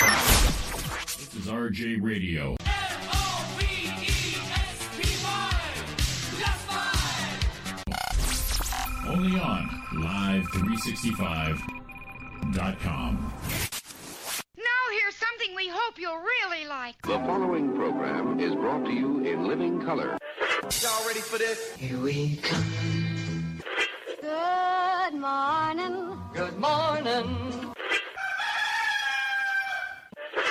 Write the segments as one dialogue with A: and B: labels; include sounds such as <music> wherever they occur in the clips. A: This is RJ Radio.
B: E
A: Only on Live365.com.
C: Now here's something we hope you'll really like.
D: The following program is brought to you in living color.
E: Y'all ready for this?
F: Here we come.
C: Good morning.
F: Good morning.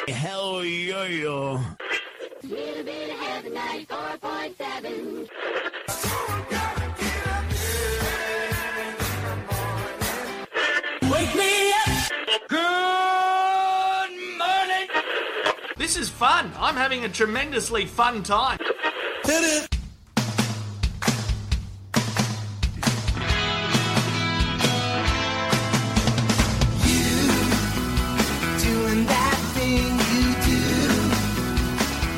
G: Hell yo yo.
C: Little bit of heaven, 94.7.
G: Wake me up.
E: Good morning! This is fun. I'm having a tremendously fun time.
F: Doing that thing you do.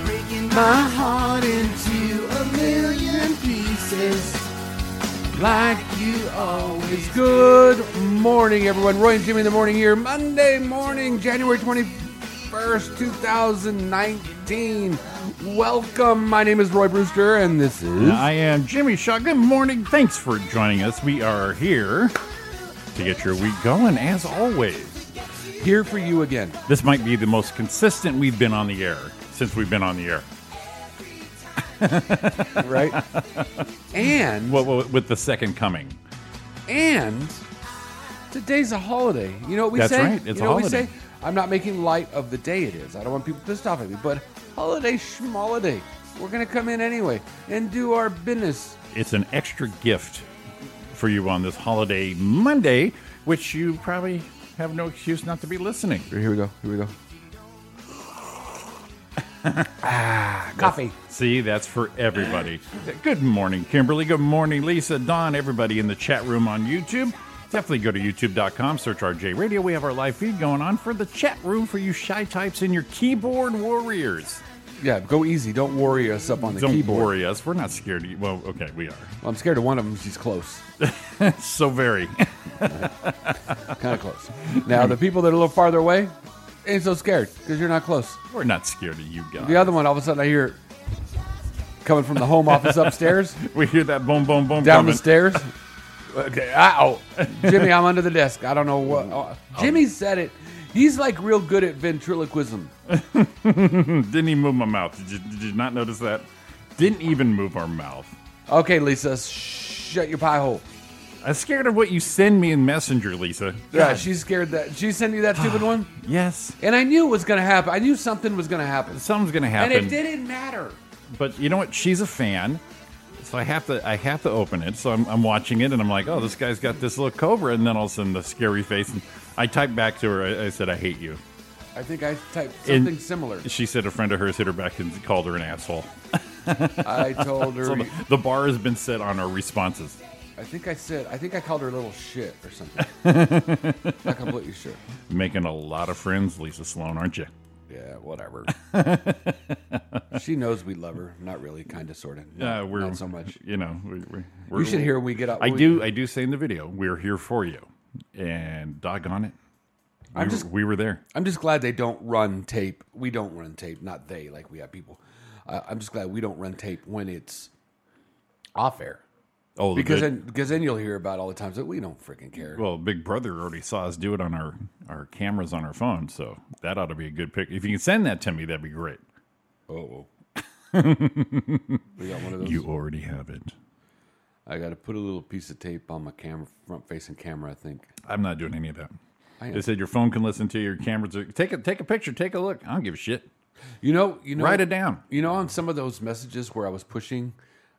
F: Breaking my heart into a million pieces. Like you always do.
H: Good morning, everyone. Roy and Jimmy in the morning here. Monday morning, January 21st, 2019. Welcome. My name is Roy Brewster, and this is.
I: I am Jimmy Shaw. Good morning. Thanks for joining us. We are here to get your week going, as always.
H: Here for you again.
I: This might be the most consistent we've been on the air since we've been on the air.
H: Right? and,
I: Well, well, with the second coming.
H: and today's a holiday. You know what we
I: That's
H: say?
I: right, it's
H: you know
I: a
H: what we
I: holiday.
H: say? I'm not making light of the day it is. I don't want people pissed off at me, but holiday schmoliday. We're going to come in anyway and do our business.
I: It's an extra gift for you on this holiday Monday, which you probably have no excuse not to be listening.
H: Here we go. Here we go. ah, coffee.
I: See, that's for everybody. Good morning, Kimberly. Good morning, Lisa, Don, everybody in the chat room on YouTube. Definitely go to youtube.com, search RJ Radio. We have our live feed going on for the chat room for you shy types and your keyboard warriors.
H: Yeah, go easy. Don't worry us up on the
I: Don't
H: keyboard.
I: worry us. We're not scared. Of you. Well, okay, we are.
H: Well, I'm scared of one of them. She's close.
I: So very. <laughs>
H: kind of close. Now, the people that are a little farther away ain't so scared because you're not close.
I: We're not scared of you guys.
H: The other one, all of a sudden, I hear coming from the home office upstairs,
I: we hear that boom, boom, boom
H: down
I: coming.
H: the
I: <laughs>
H: stairs. Okay, uh oh. Jimmy, I'm under the desk. I don't know what. oh, Jimmy said it. He's like real good at ventriloquism.
I: Didn't even move my mouth. Did you, did you not notice that? Didn't even move our mouth.
H: Okay, Lisa, shut your pie hole.
I: I'm scared of what you send me in Messenger, Lisa.
H: Yeah, she's scared that she sent you that stupid one,
I: Yes.
H: and I knew it was gonna happen. I knew something was gonna happen,
I: Something's gonna
H: and
I: happen.
H: it didn't matter.
I: but you know what? She's a fan, so I have to I have to open it. So I'm, I'm watching it, and I'm like, oh, this guy's got this little cobra, and then all of a sudden the scary face. And I typed back to her. I, I said, I hate you.
H: I think I typed
I: And
H: something
I: <laughs>
H: similar.
I: She said a friend of hers hit her back and called her an asshole.
H: I told her.
I: So the, the bar has been set on our responses.
H: I think I said. I think I called her a little shit or something.
I: <laughs>
H: Not completely sure.
I: Making a lot of friends, Lisa Sloan, aren't you?
H: Yeah,
I: <laughs>
H: whatever. she knows we love her. Not really, kind of, sort of.
I: Uh, we're
H: not so much.
I: You know, we, we, we're,
H: You should hear when we get up.
I: I
H: we-
I: do. I do say in the video, we're here for you, and doggone it, we,
H: I'm
I: were-
H: just-
I: we were there.
H: I'm just glad they don't run tape. We don't run tape. Not they. Like we have people. I I'm just glad we don't run tape when it's off air.
I: Oh, the
H: because
I: good-
H: then, because then you'll hear about all the times that we don't freaking care.
I: Well, Big Brother already saw us do it on our, our cameras on our phone, so that ought to be a good pic. If you can send that to me, that'd be great. <laughs>
H: oh, we got one of those.
I: You already have it.
H: I got to put a little piece of tape on my camera, front facing camera. I think.
I: I'm not doing any of that.
H: I am.
I: They said your phone can listen to your cameras. Are, take a take a picture. Take a look. I don't give a shit.
H: You know, you know,
I: Write it down.
H: You know, on some of those messages where I was pushing,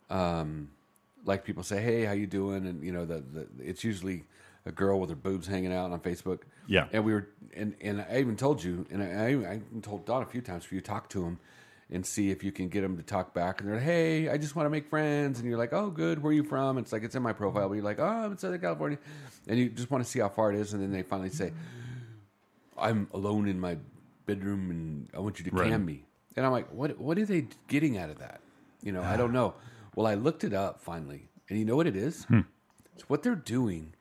H: um, like people say, "Hey, how you doing?" and you know, the, the it's usually a girl with her boobs hanging out on Facebook.
I: Yeah.
H: and we were, and and I even told you, and I, I even- I even told Don a few times for you to talk to him and see if you can get him to talk back. And they're, "Hey, I just want to make friends," and you're like, "Oh, good. Where are you from?" It's like it's in my profile, but you're like, "Oh, I'm in Southern California," and you just want to see how far it is, and then they finally say. I'm alone in my bedroom and I want you to
I: Right.
H: cam me. And I'm like, what what are they getting out of that? You know, I don't
I: <sighs>
H: know. Well, I looked it up finally. And you know what it is?
I: Hmm.
H: So what they're doing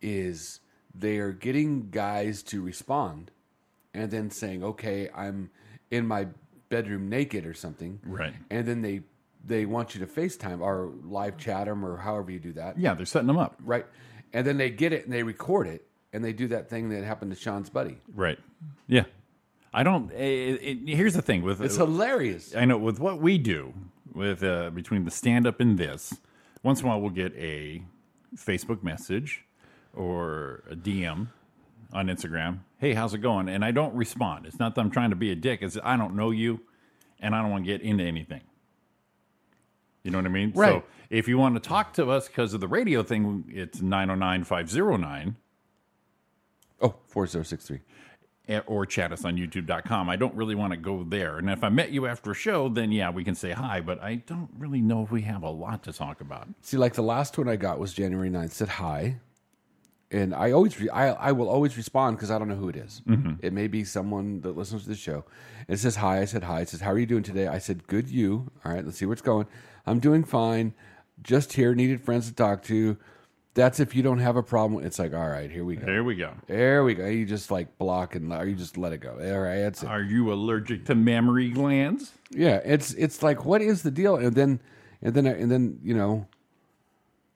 H: is they are getting guys to respond and then saying, "Okay, I'm in my bedroom naked" or something.
I: Right.
H: And then they they want you to FaceTime or live chat them or however you do that.
I: Yeah, they're setting them up.
H: Right. And then they get it and they record it and they do that thing that happened to Sean's buddy.
I: Right. Yeah. I don't. It, it, here's the thing with uh,
H: It's hilarious.
I: I know with what we do with uh, between the stand up and this, once in a while we'll get a Facebook message or a DM on Instagram. Hey, how's it going? And I don't respond. It's not that I'm trying to be a dick. It's I don't know you, and I don't want to get into anything. You know what I mean?
H: Right.
I: So if you want to talk to us because of the radio thing, it's 909 509
H: Oh, 4063.
I: eh, or chat us on youtube.com. I don't really want to go there. And if I met you after a show, then yeah, we can say hi, but I don't really know if we have a lot to talk about.
H: See, like the last one I got was January 9th, said hi. And I always, re- I, I will always respond because I don't know who it is. It may be someone that listens to the show. And it says hi. I said hi. It says, How are you doing today? I said, Good, you. All right, let's see where it's going. I'm doing fine. Just here. Needed friends to talk to. That's if you don't have a problem. It's like, All right, here we go.
I: There we go.
H: There we go. You just like block and or you just let it go. All right, that's it.
I: Are you allergic to mammary glands?
H: Yeah, it's it's like what is the deal? And then and then and then you know,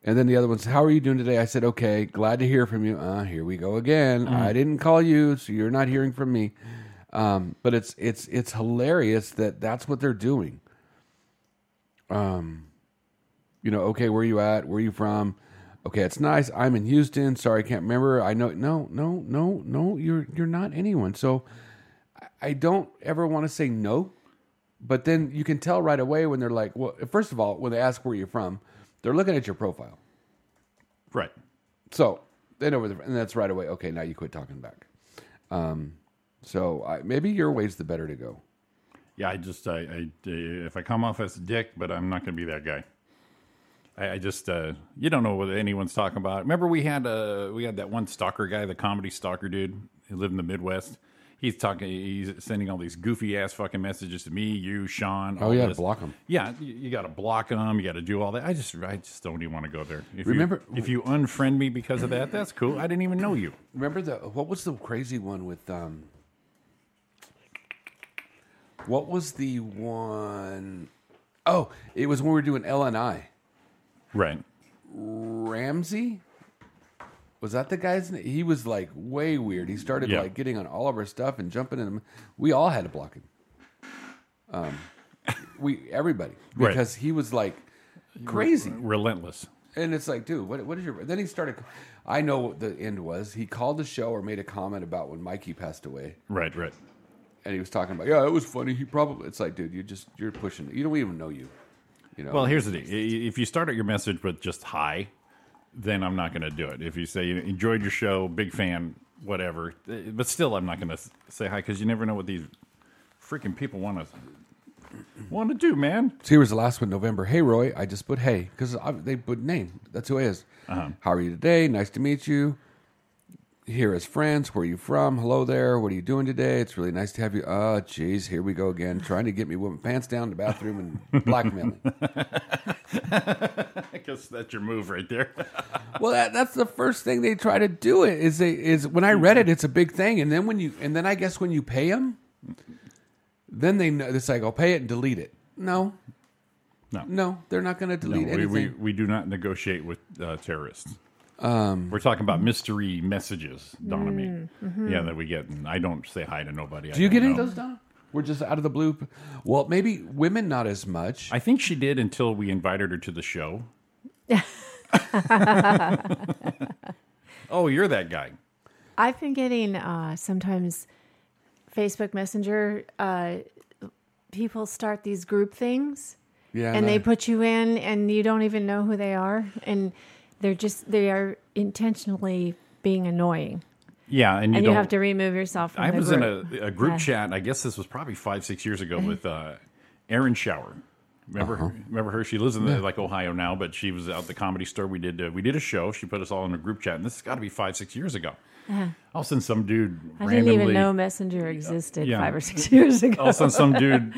H: and then the other one's how are you doing today? I said okay, glad to hear from you. Uh, here we go again. I didn't call you, so you're not hearing from me. Um, but it's it's it's hilarious that that's what they're doing. Um, you know, okay, where you at? Where you from? Okay, it's nice. I'm in Houston. Sorry, I can't remember. I know. No, no, no, no. You're you're not anyone. So I- I don't ever want to say no but then you can tell right away when they're like, well, first of all, when they ask where you're from, they're looking at your profile.
I: Right.
H: So they know where they're, and that's right away. Okay, now you quit talking back. Um, so I, maybe your way's the better to go.
I: Yeah, I just, I, I if I come off as a dick, but I'm not going to be that guy. I, I just, uh, you don't know what anyone's talking about. Remember, we had uh, we had that one stalker guy, the comedy stalker dude, who lived in the Midwest. He's talking. He's sending all these goofy ass fucking messages to me, you, Sean.
H: Oh,
I: all
H: you gotta
I: this.
H: block 'em.
I: Yeah, you, you got to block them. You got to do all that. I just, I just don't even want to go there. If
H: Remember-
I: you, if you unfriend me because of that, that's cool. I didn't even know you.
H: Remember the what was the crazy one with um, what was the one oh it was when we were doing L and I.
I: Right.
H: Ramsey? Was that the guy's name? He was like way weird. He started
I: Yeah.
H: like getting on all of our stuff and jumping in. We all had to block him. Um, we everybody
I: Right.
H: because he was like crazy.
I: Relentless.
H: And it's like, dude, what, what is your? Then he started. I know what the end was. He called the show or made a comment about when Mikey passed away,
I: Right. Right.
H: and he was talking about, yeah, it was funny. He probably. It's like, dude, you just you're pushing. it. You don't even know you. You know.
I: Well, here's the thing: I- if you start out your message with just "hi," then I'm not going to do it. If you say "enjoyed your show," big fan, whatever, eh, but still, I'm not going to say hi because you never know what these freaking people want to want to do, man. <laughs>
H: So here was the last one, November. Hey, Roy, I just put hey because they put name. That's who I is.
I: Uh-huh.
H: How are you today? Nice to meet you. Here is friends. Where are you from? Hello there. What are you doing today? It's really nice to have you. Oh, jeez, here we go again, trying to get me woman pants down in the bathroom
I: <laughs>
H: and blackmailing.
I: I guess that's your move right there. <laughs>
H: well, that, that's the first thing they try to do. It is they is when I read it, it's a big thing, and then when you and then I guess when you pay them, then they know it's like I'll pay it and delete it. No,
I: No.
H: no, they're not going to
I: No,
H: delete
I: we,
H: anything.
I: we we do not negotiate with uh, terrorists.
H: Um.
I: We're talking about mystery messages, Donna. Me, yeah, that we get. And I don't say hi to nobody.
H: Mm, mm-hmm. Do you get any of those, Donna? We're just out of the blue. Well, maybe women not as much.
I: I think she did until we invited her to the show. <laughs> oh, you're that guy.
J: I've been getting uh, sometimes Facebook Messenger. Uh, people start these group things,
H: yeah,
J: and they
H: I-
J: put you in, and you don't even know who they are, and they're just they are intentionally being annoying,
I: Yeah, and you
J: and you,
I: don't.
J: have to remove yourself. From
I: I
J: the
I: was in
J: group.
I: a, a group
J: Yeah.
I: chat. I guess this was probably five, six years ago with uh, Erin Shower. Remember,
J: Uh-huh.
I: her? remember her? She lives in the, like Ohio now, but she was out at the comedy store. We did uh, we did a show. She put us all in a group chat, and this has got to be five, six years ago. All of a sudden, some dude
J: Uh-huh. I
I: randomly
J: didn't even know Messenger existed
I: Yeah.
J: five or six <laughs> years ago.
I: all of a sudden some dude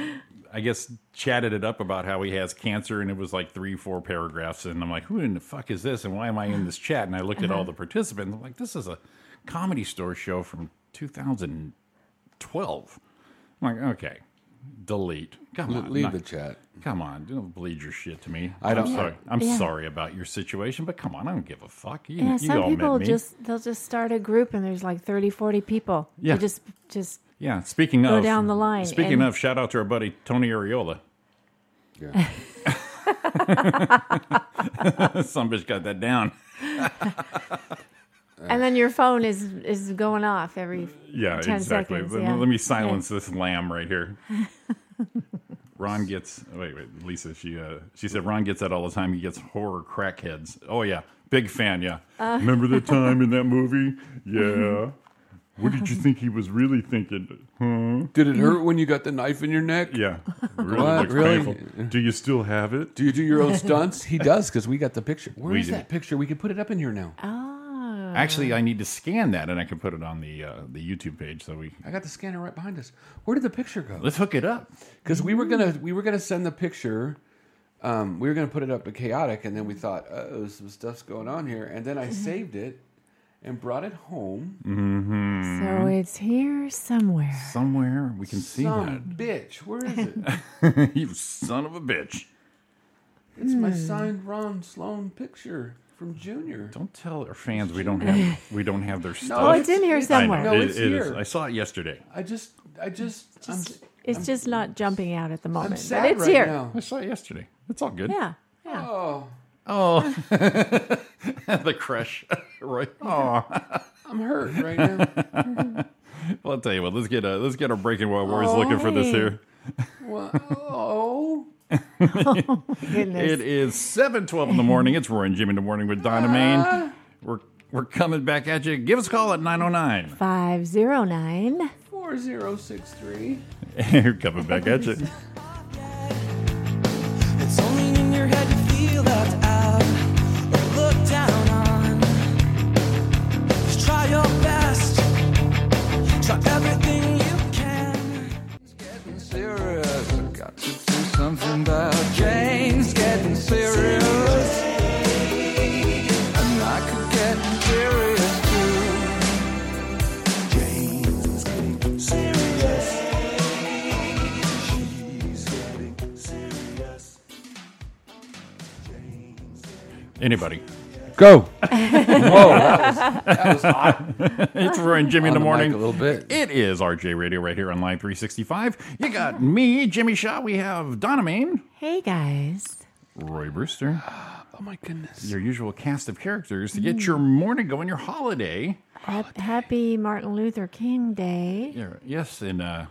I: i guess chatted it up about how he has cancer and it was like three four paragraphs and i'm like who in the fuck is this and why am i in this chat and
J: Uh-huh.
I: i looked at all the participants i'm like this is a comedy store show from 2008 12. I'm like, okay, delete. Come on.
H: Leave
I: not-
H: the chat.
I: Come on, don't bleed your shit to me.
H: I don't-
I: I'm sorry. I'm
J: Yeah.
I: sorry about your situation, but come on, I don't give a fuck. You,
J: Yeah,
I: you
J: some
I: all
J: people
I: met me.
J: just they'll just start a group and there's like 30, 40 people.
I: Yeah.
J: You just just
I: yeah. Speaking
J: go
I: of
J: down the line
I: Speaking
J: and-
I: of, shout out to our buddy Tony Areola.
H: Yeah.
I: <laughs> Some bitch got that down.
J: and then your phone is is going off every
I: Yeah,
J: 10
I: exactly.
J: seconds,
I: let,
J: yeah.
I: let me silence this lamb right here. Ron gets wait wait Lisa she uh, she said Ron gets that all the time. He gets horror crackheads. Oh yeah, big fan. Yeah, remember the time in that movie? Yeah. What did you think he was really thinking? Huh?
H: Did it hurt when you got the knife in your neck?
I: Yeah, really
H: What?
I: looks
H: Really?
I: painful. Do you still have it?
H: Do you do
J: <laughs>
H: your own stunts? He does because we got the picture. Where is
I: We do.
H: that picture? We can put it up in here now.
J: Oh.
I: Actually, I need to scan that and I can put it on the uh, the YouTube page so we
H: I got the scanner right behind us. Where did the picture go?
I: let's hook it up.
H: Because we were gonna we were gonna send the picture. Um, we were gonna put it up to chaotic, and then we thought, oh, some stuff's going on here. And then
J: Mm-hmm.
H: I saved it and brought it home.
J: So it's here somewhere.
I: Somewhere we can see
H: Some bitch, where is
J: <laughs>
H: it?
I: that. <laughs> you son of a bitch!
H: It's my signed Ron Sloan picture from Junior.
I: Don't tell our fans we don't have we don't have
H: <laughs>
I: their stuff.
J: Oh, it's in here
H: it's-
I: I
J: somewhere.
I: know,
H: No,
I: it-
H: it's
I: it is.
H: here.
I: I saw it yesterday.
H: I just, I just,
J: Just-
H: I'm,
J: it's just not jumping out at the moment,
H: I'm
J: but
H: sad
J: it's
H: right
J: here.
H: now.
I: I saw it yesterday. It's all good.
J: Yeah. Yeah.
H: Oh,
I: Oh, <laughs> the crush,
H: <laughs>
I: right? Oh,
H: I'm hurt right now. <laughs>
I: well, I'll tell you what. Let's get a let's get a breaking while Rory's looking for this
J: Oh, hey.
I: here.
H: Well, oh,
J: Goodness.
I: It is seven twelve in the morning. It's Roy and Jimmy in the morning with Donna
H: Ah.
I: Main. We're we're coming back at you. Give us a call at 909.
J: 509.
H: 4063.
I: <laughs> We're coming back at you.
F: It's only in your head you feel left out or looked down on. Just try your best, try everything you can. It's getting serious. I've got to do something about Jane's getting serious. And I could get serious too. Jane's getting serious. She's getting serious.
I: Anybody.
H: Go. Whoa, <laughs> that was, that was hot
I: It's Roy and Jimmy in the
H: on mic
I: morning.
H: a little bit.
I: It is RJ Radio right here on Line 365. You
J: <laughs>
I: got me, Jimmy Shaw. We have Donna Main,
J: Hey guys.
I: Roy
J: <gasps>
I: Brewster,
H: Oh my goodness.
I: your usual cast of characters to get your morning going, your holiday.
J: Mm. Hap- Happy Martin Luther King Day.
I: Yeah, Yes, and uh,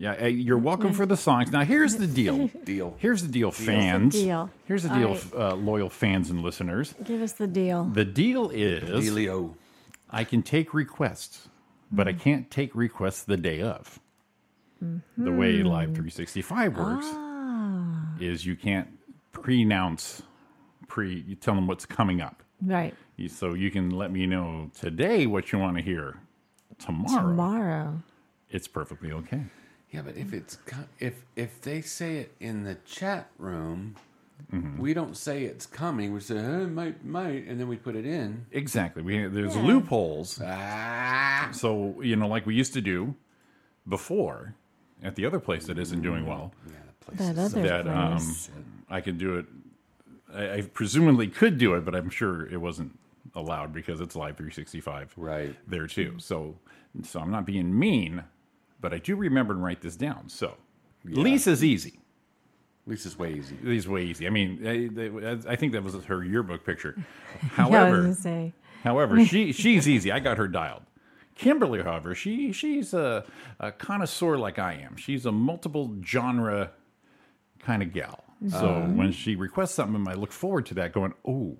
I: yeah, uh, you're welcome for the songs. Now, here's
J: <laughs>
I: the deal.
H: Deal.
I: Here's the deal, fans.
J: deal.
I: Here's the
J: All
I: deal,
J: right.
I: f- uh, loyal fans and listeners.
J: Give us the deal.
I: The deal is
H: Delio.
I: I can take requests, but
J: Hmm.
I: I can't take requests the day of. The way
J: Mm-hmm.
I: Live 365 works
J: Ah.
I: is you can't pre-announce, pre you tell them what's coming up.
J: Right.
I: You- So you can let me know today what you want to hear. Tomorrow,
J: Tomorrow.
I: it's perfectly okay.
H: Yeah, but if it's co- if if they say it in the chat room, we don't say it's coming. We say eh, might might, and then we put it in.
I: Exactly. We there's loopholes. So you know, like we used to do before at the other place that isn't doing well.
J: That other
I: that um,
J: place.
I: I could do it. I, I presumably could do it, but I'm sure it wasn't allowed because it's live 365
H: Right.
I: there too. So, so I'm not being mean, but I do remember and write this down. So, Lisa's easy.
H: Lisa's way easy.
I: Lisa's way easy. I mean, I, I- I think that was her yearbook picture.
J: <laughs> Yeah, I was
I: However,
J: gonna say. <laughs>
I: However, she she's easy. I got her dialed. Kimberly, however, she she's a, a connoisseur like I am. She's a multiple genre kind of gal. So when she requests something, I look forward to that. Going, oh,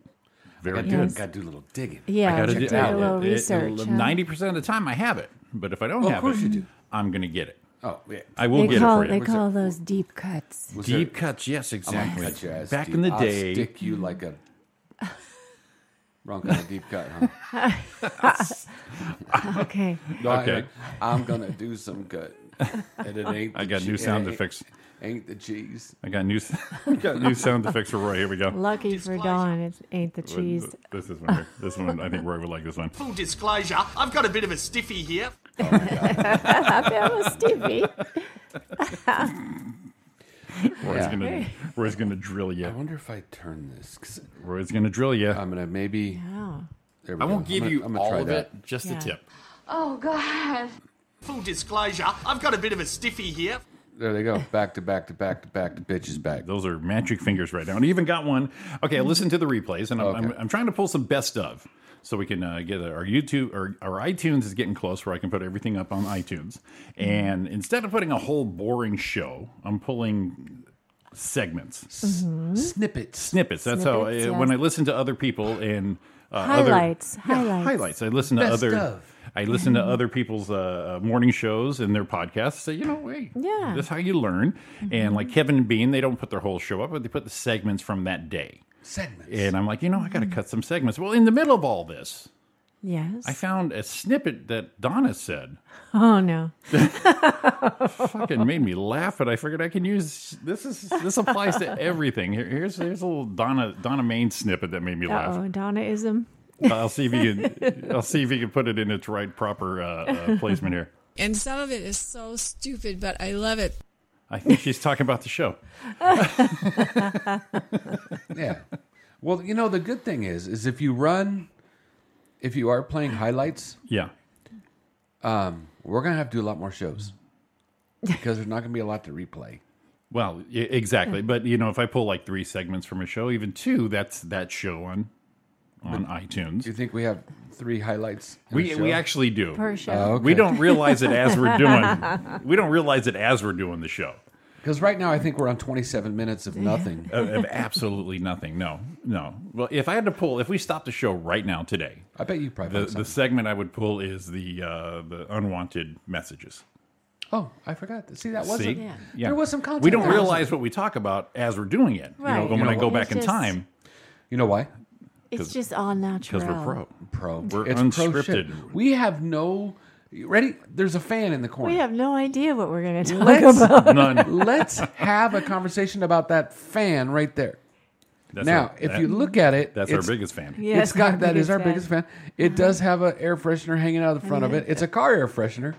I: very
H: Gotta
I: good.
H: do, gotta do a little digging.
J: Yeah,
I: I gotta
J: check
I: do,
J: out a little research. huh?
I: Ninety percent of the time, I have it. But if I don't
H: Well, of
I: have
H: course
I: it,
H: you do.
I: I'm gonna get it.
H: Oh, yeah.
I: I will
J: They
I: get
J: call
I: it for
J: they
I: you.
J: call those deep cuts.
H: Was
I: Deep
H: there-
I: cuts, yes,
H: I'm gonna
I: exactly.
H: cut your ass
I: Back
H: deep.
I: in the
H: I'll
I: day,
H: stick you like a wrong kind of deep cut, huh?
J: Okay.
H: No, I-
I: Okay.
H: I'm gonna do some cut, and it ain't.
I: I
H: the
I: got
H: che-
I: new sound
H: it ain't-
I: effects.
H: Ain't the cheese.
I: I got new <laughs> got new sound effects for Roy. Here we go.
J: Lucky for Dawn, it ain't the cheese.
I: This is one. Here. This one. I think Roy would like this one.
E: Full disclosure, I've got a bit of a stiffy here.
H: Oh my god!
J: Happy I was Stevie.
I: Roy's
H: Yeah.
I: gonna Roy's gonna drill
H: I
I: you.
H: wonder if I turn this. 'cause
I: Roy's gonna drill you.
H: I'm gonna maybe.
J: Wow.
H: There we
I: I
H: go.
I: won't give
H: I'm gonna-
I: you
H: I'm gonna
I: all
H: try
I: of
H: that.
I: it, just
J: Yeah.
I: the tip.
C: Oh, God.
E: Full disclosure, I've got a bit of a stiffy here.
H: There they go. Back to back to back to back to bitches back.
I: Those are magic fingers right now. And I even got one. Okay, listen to the replays, and I'm, I'm, I'm trying to pull some best of so we can uh, get our YouTube or our iTunes is getting close where I can put everything up on iTunes. And instead of putting a whole boring show, I'm pulling segments,
H: Snippets.
I: snippets. That's how
J: Snippets,
I: uh,
J: yes.
I: when I listen to other people and uh,
J: Highlights,
I: other,
J: highlights.
I: highlights. I listen to
H: Best
I: other.
H: of.
I: I listen to other people's uh, uh, morning shows and their podcasts. Say, you know, hey,
J: Yeah. Mm-hmm.
I: that's how you learn. And like Kevin and Bean, they don't put their whole show up, but they put the segments from that day.
H: Segments.
I: And I'm like, you know, I got to cut some segments. Well, in the middle of all this,
J: Mm-hmm. Yes.
I: I found a snippet that Donna said.
J: oh no.
I: Fucking made
J: <laughs>
I: me laugh, but I figured I can use this. Is this applies to everything? Here, here's here's a little Donna Donna Main snippet that made me laugh.
J: Oh, Donnaism.
I: I'll see if you can. I'll see if you can put it in its right proper uh,
J: <laughs>
I: uh, placement here.
K: And some of it is so stupid, but I love it.
I: I think she's talking about the show.
H: Yeah. Well, you know the good thing is, is if you run, if you are playing highlights,
I: Yeah,
H: we're gonna have to do a lot more shows because there's not gonna be a lot to replay.
I: well, e- exactly. But you know, if I pull like three segments from a show, even two, that's that show on on
H: Do
I: iTunes.
H: you think we have three highlights? in a
I: We
H: show?
I: we actually do.
J: Per show.
H: Okay.
I: We don't realize it as
J: <laughs>
I: we're doing. we don't realize it as we're doing the show.
H: because right now I think we're on 27 minutes of nothing.
I: Of, of absolutely nothing. No, no. Well, if I had to pull, if we stopped the show right now today,
H: I bet you probably.
I: the
H: found
I: the
H: something.
I: segment I would pull is the uh, the unwanted messages.
H: oh, I forgot. See, that
I: See?
H: wasn't.
J: Yeah.
H: There was some content.
I: We don't
H: there, wasn't
I: realize what we talk about as we're doing it. You know,
J: Right.
I: when
J: You
I: I
H: know
I: go
H: what?
I: back
J: It's
I: in
J: just-
I: time,
H: You know why?
J: It's just all natural.
I: because we're pro.
H: Pro. pro
I: We're
H: shit.
I: unscripted.
H: we have no. you Ready? There's a fan in the corner.
J: We have no idea what we're going to talk
H: Let's-
J: about. <laughs>
I: None.
H: Let's have a conversation about that fan right there.
I: That's
H: now,
I: our-
H: if
I: that-
H: you look at it,
I: that's our
H: it's-
I: biggest fan.
J: Yeah,
H: it's got that is our
J: fan.
H: biggest fan. It does have an air freshener hanging out of the front of it. It's a car air freshener.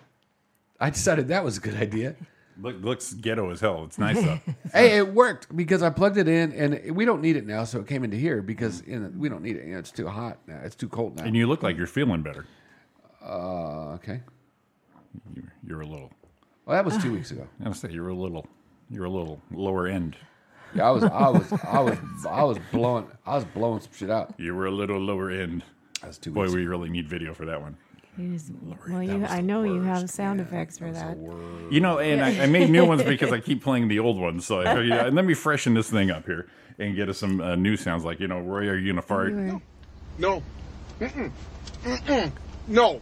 H: I decided that was a good idea.
I: Look, looks ghetto as hell. It's
H: <laughs>
I: nice though.
H: Hey, it worked because I plugged it in, and we don't need it now, so it came into here because you know, we don't need it. You know, it's too hot now. It's too cold now.
I: and you look like you're feeling better.
H: Uh, okay.
I: You're, you're a little.
H: Well, Oh, that was two weeks ago.
I: I would say you're a little. You're a little lower end.
H: Yeah, I was, I was, I was, I was blowing, I was blowing some shit out.
I: You were a little lower end.
H: That's two
I: Boy,
H: weeks.
I: we really need video for that one.
J: It is- well, you, I know you have sound effects for that.
I: You know, and I, I made
J: <laughs>
I: new ones because I keep playing the old ones. So I figured, yeah, let me freshen this thing up here and get us some uh, new sounds. Like you know, Roy, are you gonna fart?
J: You were-
L: No. Mm-mm. Mm-mm. No.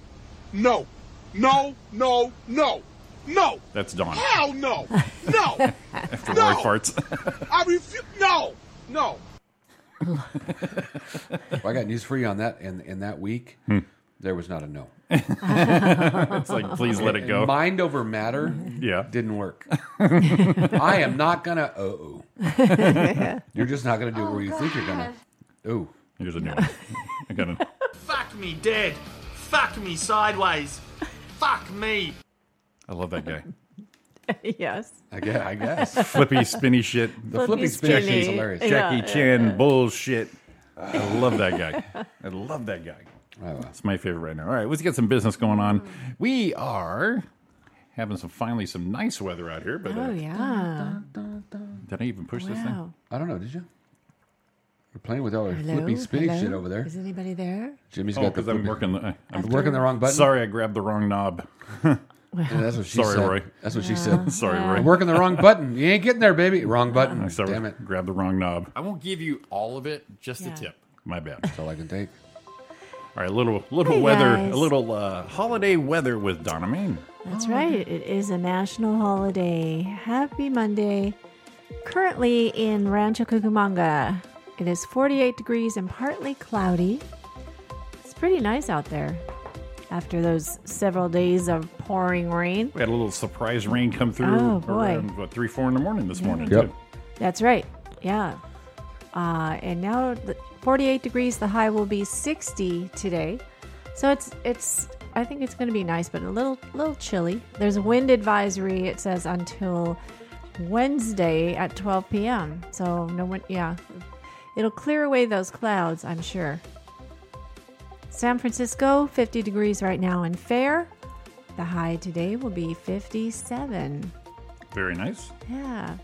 L: No. No. No. No. No.
I: That's Don.
L: Hell no. No.
I: After
L: No!
I: Roy farts.
L: I refuse. No. Oh, No.
H: Well, I got news for you on that. In in that week,
I: Hmm.
H: there was not a no.
I: <laughs> it's like, please let it
H: And
I: go.
H: Mind over matter
I: yeah.
H: didn't work. I am not gonna.
J: <laughs>
H: Oh, you're just not gonna do it where
J: Oh,
H: you think you're gonna. Ooh,
I: Here's a new one. I got an,
E: Fuck me dead. Fuck me sideways. Fuck me.
I: I love that guy.
J: yes.
H: I guess.
J: <laughs>
H: I guess. the
I: Flippy, spinny shit.
H: flippy,
J: Flippy
H: spinach
J: spinach.
H: is hilarious.
I: Jackie
J: <laughs>
I: Chan bullshit. I love that guy. I love that guy. It's my favorite right now. All right, let's get some business going on. We are having some finally some nice weather out here, but uh,
J: Oh yeah.
I: did I even push this thing?
J: Wow.
H: I don't know. Did you? You're playing with all your
J: Hello?
H: flippy spinach
J: Hello?
H: shit over there.
J: Is anybody there?
H: Jimmy's
I: Oh,
H: got the.
I: because I'm
H: flippy-
I: working. The, I- I'm
H: You're working the wrong button.
I: sorry, I grabbed the wrong knob.
H: Yeah, that's what she
I: Sorry,
H: said.
I: Roy.
H: That's what she said.
I: Sorry,
H: I'm
I: Roy.
H: working the wrong button. You ain't getting there, baby. Wrong button.
I: I sorry,
H: Damn it.
I: grabbed the wrong knob. I won't give you all of it, just
J: Yeah. tip.
I: My bad.
H: That's all I can take.
I: All right, a little little
J: Hey,
I: weather,
J: guys.
I: a little uh, holiday weather with Donna Main.
J: That's right. It is a national holiday. Happy Monday. Currently in Rancho Cucamonga, it is 48 degrees and partly cloudy. It's pretty nice out there after those several days of pouring rain.
I: We had a little surprise rain come through
J: Oh, boy.
I: around what three, four in the morning this morning.
H: Yep.
I: too.
J: That's right. Yeah. Uh, and now the 48 degrees. The high will be 60 today. So it's it's I think it's going to be nice, but a little little chilly. There's a wind advisory. It says until Wednesday at 12 p.m. So no one, yeah, it'll clear away those clouds, I'm sure. San Francisco, 50 degrees right now, and fair. The high today will be 57.
I: Very nice.
J: Yeah.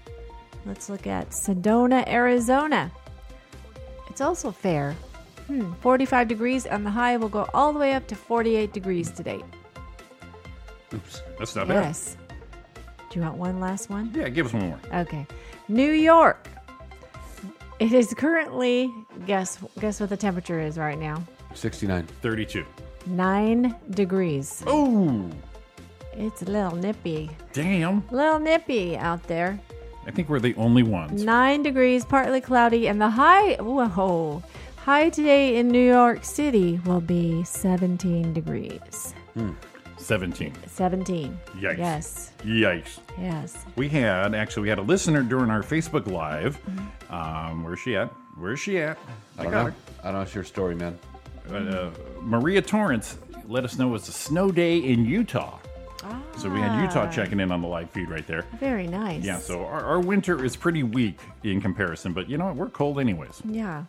J: Let's look at Sedona, Arizona. It's also fair. Hmm, 45 degrees, and the high will go all the way up to 48 degrees today.
I: Oops, that's not bad.
J: yes. Do you want one last one?
I: Yeah, give us one more.
J: Okay. New York. It is currently guess guess what the temperature is right now?
H: 69.
I: 32.
J: 9 degrees.
I: Oh.
J: It's a little nippy.
I: Damn.
J: Little nippy out there.
I: I think we're the only ones.
J: 9 degrees, partly cloudy and the high whoa. High today in New York City will be 17 degrees.
I: Hmm. 17.
J: 17.
I: Yikes.
J: Yes.
I: Yikes.
J: Yes.
I: We had, actually, we had a listener during our Facebook Live.
J: Mm-hmm.
I: Um, where's she at? Where's she at?
H: I don't know. I don't know. It's your story, man.
I: Uh, Maria Torrance let us know it was a snow day in Utah. So we had Utah
J: Ah.
I: checking in on the live feed right there.
J: Very nice.
I: Yeah, so our, our winter is pretty weak in comparison, but you know what? We're cold anyways.
J: Yeah.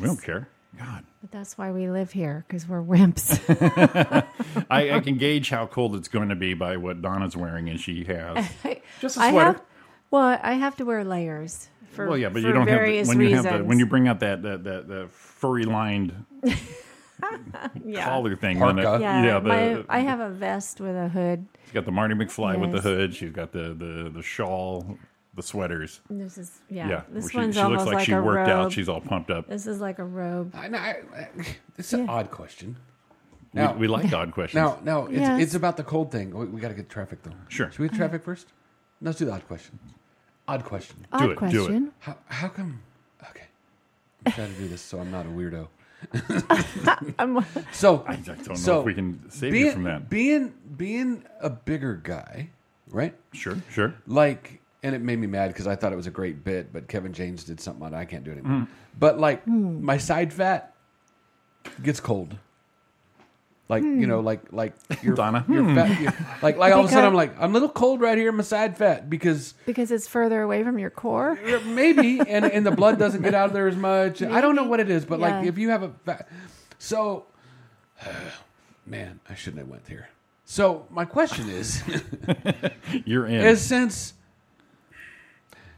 I: We don't care.
J: But that's why we live here cuz we're wimps.
I: I, I can gauge how cold it's going to be by what Donna's wearing, and she <laughs> has.
J: Just
I: a sweater.
J: Have, well, I have to wear layers for
I: well, yeah, but
J: for
I: you don't have the,
J: various
I: when you
J: reasons.
I: have the, when you bring out that that that, that furry lined
J: <laughs> yeah.
I: collar thing.
H: Parka.
I: On it.
J: Yeah,
I: the,
J: my, I have a vest with a hood.
I: she's got the Marty McFly with the
J: Yes.
I: hood. She's got the the the shawl, the sweaters.
J: This is yeah.
I: where
J: this
I: she,
J: one's
I: she
J: almost
I: looks like,
J: like
I: she
J: a robe.
I: worked out. She's all pumped up.
J: This is like a robe.
H: I, It's an odd question.
I: we, we like odd questions.
H: Now, now it's,
J: Yes.
H: it's about the cold thing. We, we got to get traffic though.
I: Sure.
H: Should we get traffic first? No, Let's do the odd question. Odd question.
J: Odd Do it, do it. question.
H: How, how come? Okay. I'm trying to do this so I'm not a weirdo. <laughs> so
I: I don't know
H: so
I: if we can save
H: being,
I: you from that.
H: Being being a bigger guy, right?
I: Sure, sure.
H: Like, and it made me mad because I thought it was a great bit, but Kevin James did something on it. I can't do it anymore.
I: Mm.
H: But like, my side fat gets cold. Like you know, like like your Donna, your
I: hmm.
H: fat, your- like like all of a
J: Because-
H: sudden I'm like I'm a little cold right here in my side fat because
J: Because it's further away from your core.
H: maybe and and the blood doesn't get out of there as much. I don't know what it is, but like
J: Yeah.
H: if you have a fat, so <sighs> man, I shouldn't have went there. So my question is,
I: <laughs> You're in.
H: is since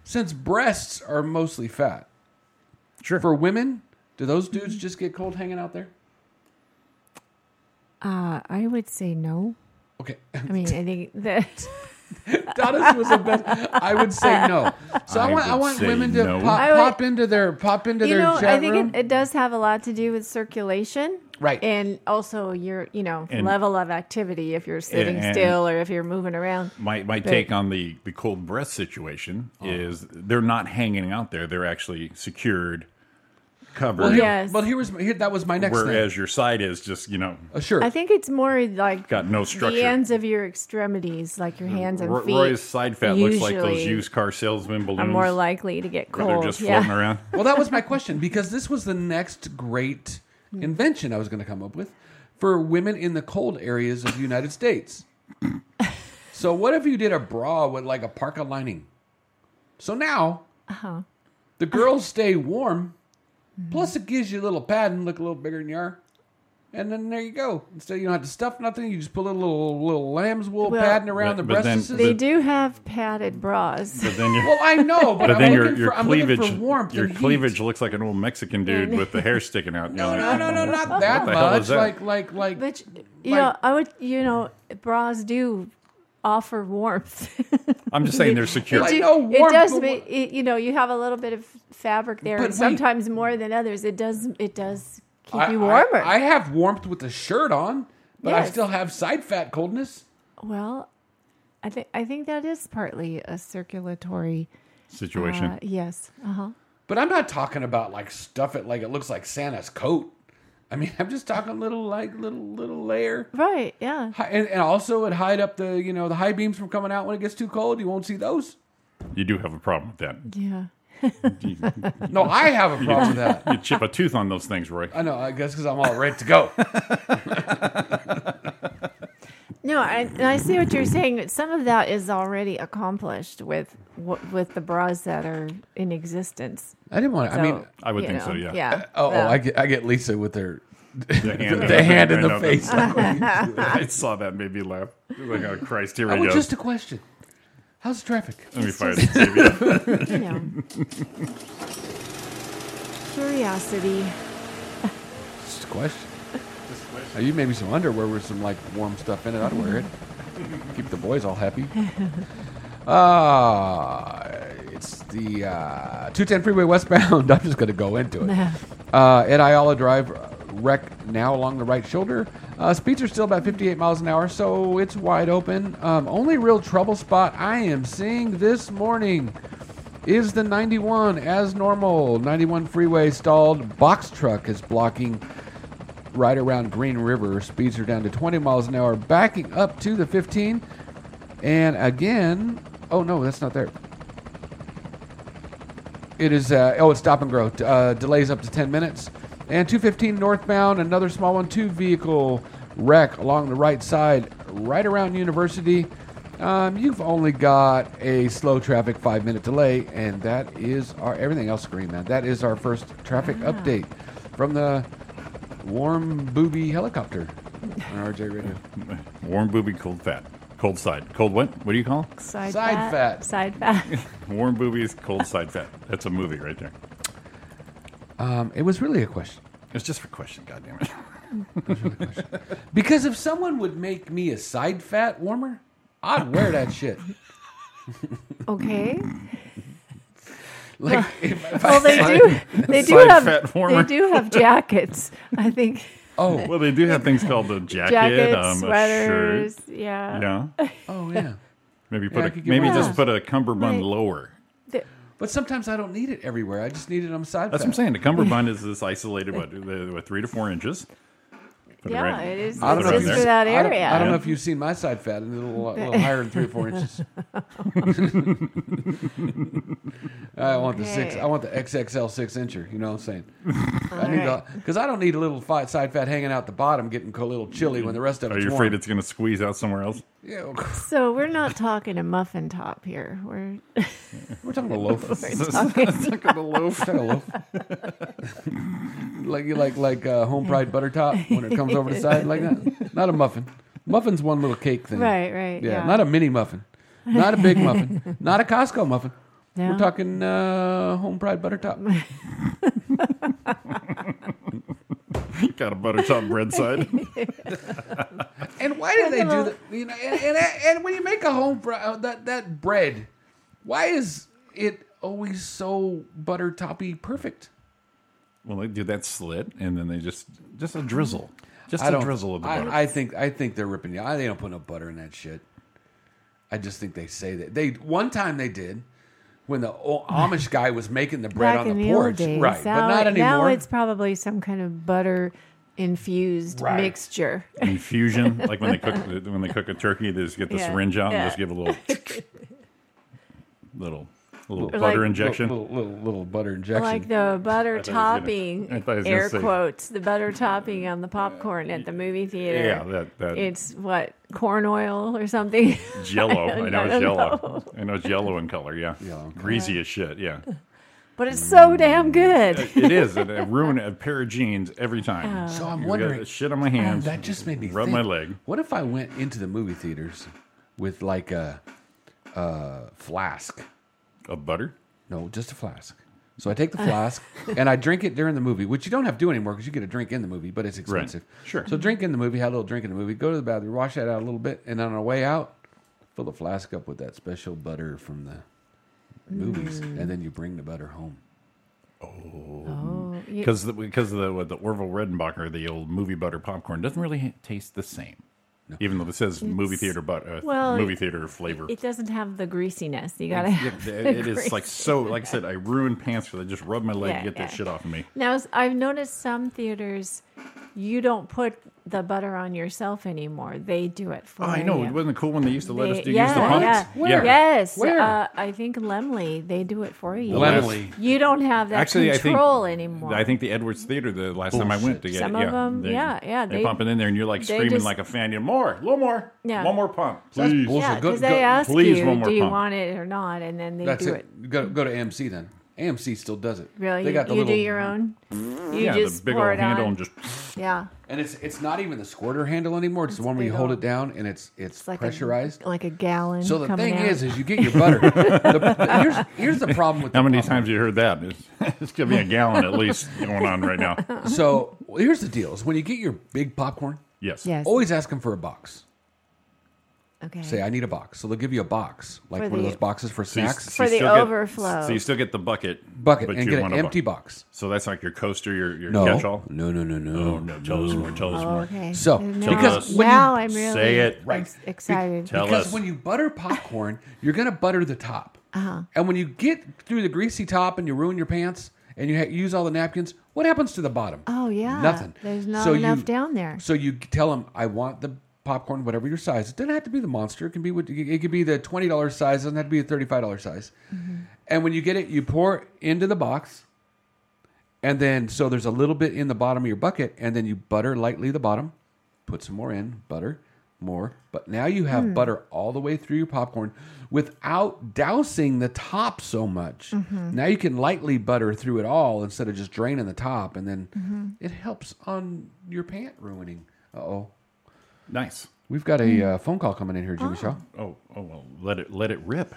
H: since breasts are mostly fat,
I: sure.
H: For women, do those
J: Mm-hmm.
H: dudes just get cold hanging out there?
J: Uh, I would say no.
H: Okay. <laughs>
J: I mean, I <laughs> think that
H: Donna's was the best. I would say no. So I,
I: I
H: want I
I: would
H: want
I: say
H: women to
I: no.
H: pop,
J: I would-
H: pop into their pop into
J: you
H: their
J: know,
H: chat
J: I think
H: room.
J: it, it does have a lot to do with circulation,
H: Right.
J: And also your, you know,
I: And-
J: level of activity if you're sitting
I: and-
J: still or if you're moving around.
I: My my
J: But- Oh.
I: take on the the cold breath situation is they're not hanging out there. They're actually secured, covered.
H: well, here, well, here was here, that was my next
I: Whereas
H: thing.
I: your side is just you know
H: Uh, sure.
J: I think it's more like
I: got no structure.
J: the ends of your extremities, like your hands and
I: Roy-
J: feet.
I: Roy's side fat looks like those
J: usually
I: used car salesman balloons.
J: Are more likely to get
I: where
J: cold.
I: they're just
J: yeah.
I: floating around.
H: well, that was my question because this was the next great invention I was going to come up with for women in the cold areas of the
J: <laughs>
H: United States. so what if you did a bra with like a parka lining? So now
J: Uh-huh.
H: the girls stay warm. Plus, it gives you a little pad and look a little bigger than you are. And then there you go. Instead, you don't have to stuff nothing. You just put a little little lamb's wool
J: Well-
H: <laughs> padding around
I: But-
H: the
I: but
H: breast.
I: then-
J: They
I: But-
J: do have padded bras.
I: But
J: <laughs>
I: then your
H: well, I know, but,
I: but
H: I'm
I: then your
H: looking
I: your
H: for, I'm looking
I: cleavage
H: for warmth.
I: your
H: and heat.
I: cleavage looks like an old Mexican dude
J: And-
I: with the hair
H: <laughs>
I: sticking out.
H: No,
I: You're
H: no,
I: like,
H: no, no, not
I: "What
H: that
I: the hell
H: much.
I: is that?"
H: Like, like, like.
J: But you know, I would, you know, bras do offer warmth.
I: I'm
H: <laughs>
I: just saying they're secure.
H: I
J: Do-
H: know warmth,
J: it does,
H: but
J: ma- it, you know, you have a little bit of fabric there,
H: But
J: and
H: wait.
J: sometimes more than others. It does, it does keep
H: I,
J: you
H: I-
J: warmer.
H: I, have warmth with the shirt on, but I
J: Yes.
H: still have side fat coldness.
J: well, I think I think that is partly a circulatory
I: Situation.
J: uh, yes. Uh huh.
H: But I'm not talking about like stuff it like it looks like Santa's coat. I mean, I'm just talking little like little little layer.
J: Right. Yeah.
H: Hi- and, and also it hide up the you know the high beams from coming out when it gets too cold. You won't see those.
I: you do have a problem with that.
J: Yeah.
H: No, I have a
I: You-
H: problem with that.
I: You chip a tooth on those things, Roy.
H: I know. I guess because I'm all ready to go.
J: <laughs> No, I, and I see what you're saying. Some of that is already accomplished with wh- with the bras that are in existence.
H: I didn't want to.
J: So,
H: I mean,
J: I would you think so, know, yeah. yeah.
H: Oh,
J: Yeah.
H: I get I get Lisa with her the
I: hand,
H: hand, <laughs> the hand in the <laughs> face.
I: <laughs> I saw that made me laugh. Like, oh Christ, here
H: I
I: we
H: want
I: go.
H: just a question. How's the traffic?
I: Let
J: <laughs>
I: me fire this TV up.
J: You know. Curiosity.
H: Just a question. Now, you made me some underwear with some like warm stuff in it. I'd wear it. Keep the boys all happy. Uh, it's the uh, 210 freeway westbound. <laughs> I'm just going to go into it. Uh, at Iola Drive, uh, wreck now along the right shoulder. Uh, speeds are still about 58 miles an hour, so it's wide open. Um, only real trouble spot I am seeing this morning is the 91 as normal. 91 freeway stalled. Box truck is blocking right around Green River. Speeds are down to 20 miles an hour, backing up to the 15. And again, oh no, that's not there. It is, uh, oh, it's stop and grow. Uh, delays up to 10 minutes. And 215 northbound, another small one, two vehicle wreck along the right side, right around University. Um, you've only got a slow traffic five minute delay, and that is our everything else green, man. That is our first traffic
J: Wow.
H: update from the warm booby helicopter on RJ Radio.
I: Warm booby, cold fat, cold side, cold what? What do you call? it?
J: Side,
H: Side
J: fat,
H: fat.
J: Side fat.
I: <laughs> Warm boobies, cold side fat. That's a movie right there.
H: Um, it was really a question.
I: It's just for question. God damn it.
H: Because if someone would make me a side fat warmer, I'd wear that shit. <laughs>
J: Okay. <laughs>
H: Like, if,
J: <laughs>
H: if
J: Well, they
H: I-
J: do. They do
I: Side
J: have.
I: fat warmer.
J: They do
I: <laughs>
J: have jackets. I think.
H: Oh,
I: well, they do have things called a jacket,
J: Jackets,
I: um,
J: sweaters,
I: a shirt.
J: yeah.
I: Yeah.
H: Oh yeah.
I: Maybe
H: Yeah, I
I: put a,
H: could get
I: maybe
H: one of
I: just
H: those.
I: put a cummerbund
H: Right.
I: lower.
H: But sometimes I don't need it everywhere. I just need it on the side.
I: That's
H: fat.
I: what I'm saying. The cummerbund is this isolated
J: <laughs>
I: what, the- what three to four inches. Put
J: Yeah,
I: right-
J: it is-
I: put
J: it's
I: right
J: just
I: there.
J: for that
H: I don't,
J: area.
H: I don't know if you've seen my side fat, and it's
J: <laughs>
H: a little, a little higher than three or four inches. I want the six.
J: Okay.
H: I want the XXL six incher. You know what I'm saying? I
J: All
H: need
J: right.
H: because I don't need a little fi- side fat hanging out the bottom, getting a little chilly when the rest of
I: Are
H: it's
I: you
H: warm.
I: afraid it's going to squeeze out somewhere else?
H: Yeah,
J: So we're not talking a muffin top here. We're
H: we're talking a loaf.
I: <laughs>
J: We're talking-
I: a loaf.
H: Kind of loaf. <laughs> like you like like uh, home fried butter top when it comes over the side like that. Not a muffin. Muffin's one little cake thing.
J: Right, right,
H: Yeah,
J: yeah.
H: not a mini muffin. Not a big muffin. Not a Costco muffin.
J: No.
H: We're talking uh, home fried butter top.
I: Got a butter top bread side.
H: And why do they do that? You know, and, and, and when you make a home fri- uh, that that bread, why is it always so butter toppy perfect?
I: <laughs> Well, they do that slit, and then they just just a drizzle, just
H: I
I: a
H: don't-
I: drizzle of the
H: I,
I: butter.
H: I think I think they're ripping you. I, they don't put no butter in that shit. I just think they say that they one time they did when the o- <sighs> Amish guy was making the bread
J: back
H: on
J: in
H: the,
J: the
H: porch,
J: old days.
H: right?
J: Now,
H: but not anymore.
J: Now it's probably some kind of butter infused
H: Right.
J: mixture. <laughs>
I: Infusion, like when they cook when they cook a turkey, they just get the
J: Yeah,
I: syringe out
J: yeah.
I: and just give
J: <laughs>
I: a little little little
J: Or
I: butter
J: like-
I: injection.
H: little, little, little, little butter injection.
J: Like the butter
I: I thought it was
J: topping,
I: gonna- I thought it was gonna
J: air
I: say-
J: quotes, the butter topping on the popcorn at the movie theater.
I: Yeah, that- that-
J: It's what corn oil or something. <laughs>
I: Jello, I, know it's
J: don't
I: yellow.
J: know.
I: I know it's yellow in color. Yeah,
H: Oh,
I: greasy as shit. Yeah,
J: But it's so damn good.
I: it is. And I ruin a pair of jeans every time.
H: So I'm
I: You got
H: wondering-
I: shit on my hands.
H: Uh, That just made me
I: rub
H: think,
I: my leg.
H: What if I went into the movie theaters with like a, a flask?
I: Of butter.
H: No, just a flask. So I take the
I: <laughs>
H: flask and I drink it during the movie, which you don't have to do anymore because you get a drink in the movie, but it's expensive.
I: Sure.
H: So drink in the movie, have a little drink in the movie, go to the bathroom, wash that out a little bit, and on our way out, fill the flask up with that special butter from the movies,
I: Mm.
H: and then you bring the butter home.
J: Oh, you-
I: Because because of the what, the Orville Redenbacher, the old movie butter popcorn doesn't really ha- taste the same, even though it says movie theater but uh,
J: well,
I: movie theater flavor.
J: it doesn't have the greasiness. You <laughs> gotta.
I: Yeah,
J: have
I: it
J: the
I: it is like
J: grease.
I: so. Like I said, I ruined pants for that. Just rub my leg,
J: Yeah,
I: get that
J: yeah.
I: shit off of me.
J: Now, s- I've noticed some theaters, you don't put the butter on yourself anymore. They do it for
I: Oh, I know.
J: you.
I: It wasn't cool when they used to let us
J: They-
I: do
J: yeah,
I: use the pumps.
J: yeah.
I: Where?
J: Yes.
I: Where?
J: Uh, I think Lemley, they do it for you.
I: Lemley.
J: You don't have that
I: Actually,
J: control
I: I think,
J: anymore.
I: I think the Edwards Theater, the last time I went to get
J: Some
I: it,
J: of
I: yeah,
J: them- yeah, yeah,
I: They,
J: they-
I: are pumping in there, and you're like
J: they
I: screaming
J: just-
I: like a fan. You more, a little more,
J: Yeah.
I: one more pump,
H: That's
I: please.
H: bullshit.
J: yeah,
H: Go-
J: because
H: go-
J: they ask
I: please,
J: you,
I: one more
J: do you
I: pump."
J: want it or not, and then they
H: That's
J: do
H: it. Go, go to AMC then. AMC still does it.
J: Really,
H: They
J: you,
H: got the
J: you
H: little,
J: do your own. You
H: Yeah, the
J: just
H: big
J: pour
H: old
J: it
H: handle
J: on.
H: and just-
J: yeah,
H: And it's it's not even the squirter handle anymore. It's the one where you hold it down and it's it's,
J: like a-
H: pressurized.
J: like a gallon.
H: so the
J: coming
H: thing
J: out.
H: is, is you get
J: <laughs>
H: your butter. the, the- here's here's the problem with
I: How many times you heard that? It's, <laughs> it's gonna be a gallon at least going on
J: <laughs>
I: right now.
H: So well, here's the deal: is when you get your big popcorn,
I: Yes.
J: Yes.
H: always ask them for a box.
J: okay.
H: Say I need a box, so they'll give you a box, like
J: For
H: one of
J: the-
H: those boxes for
I: So you-
H: snacks.
I: so you
J: For the
I: still get-
J: overflow.
I: so you still get the bucket,
H: Bucket and
I: you
H: get an
I: want a bu-
H: empty box.
I: So that's like your coaster, your, your
H: No.
I: catch-all.
H: No, no, no, no.
I: Oh, no, tell us more. Tell us
J: Oh,
I: more.
J: okay.
H: So,
J: now,
H: because when you-
J: now I'm Oh, really
I: Say it.
H: Right.
J: excited.
I: Tell
H: because
I: us.
H: when you butter popcorn, <laughs> you're gonna butter the top, uh-huh. and when you get through the greasy top and you ruin your pants and you ha- use all the napkins, what happens to the bottom?
J: Oh yeah,
H: Nothing.
J: There's not
H: So you-
J: enough down there.
H: So you tell them, I want the popcorn, whatever your size. It doesn't have to be the monster. It can be what it could be the twenty dollars size. It doesn't have to be the thirty five dollars size.
J: Mm-hmm.
H: And when you get it, you pour it into the box, and then so there's a little bit in the bottom of your bucket, and then you butter lightly the bottom, put some more in, butter more. But now you have butter all the way through your popcorn without dousing the top so much. Now you can lightly butter through it all instead of just draining the top, and then it helps on your pant ruining. Uh oh.
I: Nice.
H: We've got a uh, phone call coming in here, Jimmy Shaw.
I: Oh, oh well, let it let it rip.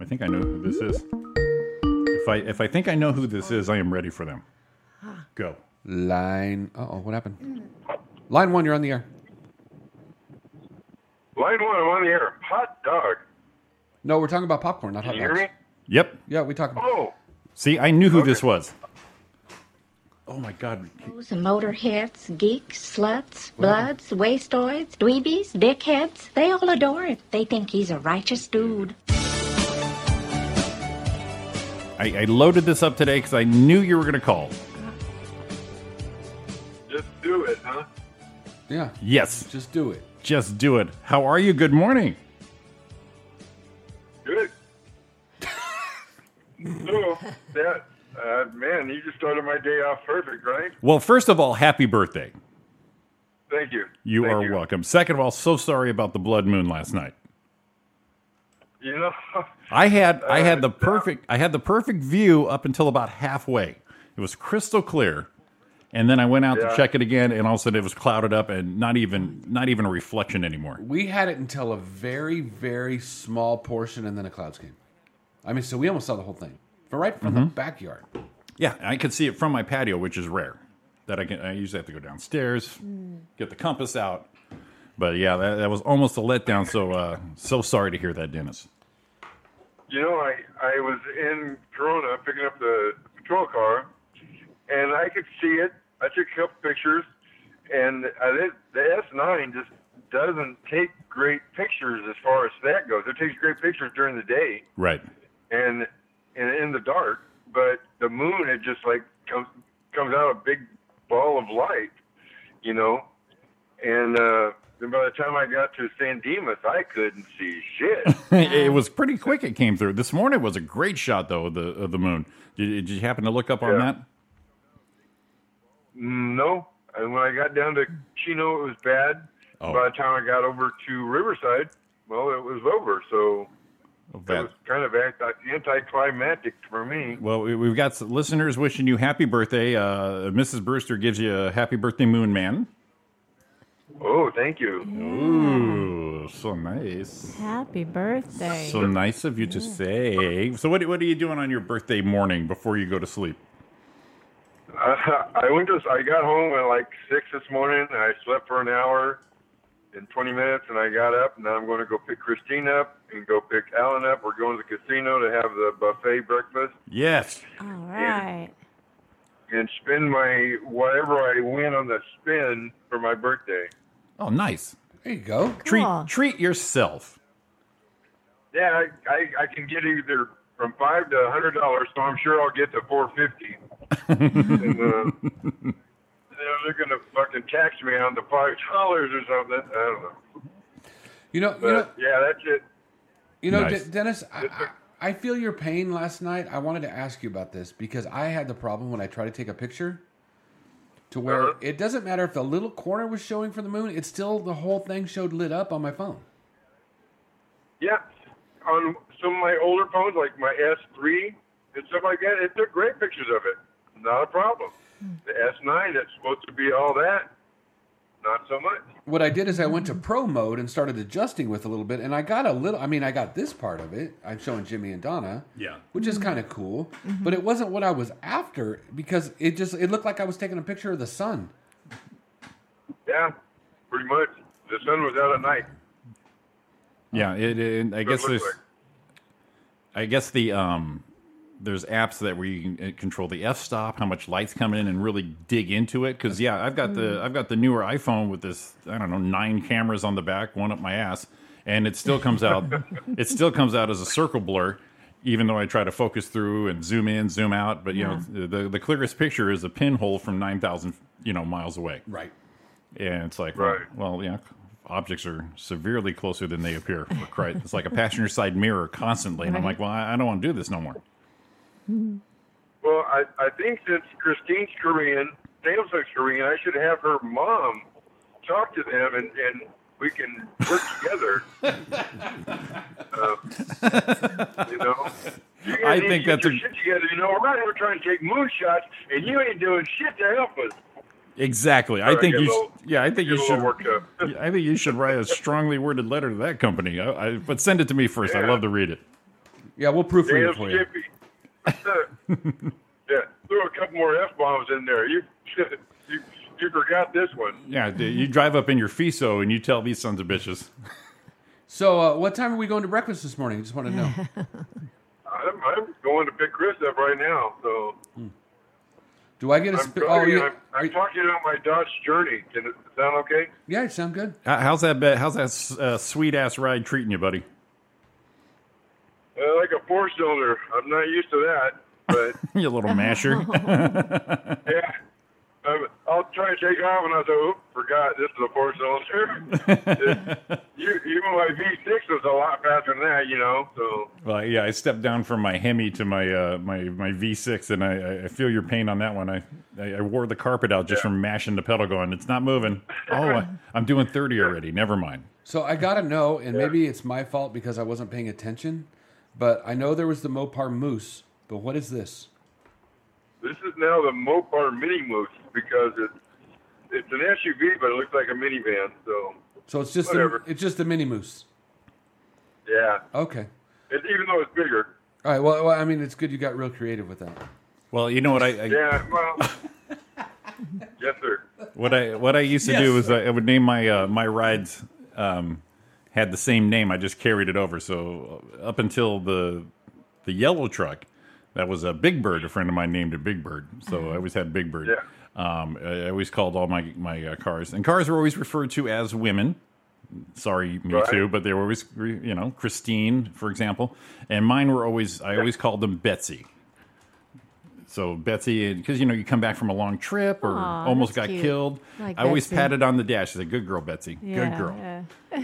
I: I think I know who this is. If I if I think I know who this is, I am ready for them. Go.
H: Line. Uh oh, what happened? Line one, you're on the air.
M: Line one, I'm on the air. Hot dog.
H: No, we're talking about popcorn, not hot
M: Can you hear
H: dogs.
M: me?
I: Yep.
H: Yeah, we talk about.
M: Oh,
I: See, I knew who this was. Oh my god.
C: And motorheads, geeks, sluts, bloods, wastoids, dweebies, dickheads. They all adore him. They think he's a righteous dude.
I: I, I loaded this up today because I knew you were going to call.
M: just do it, huh?
H: Yeah,
I: Yes.
H: just do it.
I: Just do it. How are you? Good morning.
D: <laughs>
M: Good. so that uh, man, you just started my day off perfect, right?
I: Well, first of all, happy birthday.
M: Thank you.
I: You
M: Thank
I: are
M: you.
I: welcome. Second of all, so sorry about the blood moon last night.
M: You know, <laughs> Uh,
I: I had I had the perfect I had the perfect view up until about halfway. It was crystal clear, and then I went out
M: Yeah.
I: to check it again, and all of a sudden it was clouded up and not even not even a reflection anymore.
H: We had it until a very, very small portion, and then the clouds came. I mean, so we almost saw the whole thing from right from the backyard.
I: Yeah, I could see it from my patio, which is rare. That I can I usually have to go downstairs, get the compass out. But yeah, that, that was almost a letdown. So uh, so sorry to hear that, Dennis.
M: you know, I I was in Corona picking up the patrol car, and I could see it. I took a couple pictures, and I did, the S9 just doesn't take great pictures as far as that goes. It takes great pictures during the day.
I: Right.
M: and and in the dark, but the moon it just like comes comes out a big ball of light, you know. And uh, then by the time I got to San Dimas, I couldn't see shit.
I: It, <laughs> it was pretty quick. It came through this morning. Was a great shot though of the of the moon. Did, did you happen to look up on
M: Yeah.
I: that?
M: no, and when I got down to Chino, it was bad.
I: Oh.
M: By the time I got over to Riverside, well, it was over. So it was kind of anti- anticlimactic for me.
I: Well, we- we've got some listeners wishing you happy birthday. Uh, Mrs. Brewster gives you a happy birthday, Moon Man.
M: Oh, thank you.
I: Ooh, so nice.
J: Happy birthday.
I: So nice of you to say. So, what, what are you doing on your birthday morning before you go to sleep?
M: I, I <laughs> went to. I got home at like six this morning. And I slept for an hour and twenty minutes, and I got up. And now I'm going to go pick Christine up and go pick Alan up. We're going to the casino to have the buffet breakfast
I: Yes.
J: All right.
M: and spend my whatever I win on the spin for my birthday.
I: Oh, nice.
H: There you go.
I: Treat
J: Cool.
I: treat yourself.
M: Yeah, I, I, I can get either from five
I: <laughs>
M: to a hundred dollars, so I'm sure I'll get to four fifty. and, uh, They're they're gonna fucking tax me on the five dollars or something. I don't know.
H: You know,
M: But
H: you know,
M: yeah, that's it.
H: You know,
I: Nice.
H: De- Dennis, I, I I feel your pain last night. I wanted to ask you about this because I had the problem when I try to take a picture to where it doesn't matter if the little corner was showing for the moon, it's still the whole thing showed lit up on my phone.
M: Yeah, on some of my older phones, like my S3 and stuff like that, it took great pictures of it. Not a problem. The S9, that's supposed to be all that, not so much.
H: What I did is I went to pro mode and started adjusting with a little bit, and I got a little. I mean, I got this part of it. I'm showing Jimmy and Donna,
I: Yeah.
H: which is kind of cool, but it wasn't what I was after because it just it looked like I was taking a picture of the sun.
M: Yeah, pretty much. The sun was out at night.
I: Yeah, it, it, I
M: It
I: guess
M: looks
I: there's,
M: like-
I: I guess the um, there's apps that where you can uh, control the f stop, how much light's coming in, and really dig into it. Because yeah, I've got the I've got the newer iPhone with this I don't know nine cameras on the back, one up my ass, and it still comes out, it still comes out as a circle blur. Even though I try to focus through and zoom in, zoom out, but you know the the clearest picture is a pinhole from nine thousand you know miles away.
H: Right.
I: And it's like, well- well, yeah, objects are severely closer than they appear. For Christ. It's like a passenger side mirror constantly. And I'm like, well, I I don't want to do this no more.
M: Well, I, I think since Christine's Korean, Samsung's Korean, I should have her mom talk to them and, and we can work
I: <laughs>
M: together. uh, you know? You guys
I: I
M: need to
I: think
M: get
I: that's
M: your
I: a-
M: shit together. You know, we're not ever trying to take moonshots, and you ain't doing shit to help us.
I: Exactly.
M: All
I: I
M: right,
I: think
M: get
I: you.
M: a little-
I: Sh- yeah, I think
M: get
I: you
M: a little
I: should.
M: worked up.
I: Yeah, <laughs> I think you should write a strongly worded letter to that company. I, I, but send it to me first. I
M: Yeah.
I: love to read it.
H: Yeah, we'll
M: Damn
H: proofread
M: Skippy. yeah, throw a couple more F bombs in there. You, <laughs> you, you forgot this one.
I: <laughs> Yeah, d- you drive up in your FISO and you tell these sons of bitches.
H: So, uh, what time are we going to breakfast this morning? I just want to know.
M: I'm, I'm going to pick Chris up right now, so.
H: Do I get a?
M: I'm,
H: Sp- oh,
M: telling you,
H: yeah.
M: I'm, I'm talking about my Dodge Journey. Can it sound okay?
H: yeah, it sound good.
I: How- How's that? Be- how's that s- uh, sweet ass ride treating you, buddy? <laughs>
M: Uh, like a four cylinder. I'm not used to that, but
I: you little masher.
M: yeah. Um, I'll try to take off, and I thought, oop, forgot this is a four
I: <laughs>
M: cylinder. you, E, even my V6 was a lot faster than that, you know. So
I: Well, yeah, I stepped down from my Hemi to my uh, my my V6, and I- I, I feel your pain on that one. I I, I wore the carpet out just from mashing the pedal, going, "It's not moving."
M: <laughs>
I: Oh, I, I'm doing 30 already. Never mind.
H: So I gotta know, and maybe it's my fault because I wasn't paying attention, but I know there was the Mopar Moose. But what is this?
M: this is now the Mopar Mini Moose because it's it's an SUV, but it looks like a minivan. So
H: So it's just the,
M: Whatever.
H: it's just the mini moose.
M: yeah,
H: Okay.
M: it's, even though it's bigger.
H: All right. Well, well, I mean, it's good you got real creative with that.
I: Well, you know what I, I
M: Yeah, well, <laughs> yes, sir.
I: what I what I used to
M: Yes,
I: do is I, I would name my uh, my rides um, had the same name. I just carried it over. So uh, up until the the yellow truck, that was a Big Bird. A friend of mine named it Big Bird. So I always had Big Bird.
M: Yeah.
I: Um, I I always called all my my uh, cars, and cars were always referred to as women. Sorry, me
M: Right.
I: too, but they were always you know Christine, for example, and mine were always I always called them Betsy. So Betsy, because you know you come back from a long trip or
J: Aw,
I: almost got
J: that's cute.
I: killed.
J: Like
I: I always
J: Betsy.
I: patted on the dash. I said, "Good girl, Betsy. Good girl."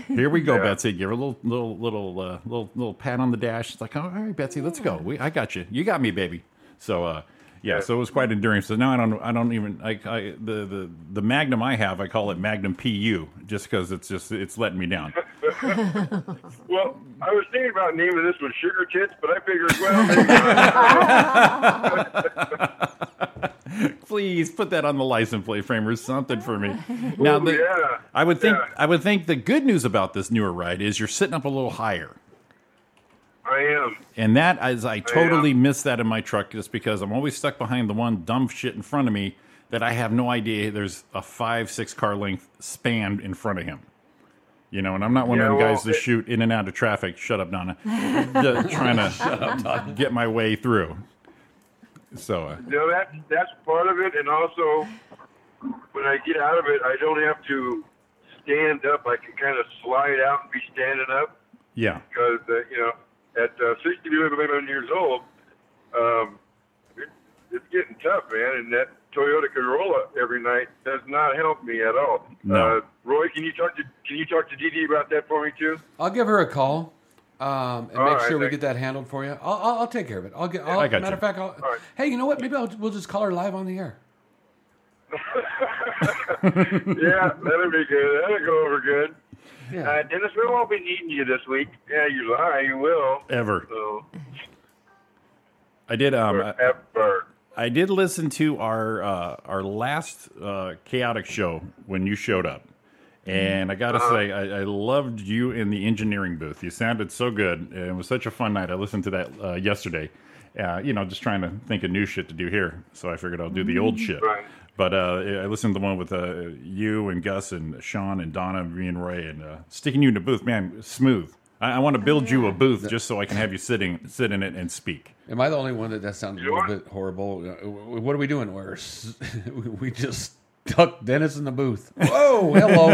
I: Here we go, Betsy. Give her a little, little, little, uh, little, little pat on the dash. It's like, "Oh, all right, Betsy, let's go. We, I got you. You got me, baby." So, uh, yeah. So it was quite enduring. So now I don't, I don't even, I, I the, the, the Magnum I have, I call it Magnum PU, just because it's just, it's letting
M: <laughs>
I: me down.
M: Well, I was thinking about naming this one Sugar Tits, but I figured, well, maybe not.
I: Please put that on the license plate frame or something for me. Now,
M: Ooh,
I: the,
M: yeah.
I: I would think
M: Yeah.
I: I would think the good news about this newer ride is you're sitting up a little higher,
M: I am.
I: and that is
M: Oh,
I: I totally miss that in my truck just because I'm always stuck behind the one dumb shit in front of me that I have no idea there's a five six car length span in front of him. You know, and I'm not one
M: Yeah,
I: of them
M: well,
I: guys that
M: it-
I: shoot in and out of traffic. Shut up, Donna. Just
M: <laughs>
I: trying to
M: Shut up, Donna.
I: get my way through. So uh,
M: You know, that, that's part of it. And also, when I get out of it, I don't have to stand up. I can kind of slide out and be standing up.
I: yeah,
M: because uh, you know at uh, 61 years old, um, it, it's getting tough, man. And that Toyota Corolla every night does not help me at all.
H: No.
M: Uh, Roy, can you talk to can you talk to Dee Dee about that for me too?
H: I'll give her a call um, and
M: All
H: make
M: right,
H: sure we
M: thank-
H: get that handled for you. I'll, I'll, I'll take care of it. I'll get. I'll,
I: I got
H: matter
I: you.
H: of fact, I'll, hey, you know what? Maybe I'll, we'll just call her live on the air.
M: yeah, that'll be good. That'll go over good.
H: Yeah.
M: Uh, Dennis, we won't be needing you this week. Yeah, you lie, you will.
I: <laughs> Ever.
M: So,
I: I did. Um, I, I did listen to our uh, our last uh, chaotic show when you showed up, and I got to
M: Uh-huh.
I: say I, I loved you in the engineering booth. You sounded so good, and it was such a fun night. I listened to that uh, yesterday. Uh, you know, just trying to think of new shit to do here, so I figured I'll do the old shit.
M: Right.
I: But uh, I listened to the one with uh, you and Gus and Sean and Donna, me and Ray, and uh, sticking you in a booth, man, smooth. I, I want to build you a booth just so I can have you sitting sit in it and speak.
H: Am I the only one that that sounded a little bit horrible? Uh, w- What are we doing? We're s- <laughs> we- we just tucked Dennis in the booth.
M: <laughs>
H: Whoa, hello.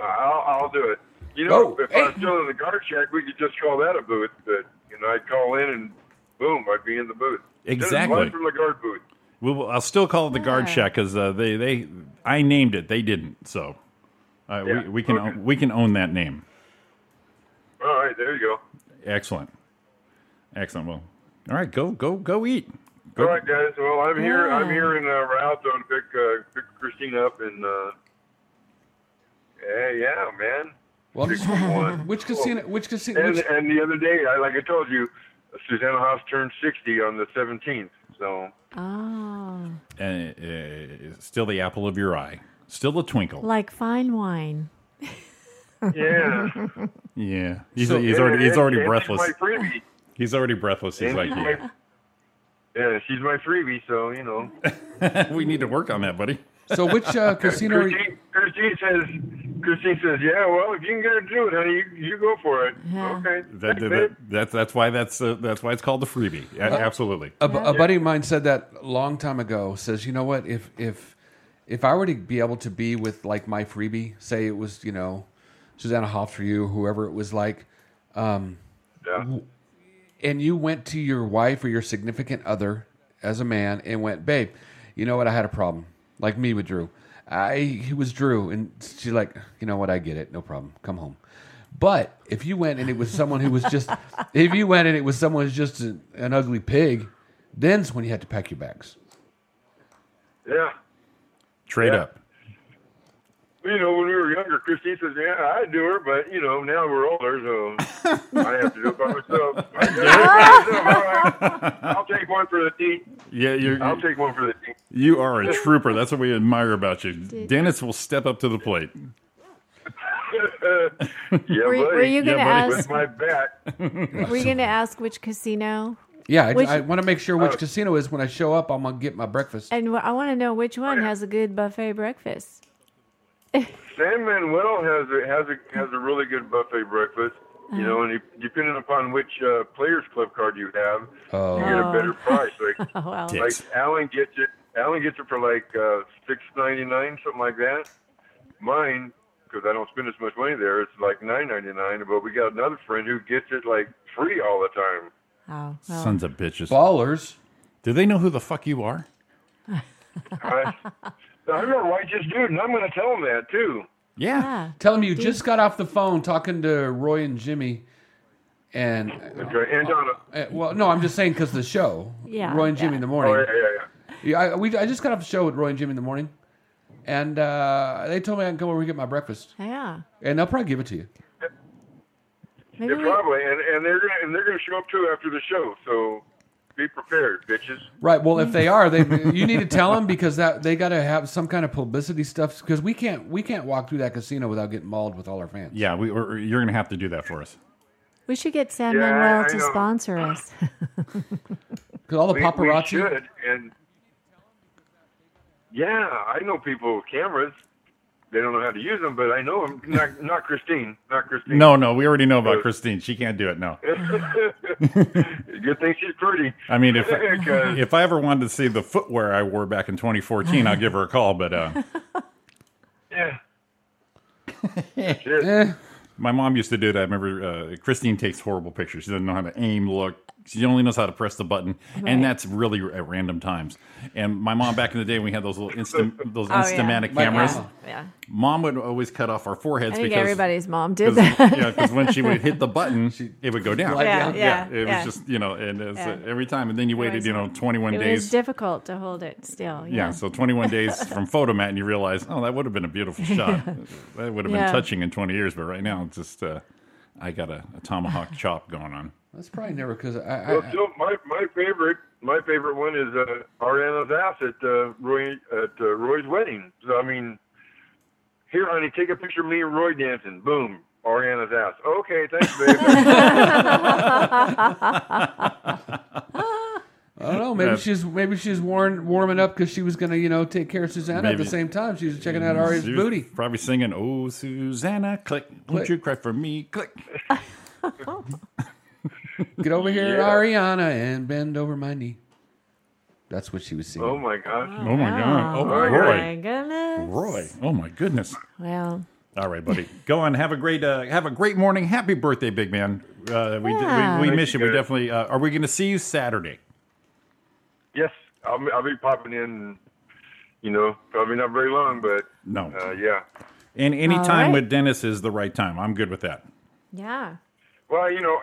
M: I'll, I'll do it. You know,
H: Oh,
M: if I was still in the guard shack, we could just call that a booth. But you know, I'd call in and boom, I'd be in the booth. Dennis,
I: Exactly.
M: live from the guard booth.
I: We'll, we'll- I'll still call it the guard
M: Yeah.
I: shack because uh, they they I named it. They didn't, so uh,
M: Yeah,
I: we, we can own, we can own that name.
M: All right, there you go.
I: Excellent, excellent. Well, all right, go go go eat. Go.
M: All right, guys. Well, I'm here.
I: Oh.
M: I'm here in uh, Ralph going to pick uh, pick Christine up and. Uh, yeah, yeah, man.
H: well,
M: Six for
I: <laughs>
M: one.
H: which casino? Which casino?
M: And,
H: Which,
M: and the other day, I, like I told you, Susanna Hoffs turned 60 on the 17th. So
J: Oh,
I: And, uh, still the apple of your eye, still the twinkle.
J: like fine wine.
M: Yeah.
I: Yeah, he's,
M: So-
I: he's already he's
M: And-
I: already
M: and she's
I: breathless.
M: my freebie.
I: He's already breathless. He's
M: And
I: like,
M: she's my- yeah, she's my freebie, so you
J: <laughs>
M: know.
I: yeah. we need to work on that, buddy.
H: So which, uh, casino are you-
M: Christine, Christine says, Christine says, yeah, well, if you can get her to do it, honey, you, you go for it. Okay.
I: That, that, that- that's that's why that's uh, that's why it's called the freebie. A-
M: Uh-huh.
I: Absolutely.
H: a, bu- a buddy of mine said that a long time ago. Says, you know what? If if if I were to be able to be with like my freebie, say it was you know Susanna Hoff for you, whoever it was like, um, w- and you went to your wife or your significant other as a man and went, babe, you know what? I had a problem, like me with Drew. I he was Drew, and she's like, you know what? I get it, no problem. Come home. But if you went and it was someone who was just, <laughs> if you went and it was someone who's just an, an ugly pig, then's when you had to pack your bags.
M: Yeah.
I: Trade up.
M: You know, when we were younger, Christine says, yeah, I do her, but, you know, now we're older,
J: <laughs>
M: so I have to do it by
I: <laughs>
M: myself. I do it by myself. All right. I'll take one for the team.
I: Yeah, you're-
M: I'll take one for the team. <laughs>
I: You are a trooper. That's what we admire about you. Dennis will step up to the plate.
M: yeah,
J: Were- buddy. were you gonna
I: Yeah, buddy.
J: ask- With
M: my back.
J: Were you going to ask which casino?
H: Yeah, I,
J: Which-
H: I want to make
M: Oh.
H: sure which casino is when I show up. I'm gonna get my breakfast.
J: And wh- I want to know which one has a good buffet breakfast.
M: San Manuel has a has a has a really good buffet breakfast. You know, and you, depending upon which uh, Players Club card you have,
H: Oh.
M: you get a better price. Like,
J: wow.
M: like Alan gets it. Alan gets it for like uh, six ninety nine, something like that. Mine, because I don't spend as much money there, it's like nine ninety nine. But we got another friend who gets it like free all the time.
J: Oh,
I: Sons of bitches.
H: Ballers.
I: Do they know who the fuck you are?
M: I, I know why just dude, and I'm going to tell him that too.
I: Yeah.
H: Tell him you just got off the phone talking to Roy and Jimmy, and
M: Okay, and Donna.
H: Uh, well, no, I'm just saying because the show.
M: Yeah,
H: Roy and Jimmy
M: yeah.
H: in the morning.
M: Oh, yeah, yeah,
H: yeah. I, we, I just got off the show with Roy and Jimmy in the morning, and uh, they told me I can come over and get my breakfast,
J: Yeah.
H: and they'll probably give it to you.
M: Yeah, probably, and and they're gonna and they're gonna show up too after the show. So be prepared, bitches.
H: Right. Well, if they are, they <laughs> you need to tell them because that they got to have some kind of publicity stuff because we can't we can't walk through that casino without getting mauled with all our fans.
I: Yeah, we, or, or you're going to have to do that for us.
J: We should get San
H: Yeah,
J: Manuel
H: I
J: to
H: know.
J: sponsor
I: <laughs>
J: us.
H: Because all the
M: We-
H: paparazzi.
M: We should, and yeah, I know people with cameras. They don't know how to use them, but I know them. Not not Christine, not Christine.
I: No, <laughs> no, we already know about Christine. She can't do it. No.
M: <laughs> Good thing she's pretty.
I: I mean, if
M: <laughs> 'Cause-
I: if I ever wanted to see the footwear I wore back in 2014, I'll give her a call.
J: <laughs>
I: But uh,
M: yeah.
I: my mom used to do that. I remember uh, Christine takes horrible pictures. She doesn't know how to aim, look, She only knows how to press the button,
J: Right.
I: and that's really r- at random times. And my mom, back in the day, we had those little instant, those
J: Oh, yeah.
I: instamatic
J: My
I: cameras.
J: mom. Yeah.
I: Mom would always cut off our foreheads
J: I think
I: because
J: everybody's mom did
I: 'cause-
J: that.
I: <laughs> yeah, because when she would
J: <laughs>
I: hit the button, it would go down.
J: slide Yeah, down. yeah,
I: It
J: yeah.
I: was just you know, and it's, uh,
J: Yeah.
I: every time, and then you waited, you know, twenty one
J: it was
I: days.
J: difficult to hold it still.
I: Yeah, so 21 days
J: <laughs>
I: from photomat, and you realize, oh, that would have been a beautiful shot. that would have
J: Yeah.
I: been touching in 20 years, but right now, it's just uh, I got a, a
J: <laughs>
I: tomahawk chop going on.
H: That's probably never because I,
M: Well,
H: I,
M: still, Oh, my my favorite my favorite one is uh, Ariana's ass at uh, Roy at uh, Roy's wedding. So I mean, here, honey, take a picture of me and Roy dancing. Boom, Ariana's ass. Okay, thanks, babe.
H: I don't know. Maybe
I: Yeah.
H: she's maybe she's worn, warming up because she was gonna you know take care of Susanna at
I: Maybe. Mm,
H: the same time. She was checking out Ari's
I: She was
H: booty.
I: Probably singing, "Oh Susanna, click, won't
H: Click.
I: you cry for me, click."
H: Get over here,
I: Yeah.
H: Ariana, and bend over my knee. That's what she was singing.
M: oh my gosh.
I: Oh my god! Oh
M: All
I: Roy,
M: right.
J: My goodness.
I: Roy! Oh my goodness!
J: Well,
I: All right, buddy, go on. Have a great uh, have a great morning. Happy birthday, big man. Uh, we,
J: Yeah.
I: we we
J: Thank
I: miss you. We definitely uh, are. We going to see you Saturday.
M: Yes, I'll, be- I'll be popping in. You know, probably not very long, but
I: No.
M: uh, yeah.
I: And any
J: All
I: time
J: right.
I: with Dennis is the right time. I'm good with that.
J: yeah.
M: Well, you know,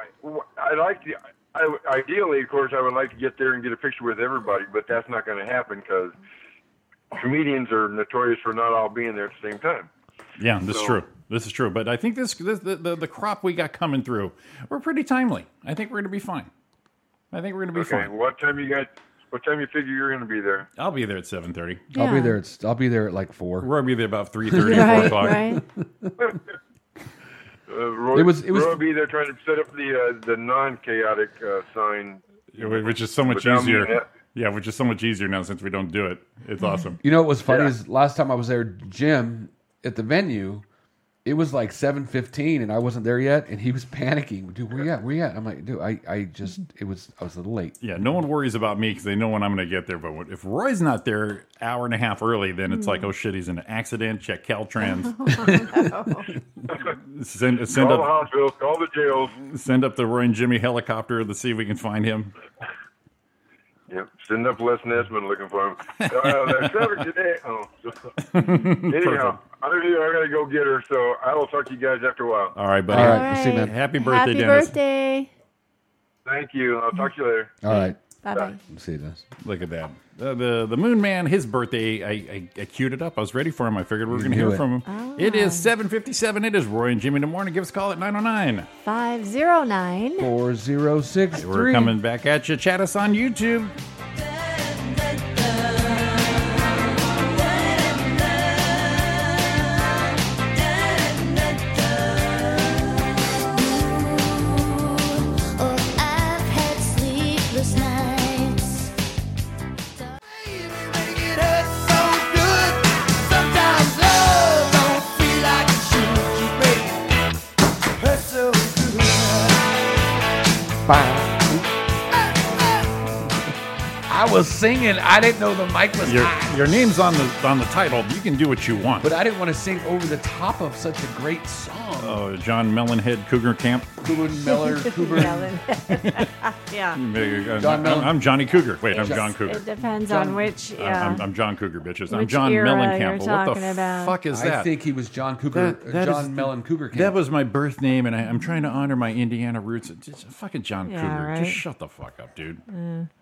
M: I- I like the. I, ideally, of course, I would like to get there and get a picture with everybody, but that's not going to happen because comedians are notorious for not all being there at the same time.
I: Yeah, this is
M: So-
I: true. This is true. But I think this, this the, the the crop we got coming through, we're pretty timely. I think we're going to be fine. I think we're going to be
M: okay,
I: fine.
M: what time you got? What time you figure you're going to be there?
I: I'll be there at seven thirty.
J: <laughs>
H: I'll be there. At, I'll be there at like four.
I: Roy will be there about
M: <laughs>
I: three thirty, four o'clock.
M: Uh, Roy,
H: It was- it was-
M: Roy will be there trying to set up the uh, the non-chaotic uh, sign.
I: Yeah, wh- Which is so much
M: Without me,
I: easier.
M: yeah. Mm-hmm.
I: yeah, which is so much easier now since we don't do it. It's awesome.
H: You know what was funny is last time I was there, Jim at the venue, it was like seven fifteen, and I wasn't there yet, and he was <laughs> panicking. Dude, where you at? Where you at? I'm like, dude, I, I just it was I was a little late.
I: Yeah, no one worries about me because they know when I'm going to get there. But when- if Roy's not there hour and a half early, then it's
H: Hmm.
I: like, oh shit, he's in an accident. Check
H: <laughs>
I: Caltrans.
H: Oh,
I: <laughs> send send
M: call the
I: up
M: hospitals, call the jails.
I: send up the Roy and Jimmy helicopter. Let's see if we can find him.
M: Yep, send up Les Nesman looking for him. uh,
H: <laughs>
M: they're covered today. Oh. Anyhow, I do. I gotta go get her. So I will talk to you guys after a while.
I: All right,
H: <laughs>
I: buddy.
H: All right, we'll see you, man.
I: Happy birthday, Dennis.
J: birthday.
M: Thank you. I'll talk to you later.
H: All right,
J: Bye bye.
H: see this.
I: Look at that. Uh, the the Moon Man, his birthday, I, I, I queued it up. I was ready for him. I figured we were
H: You
I: going to
H: knew
I: hear
H: it. Ah.
I: from him. It is 7.57. It is Roy and Jimmy in the morning. Give us a call at 909.
J: 509.
H: Four zero six
I: We're
H: three.
I: coming back at you. Chat us on YouTube.
H: I was singing. I didn't know the mic was
I: Your,
H: hot,
I: your name's on the on the title. You can do what you want.
H: but I didn't want to sing over the top of such a great song.
I: Oh, John Mellenhead, Cougar Camp.
H: Coolin Miller,
J: <laughs>
H: Cooper.
J: Melon. yeah.
I: uh, I'm,
H: John Mellon-
I: I'm Johnny Cougar. Wait, I'm
J: It's-
I: John Cougar.
J: It depends on which.
I: I'm-
J: Yeah.
I: I'm, I'm John Cougar, bitches. I'm
J: Which
I: John
J: era
I: Mellencamp.
J: you're
I: What
J: talking
I: the
J: about.
I: fuck is that?
H: I think he was John Cougar,
I: That- that
H: John
I: is-
H: Mellon Cougar. Camp.
I: That was my birth name, and I, I'm trying to honor my Indiana roots. It's Just fucking John
J: Yeah,
I: Cougar.
J: right. Mm.
I: Just shut the fuck up, dude.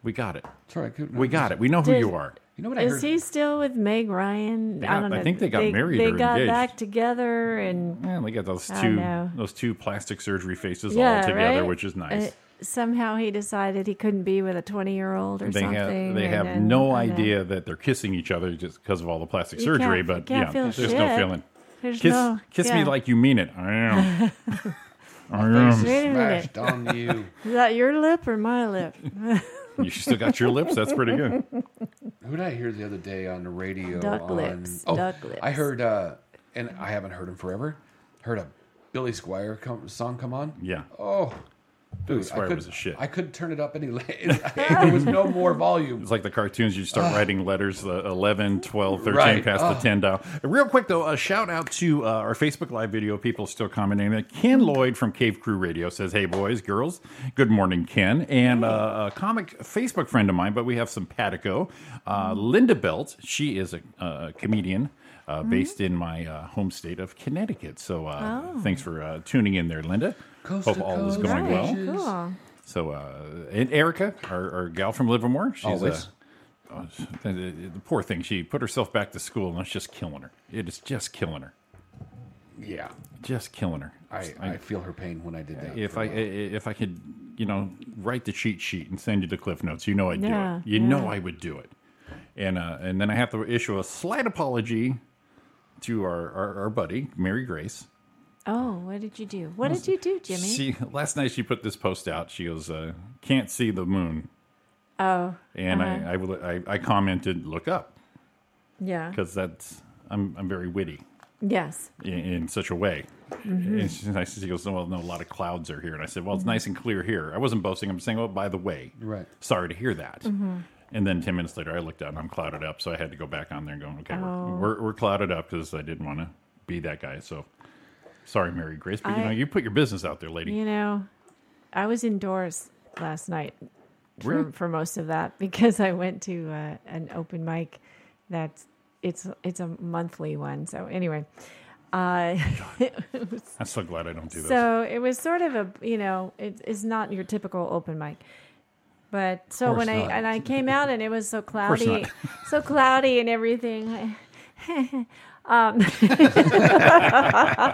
I: We got it.
H: That's all right, Cougar.
I: We got it. We know who
J: Did-
I: you are.
H: You know what I
J: Is
H: heard?
J: he still with Meg Ryan?
I: They got- I think they got married
J: They
I: or
J: got
I: engaged.
J: back together and
I: Yeah, they got those
J: I
I: two
J: know.
I: those two plastic surgery faces
J: yeah,
I: all together,
J: right?
I: which is nice.
J: Uh, somehow he decided he couldn't be with a twenty-year-old or
I: they
J: something.
I: have they
J: and
I: have
J: then-
I: no
J: and then-
I: idea that they're kissing each other just because of all the plastic
J: You
I: surgery.
J: can't-
I: But
J: you can't
I: yeah,
J: feel
I: there's no
J: shit.
I: feeling.
J: There's
I: kiss
J: no-
I: kiss
J: yeah.
I: me like you mean it.
J: <laughs>
I: I am.
J: Wait a
I: I am.
J: minute.
H: Smashed on you. <laughs>
J: Is that your lip or my
I: <laughs>
J: lip?
I: You still got your lips. That's pretty good.
H: Who did I hear the other day on the radio?
J: Duck
H: on,
J: lips,
H: Oh,
J: duck lips.
H: I heard, uh, and I haven't heard him forever. Heard a Billy Squire come, song come on.
I: Yeah.
H: Oh, Dude,
I: I swear it
H: could,
I: was a shit.
H: I couldn't turn it up <laughs> any. la- there was no more volume.
I: It's like the cartoons. You start
H: Ugh.
I: writing letters uh, 11, 12, 13
H: Ah. Right. Ah.
I: past
H: Ugh.
I: the 10 dial. Real quick, though, a shout out to uh, our Facebook Live video. People still commenting. Uh, Ken Lloyd from Cave Crew Radio says, Hey, boys, girls, good morning, Ken. And uh, a comic Facebook friend of mine, but we have some Patico. Uh, Linda Belt, she is a uh, comedian. Uh,
H: Mm-hmm.
I: based in my uh, home state of Connecticut. So uh,
J: Oh.
I: thanks for uh, tuning in there, Linda.
H: Coast
I: Hope
H: to
I: all is
H: coast,
I: going well.
J: Right, Cool.
I: So, uh, and Erica, our, our gal from Livermore, she's
H: Always.
I: Uh, oh, the, the- the poor thing. She put herself back to school, and that's just killing her. It is just killing her.
H: Yeah,
I: Just killing her.
H: I, I, feel her pain when I did that.
I: If I i- if I could, you know, write the cheat sheet and send you the cliff notes, you know I'd
J: Yeah,
I: do it. You
J: yeah.
I: know I would do it. And uh, and then I have to issue a slight apology to our our, our buddy Mary Grace.
J: Oh, what did you do? What did you do, Jimmy?
I: She last night she put this post out. She goes, uh, "Can't see the moon,"
J: oh,
I: and
J: uh-huh.
I: I, I will- I I commented, "Look up."
J: yeah,
I: because that's I'm I'm very witty
J: yes,
I: in, in such a way.
J: Mhm.
I: And she- And I said, she goes, "No, well, no, a lot of clouds are here." And I said, "Well,
J: Mm-hmm.
I: it's nice and clear here." I wasn't boasting. I'm saying, "Oh, by the way,
H: Right.
I: Sorry to hear that."
J: Mhm.
I: And then ten minutes later, I looked out and I'm clouded up, so I had to go back on there and go, "Okay,
J: Oh.
I: we're, we're we're clouded up because I didn't want to be that guy." So sorry, Mary Grace, but you
J: I-
I: know, you put your business out there, lady.
J: you know, I was indoors last night for,
I: Really?
J: for most of that <laughs> because I went to uh, an open mic that's it's it's a monthly one. So anyway, uh, it was
I: I'm so glad I don't do that.
J: So it was sort of a you know it is not your typical open mic, but so
I: course
J: when
I: not.
J: I and
I: <laughs>
J: I came out and it was so
I: course
J: cloudy,
I: not.
J: <laughs> so cloudy and everything. <laughs> um, <laughs>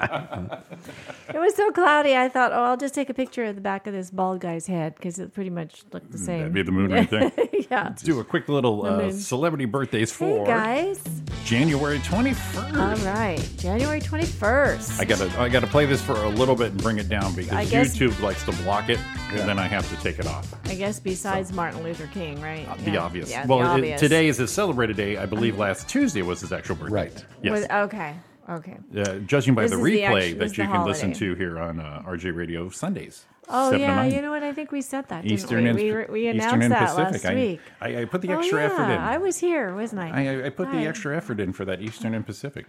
J: it was so cloudy. I thought, oh, I'll just take a picture of the back of this bald guy's head because it pretty much looked the same.
I: Mm, That'd be the moon right there.
J: <laughs> yeah.
I: Do a quick little
J: The
I: uh,
J: moon.
I: celebrity birthdays
J: Hey
I: for
J: guys!
I: January 21st.
J: All right, January twenty first.
I: I gotta, I gotta play this for a little bit and bring it down
J: I
I: because
J: guess-
I: YouTube likes to block it, and then I have to take it off.
J: I guess besides Martin Luther King, right?
I: Uh, The
J: Yeah.
I: obvious.
J: Yeah,
I: well,
J: the
I: it-
J: obvious. Um,
I: today is his celebrated day. I believe last Tuesday was his actual birthday. Right. Yes.
J: Was- okay. Okay.
I: uh, judging by
J: This
I: the
J: is the
I: replay
J: actu- this
I: that
J: is
I: you
J: the
I: can listen
J: holiday.
I: to here on uh, RJ Radio Sundays.
J: Oh
I: 7 to
J: yeah,
I: 9.
J: you know what? I think we said that. Didn't
I: Eastern
J: we?
I: and
J: we, were- we
I: Eastern
J: announced
I: and
J: that
I: Pacific.
J: last
I: I-
J: week.
I: I, I put the
J: Oh,
I: extra
J: yeah,
I: effort in.
J: I was here, wasn't I?
I: I, uh, I put
J: Hi.
I: the extra effort in for that Eastern and Pacific.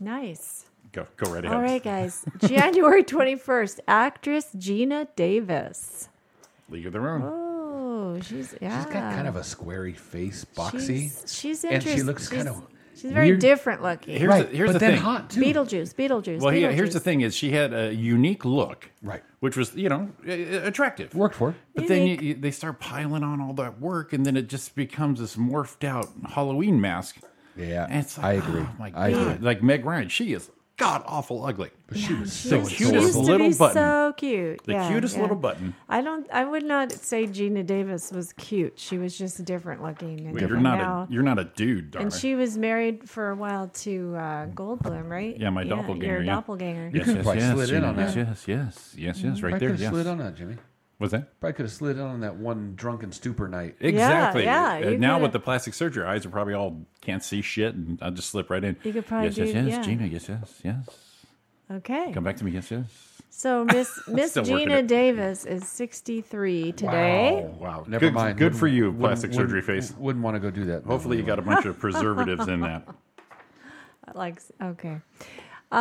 J: Nice.
I: Go, go right ahead.
J: All right,
I: <laughs>
J: guys. January twenty first. Actress Gina Davis.
I: League of Their Own.
J: Oh, she's yeah.
H: She's got kind of a squarey face, boxy.
J: She's, she's
H: and
J: interest-
H: she looks
J: she's-
H: kind of.
J: She's very
I: weird.
J: different looking.
I: Here's Right, the- here's but the then thing. hot, too.
J: Beetlejuice. Beetlejuice.
I: Well, he,
J: Beetlejuice.
I: here's the thing: is she had a unique look, right? Which was, you know, a- a- attractive. Worked
H: for.
I: But then you, you, they start piling on all that work, and then it just becomes this morphed out Halloween mask.
H: Yeah,
I: and it's like,
H: I agree. Uh,
I: Oh my
H: I
I: god!
H: agree.
I: Like Meg Ryan, she is god awful ugly. But she was
J: She
I: the
J: used- she
I: cutest
J: used to
I: little
J: be
I: button.
J: So cute.
I: The
J: Yeah,
I: cutest
J: yeah.
I: little button.
J: I don't. I would not say Gina Davis was cute. She was just different looking. And
I: Well, you're
J: different
I: not
J: now.
I: a you're not a dude, darling.
J: and she was married for a while to uh, Goldblum, right?
I: yeah, my doppelganger.
J: Your
I: yeah.
J: doppelganger.
H: You
I: Yes,
H: could've
I: yes,
H: probably
I: yes,
H: slid in
I: you know,
H: on
I: yes,
H: that.
I: Yes, yes, yes, yes, right
H: Probably
I: there.
H: could have
I: Yes.
H: slid on that, Jimmy.
I: What's that?
H: Probably could have slid on that one drunken stupor night.
I: Exactly.
J: yeah,
I: Uh,
J: you
I: now
J: coulda-
I: with the plastic surgery, eyes are probably all can't see shit, and I just slip right in.
J: You could probably
I: yes, yes,
J: do-
I: yes,
J: yeah.
I: Gina. Yes, yes, yes.
J: Okay.
I: Come back to me. Yes, yes.
J: So
I: <laughs>
J: Miss Miss
I: Still working
J: Gina
I: it.
J: Davis is 63 today.
I: Wow. wow.
H: Never
I: good,
H: mind.
I: Good for
H: Wouldn't-
I: you,
H: wouldn't-
I: plastic
H: wouldn't-
I: surgery face.
H: Wouldn't want to go do that.
I: Hopefully, you got a bunch <laughs> of preservatives in that.
J: Like okay. Uh,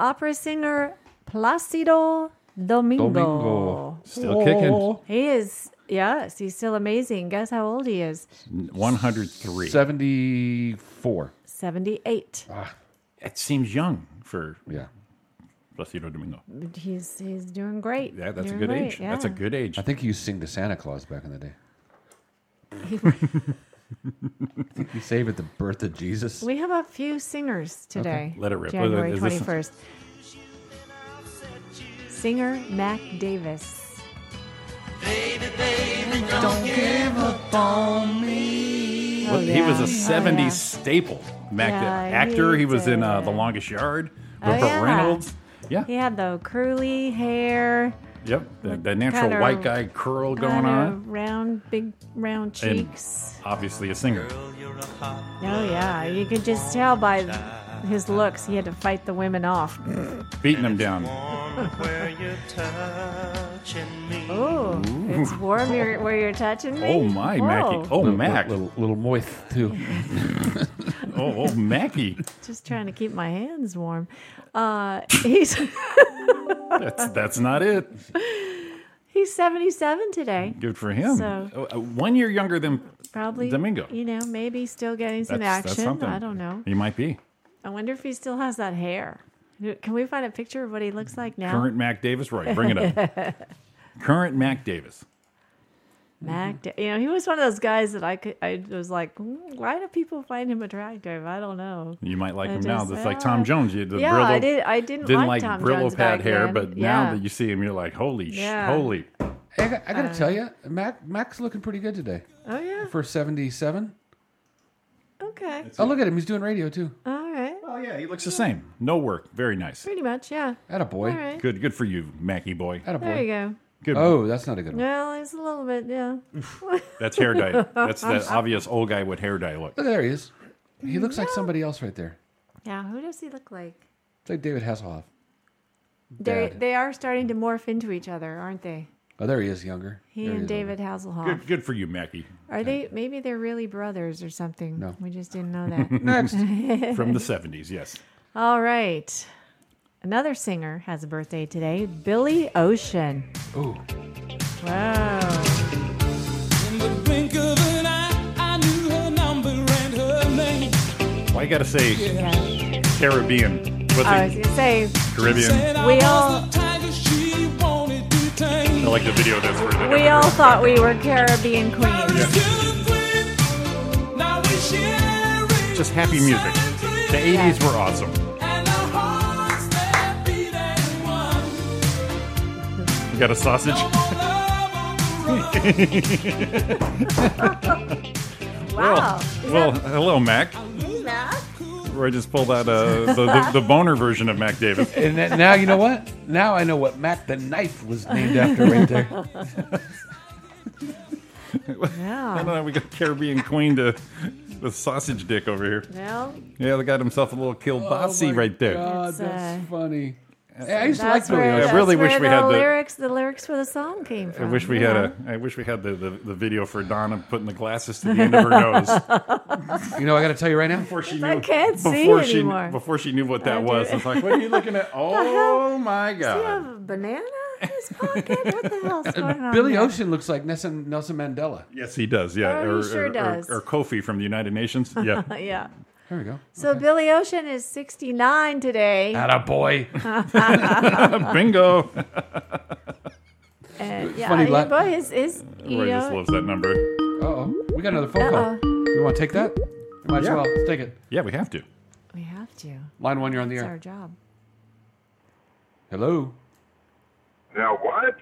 J: opera singer Placido Domingo.
I: Domingo. Still kicking.
J: He is. Yes, he's still amazing. Guess how old he is?
I: 103.
H: 74.
J: 78.
I: It seems young for yeah. Placido Domingo.
J: But He's he's doing great.
I: Yeah, that's a
J: Doing
I: good
J: great,
I: age. That's a
J: yeah. Oh,
I: good age.
H: I think you used to sing to Santa Claus back in
J: <laughs>
H: the day. I think you save at the birth of Jesus.
J: We have a few singers today.
H: Let it rip.
J: January
H: Is this-
J: twenty first. Singer Mac Davis.
F: Don't give up on me.
I: Well, He was a 70s
F: yeah.
I: staple. Mac,
J: Oh, Yeah,
I: actor. He,
J: he
I: was in uh, The Longest Yard with
J: Oh,
I: Burt
J: yeah.
I: Reynolds. Yeah.
J: He had the curly hair,
I: Yep. That, that natural
J: Kinda-
I: white guy curl going
J: kinda
I: on.
J: round, big round
I: And
J: cheeks.
I: obviously a singer.
J: Oh yeah, you could just tell by his looks he had to fight the women off.
I: Beating him down.
F: Where you're touching me.
J: Oh, It's warm here where you're touching me.
I: Oh my,
J: Whoa.
I: Mackie! Oh Mac!
H: Little, little moist too.
I: oh, oh, Mackie!
J: Just trying to keep my hands warm. Uh, he's <laughs>
I: That's that's not it.
J: he's 77 today.
I: Good for him.
J: So-
I: Oh, uh, one year younger than
J: Probably
I: Domingo.
J: You know, maybe still getting some
I: That's- that's
J: action.
I: something.
J: I don't know.
I: he might be.
J: I wonder if he still has that hair. Can we find a picture of what he looks like now?
I: Current Mac Davis, right? Bring it up.
J: <laughs>
I: Current Mac Davis.
J: Mac, Da- you know, he was one of those guys that I could. I was like, "Mm, why do people find him attractive? I don't know.
I: You might like
J: I
I: him now.
J: just-
I: That's like Tom
J: ah.
I: Jones. You, the
J: yeah,
I: Brillo,
J: I did. I didn't,
I: didn't
J: like,
I: like,
J: Tom
I: Brillo
J: Jones
I: pad
J: back
I: hair,
J: then.
I: but
J: Yeah.
I: now that you see him, you're like, holy
J: Yeah.
I: sh, holy.
H: Hey, I, got- I gotta
J: Uh,
H: tell you, Mac Mac's looking pretty good today.
J: Oh yeah.
H: For seventy-seven.
J: Okay.
H: Oh, look at him. He's doing radio too.
J: All right.
I: Oh yeah, he looks the same. No work. Very nice.
J: Pretty much, yeah.
H: Atta boy.
J: All right.
I: Good, good for you, Mackie boy.
H: Atta
J: There you go.
I: Good.
H: Oh, that's not a good one.
J: Well, it's a little bit, yeah.
I: That's hair dye.
J: <laughs>
I: That's that obvious old guy with hair dye look.
H: Look, there he is. He looks like somebody else right there.
J: Yeah, who does he look like?
H: It's like David Hasselhoff.
J: They
H: Dad.
J: they are starting to morph into each other, aren't they?
H: Oh, there he is, younger.
J: He
H: There
J: and
H: is.
J: David Hasselhoff.
I: Good, good for you, Mackie.
J: Are they? Maybe they're really brothers or something.
I: No.
J: we just didn't know
I: <laughs>
J: that.
I: Next. From the seventies, yes.
J: All right. Another singer has a birthday today. Billy Ocean.
H: Ooh.
J: Wow.
F: Blink of an eye, I knew her number and her name.
I: Why you gotta say Caribbean? What's
J: I was
I: it?
J: gonna say
I: Caribbean.
J: We all
F: Tiger, she wanted to tame.
I: I like the video that's for
J: we all thought we were Caribbean queens.
F: Now we share
I: Just happy music. The eighties were awesome. You got a sausage?
J: Oh,
I: <laughs>
J: Wow.
I: Well, well, hello, Mac. Where I just pulled out uh, the, the, the boner version of Mac Davis.
H: And that, now you know what? Now I know what Mac the Knife was
J: <laughs>
H: named after right there.
J: <laughs> Yeah.
I: I don't know. We got Caribbean Queen to the sausage dick over here.
J: Well,
I: Yeah, they got himself a little kielbasi right
H: Oh,
I: there.
H: God,
J: It's,
H: that's
J: uh,
H: funny. Hey, I used to like
J: that's
H: Billy
J: where,
I: Ocean.
J: that's
I: I really
J: where
I: wish we
J: the
I: had the-
J: lyrics. The lyrics for the song came
I: I
J: from.
I: wish we
J: you
I: had
J: know.
I: a. I wish we had the, the, the video for Donna putting the glasses to the end of her <laughs> nose
H: You know, I got to tell you right now.
I: before she
J: I
I: knew
J: can't see
I: before she
J: anymore.
I: before she knew what
J: I
I: that
J: do.
I: was. It's like, what are you
J: <laughs>
I: looking at? Oh my
J: Does he
I: god!
J: have a banana in his pocket? What the
I: <laughs>
J: hell's going on?
H: Billy
J: there?
H: Ocean looks like Nelson, Nelson Mandela.
I: Yes, he does. Yeah,
J: Oh, he sure does.
I: Or, Kofi from the
J: <laughs>
I: United Nations. Yeah,
J: <laughs>
I: <laughs>
J: Yeah.
H: There we go.
J: So Billy Ocean is 69 today.
H: Atta boy.
I: bingo.
J: And Uh, yeah,
H: funny
J: he-
H: la-
J: boy, his, his, you
I: Roy just
J: know,
I: loves that number.
H: Uh-oh. We got another phone
J: Uh-oh.
H: call. You want to take that? You might
I: Yeah.
H: as well. Take it.
I: Yeah, we have to.
J: we have to.
H: Line one, you're on the
J: It's
H: air.
J: our job.
H: Hello.
M: Now what?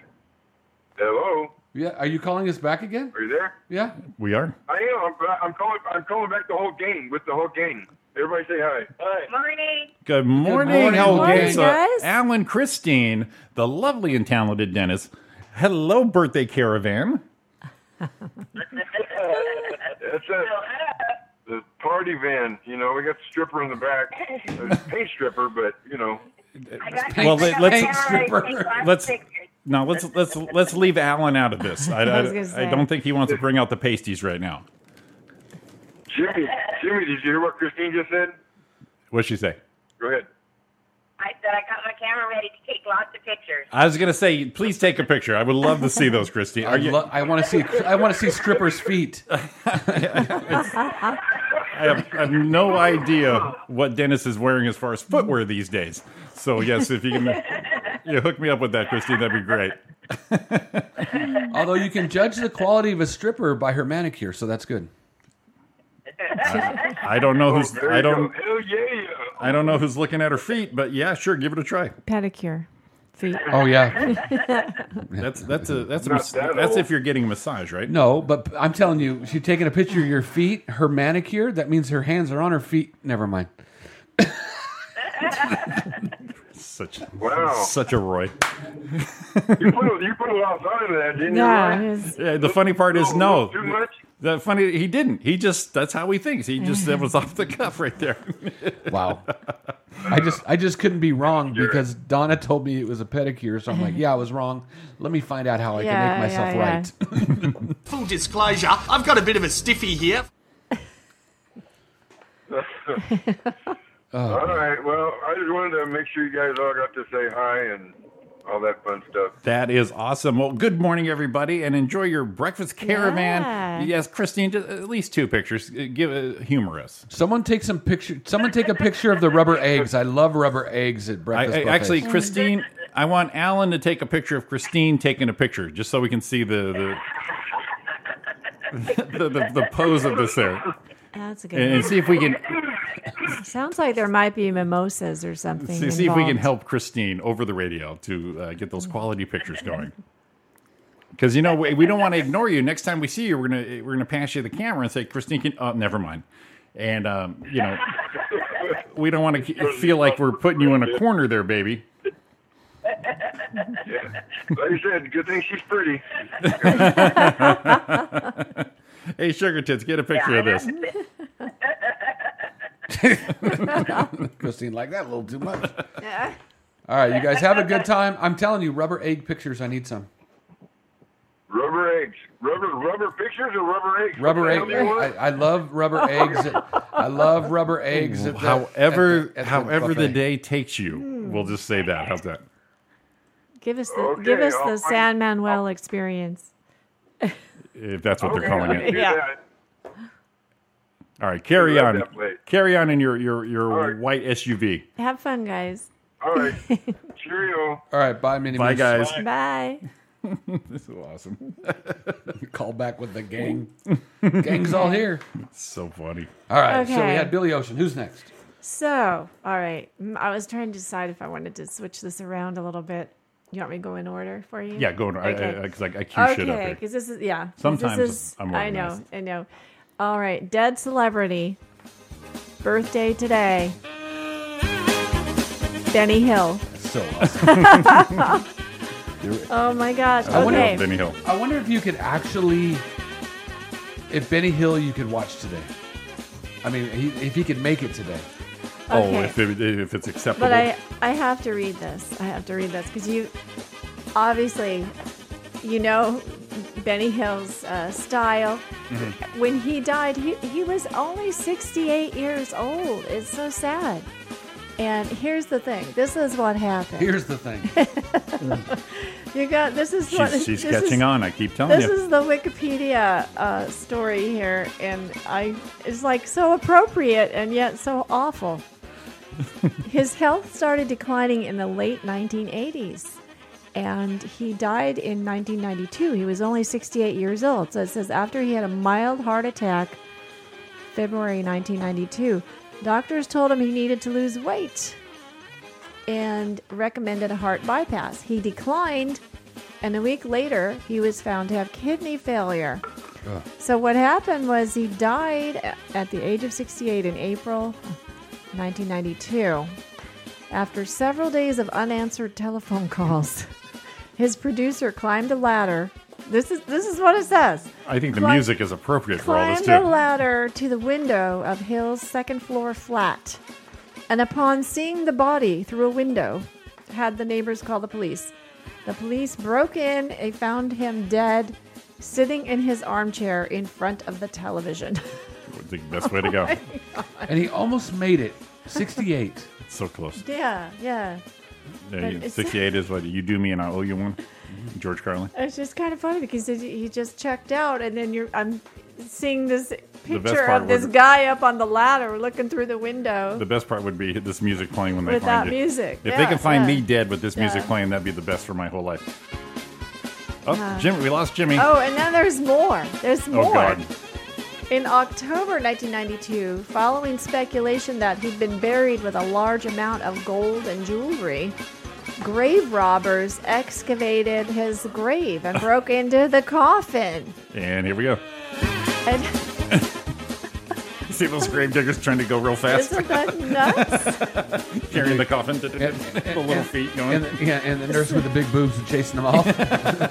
M: Hello,
H: Yeah, are you calling us back again?
M: are you there?
H: Yeah.
I: We are.
M: I am. I'm, I'm calling. I'm calling back the whole gang with the whole gang. Everybody say hi. Hi.
I: <laughs>
N: Morning.
I: Good morning,
H: morning,
I: Hell
H: morning,
I: Games.
J: guys.
I: Alan Christine, the lovely and talented dentist. Hello, birthday caravan.
M: That's it. The party van. You know, we got the stripper in the back. There's a paint stripper, but you know.
N: I got
I: Well,
N: I got
I: let's-
N: my
H: stripper.
N: picture.
I: Let's no, let's let's let's leave Alan out of this.
J: <laughs>
I: I,
J: I was gonna
I: I, I
J: say.
I: don't think he wants to bring out the pasties right now.
M: Jimmy, Jimmy, did you hear what Christine just said?
I: What'd she say?
M: Go ahead.
N: I said I got my camera ready to take lots of pictures.
I: I was gonna say, please take a picture. I would love to see those, Christy.
H: I,
I: Are you?
H: lo- I want to see I want to see strippers' feet.
I: I have, I have no idea what Dennis is wearing as far as footwear these days. So yes, if you can, you hook me up with that, Christy, that'd be great.
H: Although you can judge the quality of a stripper by her manicure, so that's good.
I: I don't know who's
M: Oh, There
I: I
M: you go.
I: don't
M: Hell yeah.
I: I don't know who's looking at her feet, but yeah, sure, give it a try.
J: Pedicure.
N: <laughs>
J: Feet.
H: Oh yeah.
I: That's that's a that's a
M: Not
I: mas-
M: that
I: that's
M: old.
I: if you're getting a massage, right?
H: No, but I'm telling you, she's taking a picture of your feet, her manicure. That means her hands are on her feet. Never mind.
I: Such
M: Wow.
I: such a Roy.
M: You put, you put a lot of thought into that, didn't you? Roy? Oh,
I: Yeah, the funny part is no.
M: Too much?
I: The funny he didn't. He just that's how he thinks. He just that was off the cuff right there. <laughs>
H: wow. I just I just couldn't be wrong because Donna told me it was a pedicure, so I'm like, yeah, I was wrong. Let me find out how I
E: Yeah,
H: can make myself
E: yeah, yeah.
H: right. <laughs>
E: Full disclosure, I've got a bit of a stiffy here.
I: Oh.
M: all right. Well, I just wanted to make sure you guys all got to say hi and all that fun stuff.
I: That is awesome. Well, good morning, everybody, and enjoy your breakfast caravan.
M: Yeah.
I: Yes, Christine, just at least two pictures. Uh, Give uh, humorous.
H: Someone take some picture. Someone take a picture of the rubber eggs. I love rubber eggs at
I: I, I-
H: breakfast. buffets.
I: actually, Christine, I want Alan to take a picture of Christine taking a picture, just so we can see the the <laughs> the, the, the pose of this there,
J: That's a good.
I: and, and see if we can
J: one. Sounds like there might be mimosas or something.
I: see, see if we can
J: involved.
I: help Christine over the radio to uh, get those quality pictures going. Because you know we, we don't want to ignore you. Next time we see you, we're gonna eh, we're gonna pass you the camera and say, Christine, can, oh, never mind. And um, you know, we don't want to feel like we're putting you in a corner there, baby.
M: Yeah. Like you said, good thing she's pretty.
I: hey, sugar tits, get a picture of this.
H: Christine liked that a little too much. All right, you guys have a good time. I'm telling you, rubber egg pictures. I need some
M: Rubber eggs. Rubber rubber pictures or rubber eggs?
H: rubber
M: What the hell
H: egg.
M: do you want?
H: I, I love rubber eggs. at- I love rubber eggs. at the-
I: however,
H: at the- at the
I: however the
H: buffet.
I: day takes you, we'll just say that. How's that?
J: Give us the give
M: Okay,
J: us the
M: I'll-
J: San Manuel experience.
I: If that's what they're calling it.
J: Yeah.
I: All right, carry
M: Right
I: on.
M: that way.
I: Carry on in your your your white SUV.
J: Have fun, guys.
M: All right. Cheerio.
H: All right, bye, Minnie.
I: Bye,
H: Moose.
I: guys.
J: Bye.
I: this is awesome.
H: Call back with the gang. Gang's all here.
I: So funny.
H: All right, so we
J: Okay.
H: had Billy Ocean. Who's next?
J: So, all right. Mm, I was trying to decide if I wanted to switch this around a little bit. You want me to go in order for you?
I: Yeah, go in- I- I-
J: Okay.
I: I- 'cause I- I queue shit up
J: Okay,
I: here.
J: 'cause this is yeah. 'cause this
I: Sometimes
J: is-
I: I'm
J: I know,
I: organized.
J: I know. All right, dead celebrity, birthday today. Benny Hill.
H: So <laughs>
J: oh my gosh.
H: I wonder-
J: Okay.
H: I wonder if you could actually, if Benny Hill, you could watch today. I mean, he, if he could make it today.
I: Oh,
J: Okay.
I: if it, if it's acceptable.
J: But I, I have to read this. I have to read this because you, obviously, you know Benny Hill's uh, style.
I: Mm-hmm.
J: When he died, he, he was only 68 years old. It's so sad. And here's the thing. This is what happened.
H: Here's the thing.
J: you got this is what
I: She's,
J: <laughs>
I: she's
J: this is-
I: catching on. I keep telling
J: This
I: you.
J: is the Wikipedia uh, story here, and I it's like so appropriate and yet so
I: <laughs>
J: awful. His health started declining in the late 1980s, and he died in 1992. He was only 68 years old. So it says after he had a mild heart attack, February 1992, doctors told him he needed to lose weight and recommended a heart bypass. He declined, and a week later, he was found to have kidney failure. So, what happened was he died a- at the age of 68 in April 1992 after several days of unanswered telephone <laughs> calls. His producer climbed a ladder. This is this is what it says.
I: I think the
J: Cli-
I: music is appropriate for all
J: climbed
I: this
J: a
I: too.
J: ladder to the window of Hill's second floor flat, and upon seeing the body through a window, had the neighbors call the police. The police broke in and found him dead, sitting in his armchair in front of the television. <laughs>
I: It's the best way to go.
H: and he almost made it. 68.
I: so close.
J: yeah, yeah.
I: Yeah,
J: But
I: you-
J: it's-
I: 68 is what you do me and I owe you one. George Carlin.
J: It's just kind of funny because he- he just checked out, and then you're I'm seeing this picture
I: part
J: of this
I: was-
J: guy up on the ladder looking through the window.
I: The best part would be this music playing when they
J: With that
I: find you.
J: music,
I: If they
J: yeah,
I: could find
J: yeah.
I: me dead with this music
J: Yeah.
I: playing, that'd be the best for my whole life. Oh,
J: Yeah.
I: Jimmy, we lost Jimmy.
J: Oh, and then there's more. There's more.
I: oh God.
J: In October 1992, following speculation that he'd been buried with a large amount of gold and jewelry, grave robbers excavated his grave and broke into the coffin.
I: And here we go.
J: And
I: <laughs> See those grave diggers trying to go real fast,
J: Isn't that nuts?
I: carrying the coffin, the little feet going.
H: And the, yeah, and the nurse with the big boobs and chasing them off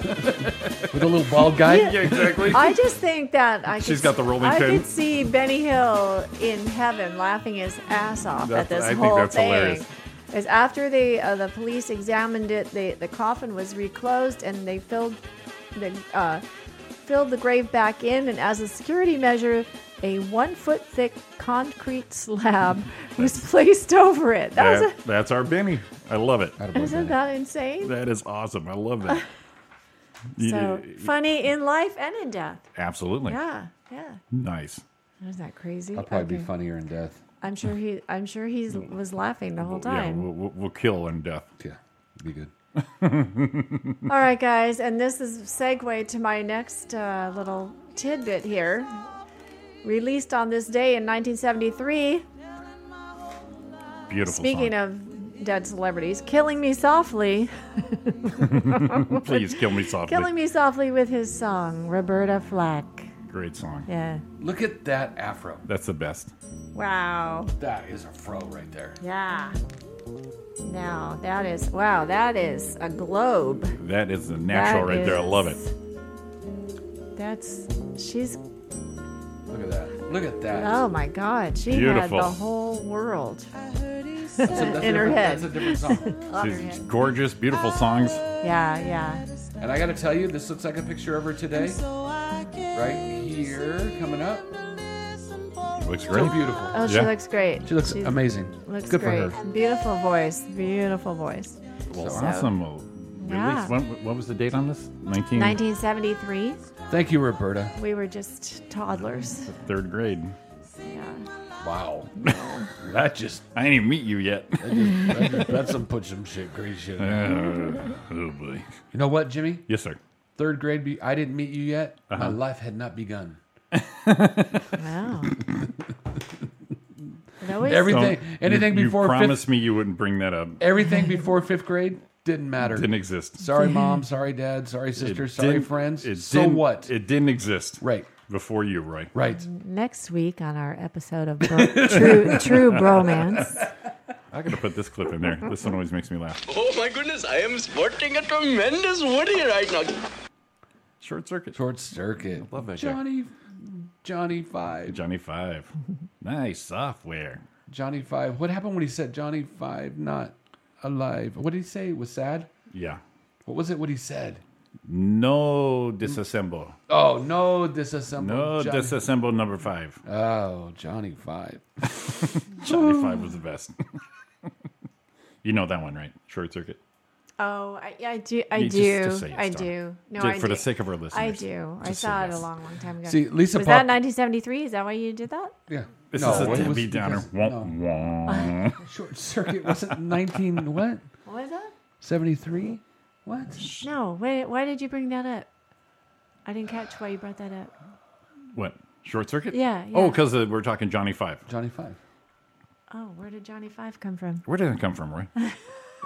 I: <laughs>
H: with a little bald guy.
I: Yeah, exactly.
J: I just think that I.
I: She's
J: could,
I: got the rolling
J: I
I: pin.
J: could see Benny Hill in heaven laughing his ass off
I: That's-
J: at this
I: I think
J: whole
I: that's
J: thing.
I: hilarious.
J: Is after they uh, the police examined it, they, the coffin was reclosed and they filled the uh, filled the grave back in, and as a security measure. A one foot thick concrete
I: <laughs>
J: slab <laughs> was placed over it. That was
I: That- that's our Benny. I
H: <laughs>
I: love it.
J: a, isn't that insane?
I: That is awesome. I love that.
J: <laughs> So
I: Yeah,
J: funny in life and in death.
I: absolutely.
J: Yeah, yeah.
I: Nice.
J: Isn't that crazy?
H: I'll probably be
J: Okay.
H: funnier in death.
J: I'm sure he. I'm sure he was laughing the whole
I: Mm. Yeah,
J: time.
I: we'll, we'll, we'll kill in death.
H: Yeah, be good.
J: All right, guys, and this is segue to my next uh, little tidbit here. Released on this day in 1973.
I: Beautiful.
J: Speaking of dead celebrities, "Killing Me Softly,"
I: of, please kill me softly.
J: "Killing Me Softly" with his song Roberta Flack.
I: Great song.
J: Yeah.
H: Look at that afro.
I: That's the best.
J: Wow.
H: That is a fro right there.
J: Yeah. Now that is wow. That is a globe.
I: That is the natural
J: That
I: right there. I love it.
J: is- That's she's
H: Look at that. Look at that.
J: Oh my God, she
I: Beautiful.
J: had the whole world
H: That's a- that's a
J: <laughs> in her
H: different-
J: head.
H: That's a
J: <laughs>
H: different song.
J: On her
I: She's
J: head.
I: gorgeous, beautiful songs.
J: Yeah, yeah.
H: And I got to tell you, this looks like a picture of her today. Right here, coming up.
I: Looks
H: So
I: great.
H: beautiful.
J: Oh, she
I: Yeah.
J: looks great.
H: She looks
J: She's-
H: amazing.
J: Looks
H: Good
J: great.
H: for her.
J: Beautiful voice. Beautiful voice.
I: Well, awesome. Well,
J: Yeah.
I: Release. When, what was the date on this? 19,
J: 1973.
H: Thank you, Roberta.
J: We were just toddlers.
I: third grade.
J: Yeah.
H: <laughs> Wow.
I: That just. I didn't even meet you yet. <laughs>
H: That's some put some shit, great shit.
I: Uh, oh boy.
H: You know what, Jimmy?
I: Yes, sir.
H: Third grade, be- I didn't meet you yet.
I: Uh-huh.
H: My life had not begun.
J: Wow. It always-
H: Everything, anything
I: you,
H: before
I: You promised
H: fifth,
I: me you wouldn't bring that up.
H: everything before fifth grade didn't matter.
I: Didn't exist.
H: Sorry, mom. Sorry, dad. Sorry, sister.
I: It
H: sorry,
I: didn't-
H: friends.
I: It
H: so
I: didn't-
H: what?
I: It didn't exist.
H: Right.
I: Before you, Roy.
H: Right.
J: Next week on our episode of Bro- True True Bromance.
I: I gotta put this clip in there. This one always makes me laugh.
O: Oh my goodness, I am sporting a tremendous woody right now.
I: Short circuit.
H: Short circuit.
I: Love that guy.
H: Johnny, Johnny Five. <laughs>
I: Johnny Five. nice software.
H: Johnny Five. What happened when he said Johnny Five not alive? What did he say? It was sad.
I: Yeah.
H: What was it? What he said?
I: No disassemble.
H: Oh no, disassemble.
I: No
H: Oh, Johnny.
I: disassemble number five.
H: oh, Johnny Five. <laughs>
I: Johnny Five was the best. <laughs> you know that one, right? Short circuit.
J: <laughs> Oh, I, I do. I
I: You just-
J: do.
I: just say yes,
J: I
I: Dawn.
J: do. No,
I: Just
J: I
I: for
J: do.
I: the sake of our
J: I
I: listeners.
J: do. I
I: Just say
J: saw it a
I: yes.
J: long, long time ago.
H: See, Lisa
J: was that
H: Pop-
J: 1973? Is that why you did that?
H: Yeah.
I: This
H: No,
I: is a
H: it was
I: Debbie Downer.
H: because-
I: Wah,
H: no.
I: wah.
H: Short Circuit wasn't 19 what?
J: What was that?
H: 73? What?
J: No. Why, why did you bring that up? I didn't catch why you brought that up.
I: What? Short circuit?
J: Yeah,
I: Oh,
J: yeah.
I: because uh, we're talking Johnny Five.
H: Johnny 5.
J: Oh, where did Johnny Five come from?
I: Where did it come from, Roy?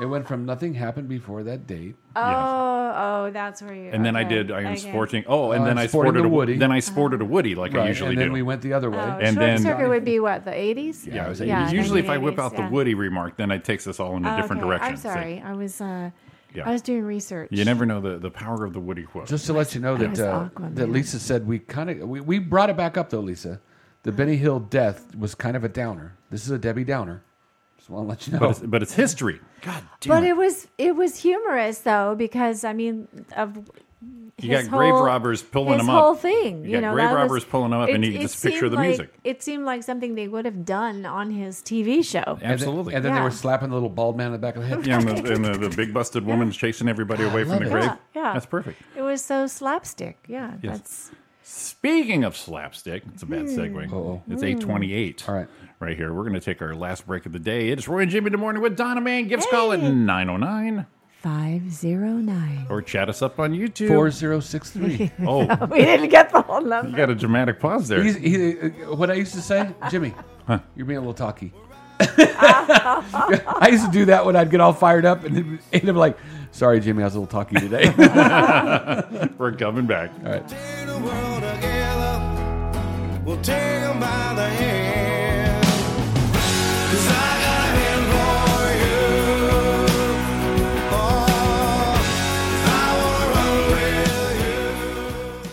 H: It went from nothing happened before that date.
J: Oh, oh, that's where you.
I: And then I
J: okay,
I: did. I am
J: okay.
I: sporting. Oh, and
H: Oh,
I: then
H: I'm
I: I
H: sporting
I: sported
H: the
I: a
H: Woody.
I: Woody. Then I sported a Woody, like I
H: Right,
I: usually
H: and then
I: do.
H: we went the other way.
J: Oh,
I: and
J: short
I: then-
J: circuit would be what the 80s.
H: Yeah, it was
J: Yeah,
H: eighties.
I: usually, if I whip
J: 1980s,
I: out the
J: yeah. Oh,
I: Woody remark, then it takes us all in a different
J: Okay,
I: direction.
J: I'm
I: See?
J: sorry. I was. Uh,
I: Yeah.
J: I was doing research.
I: You never know the, the power of the Woody quote.
H: Just to let you know
J: That
H: that
J: was
H: uh,
J: awkward,
H: that
J: man.
H: Lisa said we kind of we, we brought it back up though, Lisa. The Benny Hill death was kind of a downer. This is a Debbie Downer. Just want to let you know.
I: but, it's, but it's history. God damn
J: But
I: it.
J: it was it was humorous though because I mean of
I: You
J: his
I: got grave
J: whole-
I: robbers
J: his
I: pulling them up.
J: whole thing.
I: You
J: You
I: got
J: know,
I: grave
J: that was-
I: robbers pulling them up and
J: it-
I: you
J: it
I: just picture
J: seemed
I: the
J: like-
I: music.
J: It seemed like something they would have done on his TV show.
I: Absolutely.
H: and then they
J: Yeah.
H: were slapping the little bald man in the back of the head.
I: yeah, and the, and the, the big busted woman's chasing everybody away from
H: love
I: the
H: it.
I: grave.
J: Yeah, yeah.
I: That's perfect.
J: It was so slapstick. Yeah,
I: Yes.
J: that's
I: Speaking of slapstick, it's a bad segue. It's 828
H: Mm. All right.
I: right here. We're going to take our last break of the day. It's Roy and Jimmy in the morning with Donna Man. Give us a call at 909
J: five zero nine.
I: or chat us up on YouTube.
H: 4063.
I: Oh,
J: <laughs> We didn't get the whole
I: you
J: number.
I: got a dramatic pause there.
H: He's, he, uh, what I used to say, <laughs> Jimmy, you're being a little
J: <laughs>
H: talky. <laughs> I used to do that when I'd get all fired up and then <laughs> end up like, sorry, Jimmy, I was a little talky today. <laughs>
I: We're coming back.
H: all right.
F: Tear the world together.
B: Well, take 'em by the hand. 'Cause I got a hand for you. Oh, I wanna run with you.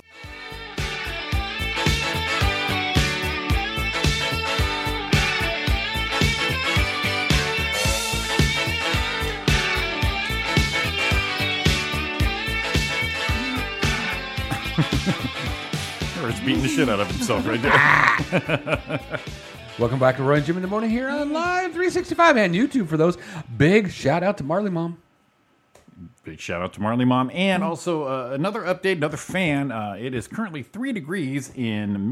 I: He's beating the shit out of himself right
H: <laughs>
I: there.
H: Welcome back to Roy and Jim in the morning here on Live 365 and YouTube for those. Big shout out to Marley Mom.
I: Big shout out to Marley Mom. And also uh, another update, another fan. Uh, it is currently three degrees in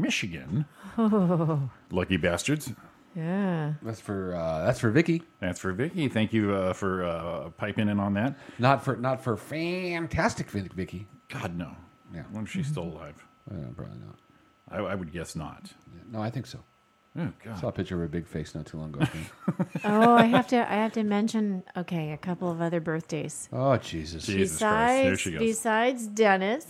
H: <laughs>
I: Michigan.
J: Oh,
I: Lucky bastards.
J: yeah.
H: That's for uh, that's for Vicky.
I: That's for Vicky. Thank you uh, for uh, piping in on that.
H: Not for not for fantastic Vic- Vicky.
I: God no.
H: Yeah. Mm-hmm.
I: I wonder if she's still alive.
H: probably not.
I: I, I would guess not.
H: No, I think so.
I: Oh God.
H: Saw a picture of her big face not too long ago. I think.
J: Oh, I have to. I have to mention. Okay, a couple of other birthdays.
H: oh Jesus.
I: Jesus Christ. There
J: besides,
I: she goes.
J: besides Dennis.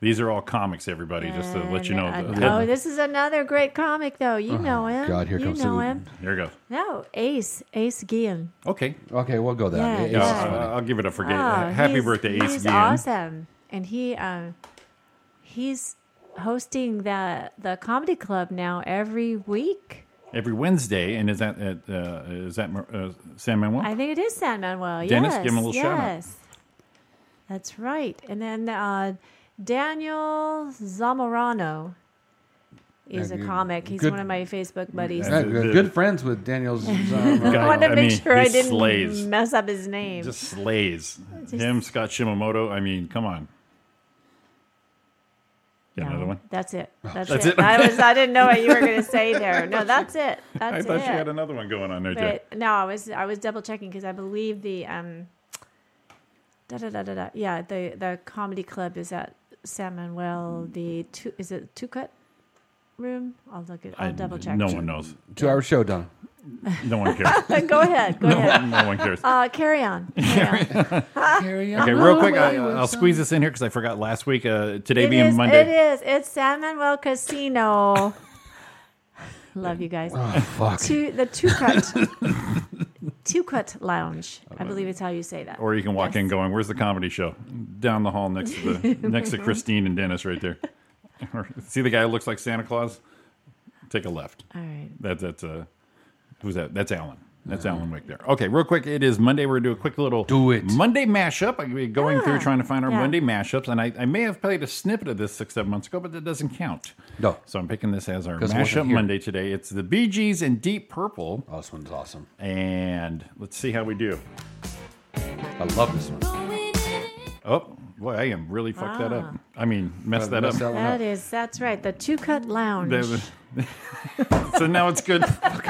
I: These are all comics, everybody, just to let you know.
J: And,
I: the-
J: uh, oh, this is another great comic, though. You
I: Oh,
J: know him.
I: God, here
J: you
I: comes
J: know
I: the-
J: him.
I: Here goes.
J: No, Ace, Ace Guillen.
I: Okay.
H: Okay, we'll go that.
J: Yeah,
H: Ace is
I: I'll-
H: funny.
I: I'll give it up for Gabe.
J: Oh,
I: Happy
J: he's-
I: birthday, Ace
J: He's
I: Guillen.
J: awesome, and he uh, he's hosting the the comedy club now every week.
I: Every Wednesday, and is that at, uh, is that uh, San Manuel?
J: I think it is San Manuel.
I: Dennis,
J: yes,
I: give him a little
J: yes.
I: shout-out.
J: That's right. And then uh, Daniel Zamorano is
H: Yeah,
J: a
H: good-
J: comic. He's
H: good-
J: one of my Facebook buddies.
H: Yeah, good, good friends with Daniel's. uh,
J: <laughs> I want to make sure
I: he
J: I didn't
I: slays.
J: mess up his name.
I: Just slays.
J: Just-
I: Him, Scott Shimamoto. I mean, come on. Got another one?
J: That's it. That's,
I: Oh, That's
J: it.
I: it?
J: I
I: Okay.
J: was. I didn't know what you were going to
I: <laughs>
J: say there. No, that's it. That's
I: I thought
J: it.
I: you had another one going on there, Jack.
J: But no, I was. I was double checking because I believe the um. Da da da da da. Yeah, the the comedy club is at San Manuel. The two is it two cut room? I'll look at. I'll
I: I-
J: double check.
I: No one knows.
H: Two hour show, Donna.
I: No one cares.
J: <laughs> go ahead. Go
I: <laughs> No
J: ahead.
I: one- no one cares.
J: Uh, carry
I: <laughs>
J: on. Carry on.
H: carry
I: Okay, real quick, I, I'll squeeze this in here because I forgot last week. Uh, today being Monday.
J: It is. It's San Manuel
I: <laughs>
J: Casino. Love you guys.
I: Oh, fuck.
J: Two, the two cut,
I: <laughs>
J: two cut lounge. I believe it's how you say that.
I: Or you can walk in going, "Where's the comedy show?" Down the hall next
J: <laughs>
I: to the next to Christine and Dennis, right there. <laughs> Or, See the guy who looks like Santa Claus? Take a left.
J: All right.
I: That that's uh, who's that? That's Alan. That's
H: Uh-huh.
I: Alan Wake there. Okay, real quick. It is Monday. We're gonna do a quick little do it Monday mashup. I'm gonna be going
H: Ah,
I: through trying to find our
J: Yeah.
I: Monday mashups, and I, I may have played a snippet of this six seven months ago, but that doesn't count.
H: No.
I: So I'm picking this as our
H: 'Cause it wasn't
I: mashup
H: here.
I: Monday today. It's the Bee Gees and Deep Purple.
H: Oh, this one's awesome.
I: And let's see how we do.
H: I love this one.
I: Oh boy, I am really fucked that up.
J: Ah.
I: I mean, messed
H: Uh,
I: that up.
H: messed that
J: That is. That's right. The two cut lounge.
I: That was- <laughs> so now
H: <laughs>
I: it's good.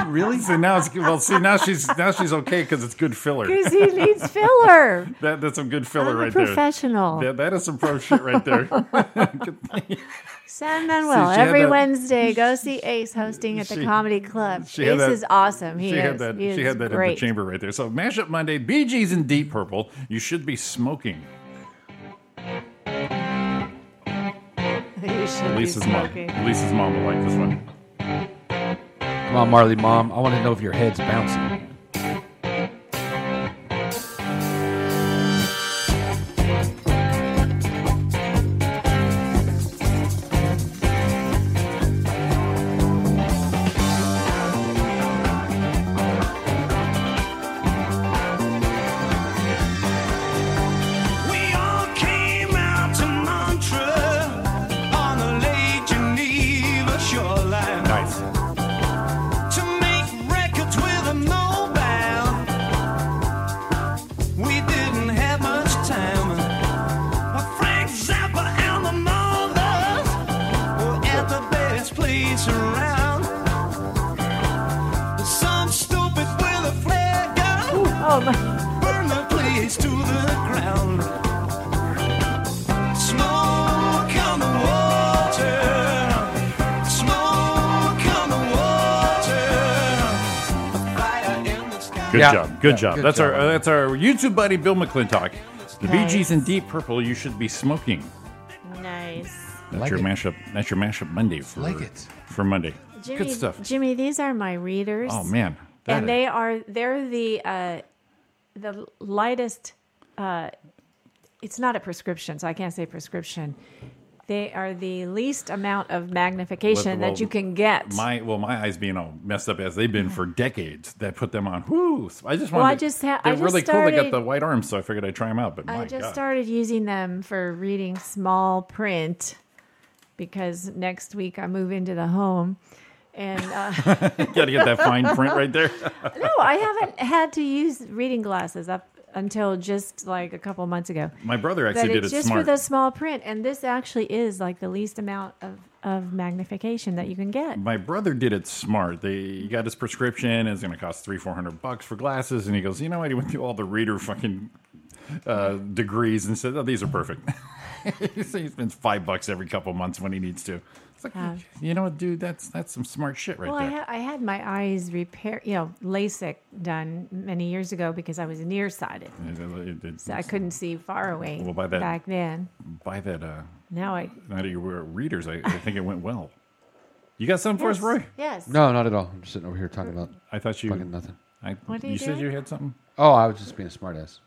I: really? So now it's good. Well, see, now she's now she's okay because it's good filler.
J: Because he needs filler.
I: That, that's some good filler
J: I'm a
I: right
J: professional.
I: there. That, that is some pro shit right there. <laughs>
J: San Manuel
I: she had
J: every
I: that-
J: Wednesday.
I: <laughs>
J: Go see Ace hosting at the
I: she-
J: comedy club. Ace
I: she had
J: is
I: that-
J: awesome. <laughs> He
I: she
J: is.
I: had that.
J: He
I: she
J: is
I: had that in
J: great.
I: the chamber right there. So mashup Monday, BG's in Deep Purple. You should be smoking.
J: <laughs> You should be
I: Lisa's mom.
J: smoking.
I: Lisa's mom will like this one.
H: Come on, Marley Mom. I want to know if your head's bouncing.
B: We all came out to mantra on the late Geneva shoreline.
I: Nice.
B: To make records with a mobile. We didn't have much time. But Frank Zappa and the Mothers were at the best place around. Some stupid with a flare gun burned the place to the ground. Smoke on the water. Smoke on the water. A fire in the sky.
I: Good
H: Yeah.
I: job. Good
H: Yeah,
I: job.
H: good
I: that's our
H: job.
I: uh, that's our YouTube buddy Bill McClintock. The
J: Nice.
I: BG's in Deep Purple. You should be smoking.
J: Nice.
I: That's
J: Like
I: your
J: it.
I: mashup. That's your mashup Monday for
J: Like it.
I: for Monday.
J: Jimmy,
I: Good stuff.
J: Jimmy, these are my readers.
I: Oh, man. That
J: and
I: is-
J: they are they're the uh, the lightest. Uh, it's not a prescription, so I can't say prescription. They are the least amount of magnification
I: Well,
J: that you can get.
I: My well, my eyes being all messed up as they've been for decades, that put them on. Whoo! So I just
J: Well,
I: wanted.
J: I just ha- I
I: they're
J: just
I: really cool. They got
J: started-
I: the white arms, so I figured I'd try them out. But my
J: I just
I: God. <laughs>
J: started using them for reading small print because next week I move into the home, and uh,
I: Got to get that fine print right there.
J: <laughs>
I: <laughs>
J: no, I haven't had to use reading glasses up until just like a couple months ago.
I: My brother actually
J: but
I: did
J: it's
I: it
J: just
I: smart.
J: for the small print, and this actually is like the least amount of, of magnification that you can get.
I: My brother did it smart. They he got his prescription. and It's going to cost three, four hundred bucks for glasses. And he goes, you know what? He went through all the reader fucking uh, degrees and said, oh, these are perfect. <laughs> so he spends five bucks every couple months when he needs to. It's like,
J: Uh,
I: you know what, dude? That's that's some smart shit right
J: well, I,
I: there.
J: ha- I had my eyes repair, you know, LASIK done many years ago because I was nearsighted,
I: It- it- it-
J: so I couldn't see far away
I: Well, by that-
J: back then.
I: By that, uh,
J: Now I
I: now that you were readers, I, I think it went well. You got something for us,
J: Yes,
I: Roy?
J: yes.
H: No, not at all. I'm just sitting over here talking about.
I: I thought you
H: fucking nothing.
I: I,
J: What are
I: you
J: you
I: said
J: doing?
I: you had something.
H: Oh, I was just being
J: <laughs>
H: a smartass.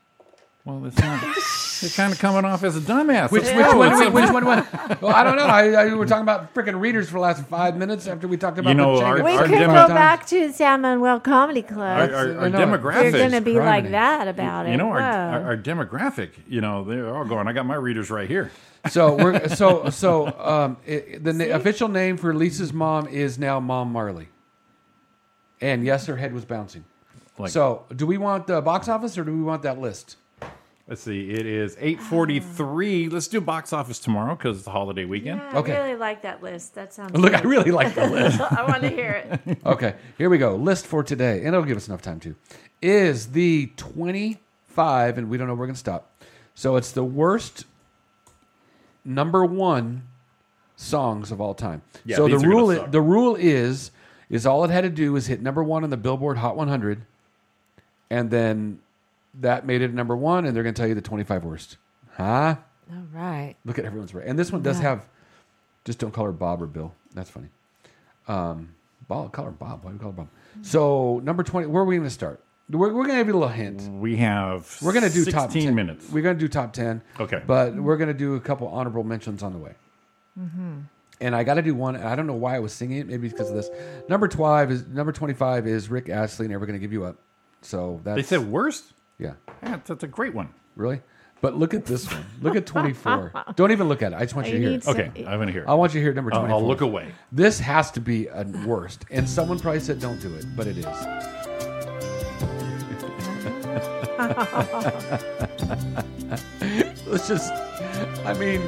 I: Well, it's not. it's kind of coming off as a dumbass.
H: Which,
I: Let's
H: which
I: go.
H: one?
I: It's
H: Which,
I: a-
H: which one? Well, I don't know. I, I, we were talking about freaking readers for the last five minutes after we talked about.
I: You know,
H: Pachinko
I: our-
J: We
H: five
J: could go
H: times.
J: back to the San Manuel Comedy Club.
I: <laughs> Our- our- our
J: You're
I: demographics.
J: going to be like
I: Criminy.
J: that about it.
I: You know, our,
J: Whoa.
I: our, our demographic, you know, they're all going, I got my readers right here.
H: <laughs> So we're so so. Um, it, the na- official name for Lisa's mom is now Mom Marley. And yes, her head was bouncing.
I: Like-
H: so, do we want the box office or do we want that list?
I: Let's see, it is 843. Let's do box office tomorrow because it's the holiday weekend.
J: I really like that list. That sounds
H: Look, I
J: good.
H: really like the
J: <laughs>
H: list.
J: I want to hear
H: <laughs>
J: it.
H: okay, here we go. List for today, and it'll give us enough time too. Is the twenty-five, and we don't know where we're gonna stop. So it's the worst number one songs of all time.
I: Yeah,
H: so the
I: these are gonna
H: rule i-
I: suck.
H: the rule is is all it had to do is hit number one on the Billboard Hot 100, and then that made it number one, and they're gonna tell you the twenty-five worst. Huh?
J: All right.
H: Look at everyone's right. And this one does
J: Yeah.
H: have, just don't call her Bob or Bill. That's funny. Um, Bob, call her Bob. Why do you call her Bob? So number twenty. Where are we going to start? We're, we're going to give you a little hint.
I: We have
H: We're going to do top
I: 16
H: ten
I: minutes.
H: We're going to do top ten.
I: Okay.
H: But we're going to do a couple honorable mentions on the way.
B: Mm-hmm.
H: And I got to do one. and I don't know why I was singing it. Maybe because of this. Number twelve is number twenty-five is Rick Astley. Never going to give you up. So that's
I: They said worst?
H: yeah.
I: Yeah, that's a great one.
H: Really? But look at this one. Look at 24. Don't even look at it. I just want you,
I: You
H: to hear
I: need
H: it.
I: some- Okay, I wanna hear it.
H: I want you to hear number
I: I'll-
H: 24.
I: I'll look away.
H: This has to be a worst. And someone probably said don't do it, but it is. <laughs> Let's just, I mean.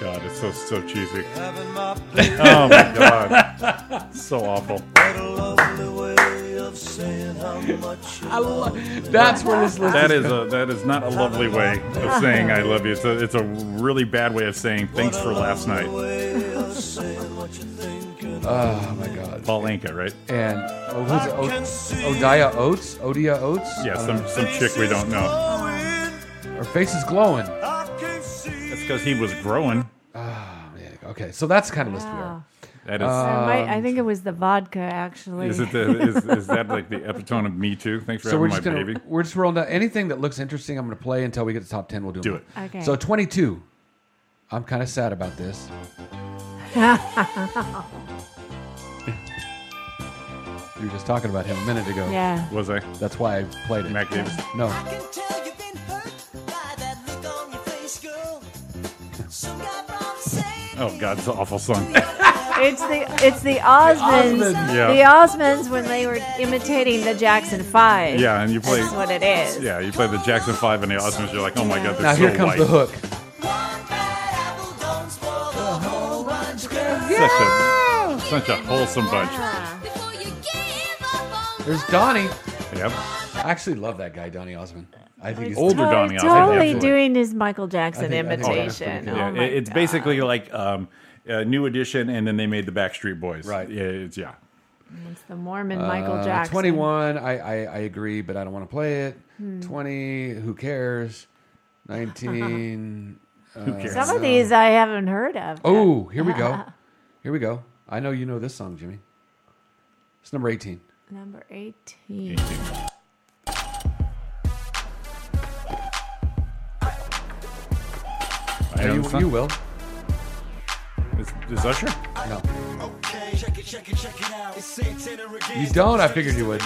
I: God, it's so, so
B: <laughs>
I: cheesy.
B: Having my
I: <laughs> oh, my God. So awful.
B: I love
H: That's where this list
I: That is a that is not a lovely way of saying I <laughs> love you. It's a, it's a really bad way of saying thanks for last night.
H: Oh my God.
I: Paul Anka, right?
H: And oh, who's it? O- Odia Oates? Odia Oates?
I: Yeah,
H: I don't
I: some
H: know.
I: some chick we don't know.
H: Her face is glowing.
I: That's because he was growing.
H: Okay, so that's the kind of list we are.
J: Wow.
I: That is.
J: So it might- I think it was the vodka, actually.
I: Um, is it the, is, is that like the epitome of Me Too? Thanks for
H: So we're
I: having my
H: just gonna
I: baby.
H: we're just rolling down anything that looks interesting. I'm gonna play until we get to top ten. We'll do,
I: Do
H: them.
I: it.
J: Okay.
H: So 22. I'm kind of sad
J: <laughs>
H: about this. You were just talking about him a minute ago.
J: Yeah.
I: Was I?
H: That's why I played it.
I: Mac Davis.
H: No.
I: Oh God, it's an awful song.
J: It's the it's the Osmonds.
I: The
J: The
I: Osmonds.
J: Osmonds,
I: Yeah.
J: when they were imitating the Jackson Five.
I: Yeah, and you play.
J: That's what it is.
I: Yeah, you play the Jackson Five and the Osmonds. You're like, oh my God, they're
H: now
I: so
H: here comes
I: white.
H: the hook.
I: Such a such a wholesome bunch.
J: Ah.
H: There's Donnie.
I: Yep.
H: I actually love that guy, Donnie Osmond. I think he's
I: Older
J: Totally-
I: Donnie Osmond,
J: Totally
I: absolutely.
J: doing his Michael Jackson
H: I think- I think that's
J: imitation. Oh
H: pretty
I: Yeah,
J: my
I: it- it's basically like um, uh, New Edition, and then they made the Backstreet Boys. Right. Yeah. It's, yeah.
J: It's the Mormon Michael
H: Uh,
J: Jackson.
H: 21. I, I I agree, but I don't want to play it.
J: Hmm. <laughs>
H: 20. Who cares? 19.
I: Who cares?
J: Some of
H: uh,
J: these I haven't heard of.
H: Oh, here
J: <laughs>
H: we go. Here we go. I know you know this song, Jimmy. It's number 18.
J: Number 18.
I: I
H: No,
I: know
H: you-
I: the song.
H: you will.
I: Is, is Usher?
H: No.
B: Check it, check it, check it out. It's Santana again.
H: You don't? I figured you would.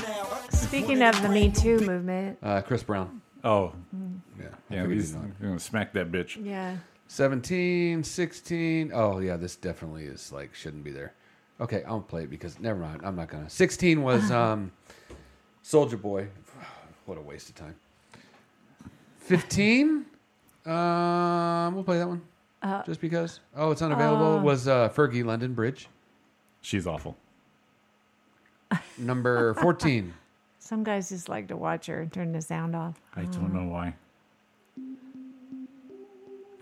J: Speaking of the Me Too movement,
H: Uh, Chris Brown.
I: Oh.
H: Yeah. I
I: Yeah,
H: figured
I: he's
H: you'd know it.
I: going to smack that bitch.
J: yeah.
H: 17, 16. Oh, yeah, this definitely is like, shouldn't be there. Okay, I won't play it because, never mind. I'm not going to. 16 was
J: Ah.
H: um, Soldier Boy. <sighs> What a waste of time. 15, um, we'll play that one.
J: Uh,
H: Just because. Oh, it's unavailable.
J: uh.
H: was uh, Fergie London Bridge.
I: She's awful.
J: <laughs>
H: Number 14.
J: Some guys just like to watch her and turn the sound off.
I: I don't know why.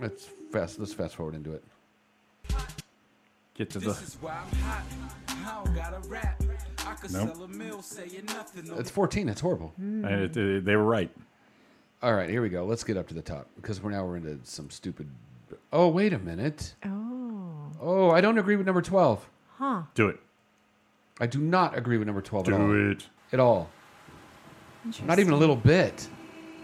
H: Let's fast. Let's fast forward into it.
I: Get to
P: This
I: the.
P: is why I'm hot. I don't gotta rap. I could
I: Nope.
P: sell a mill, saying nothing.
H: It's 14. It's horrible.
I: Uh, it- it- they were right.
H: All right, here we go. Let's get up to the top because we're now we're into some stupid. Oh wait a minute.
J: Oh.
H: Oh, I don't agree with number 12.
J: Huh.
I: Do it.
H: I do not agree with number 12 at all.
I: Do it.
H: At all. Not even a little bit.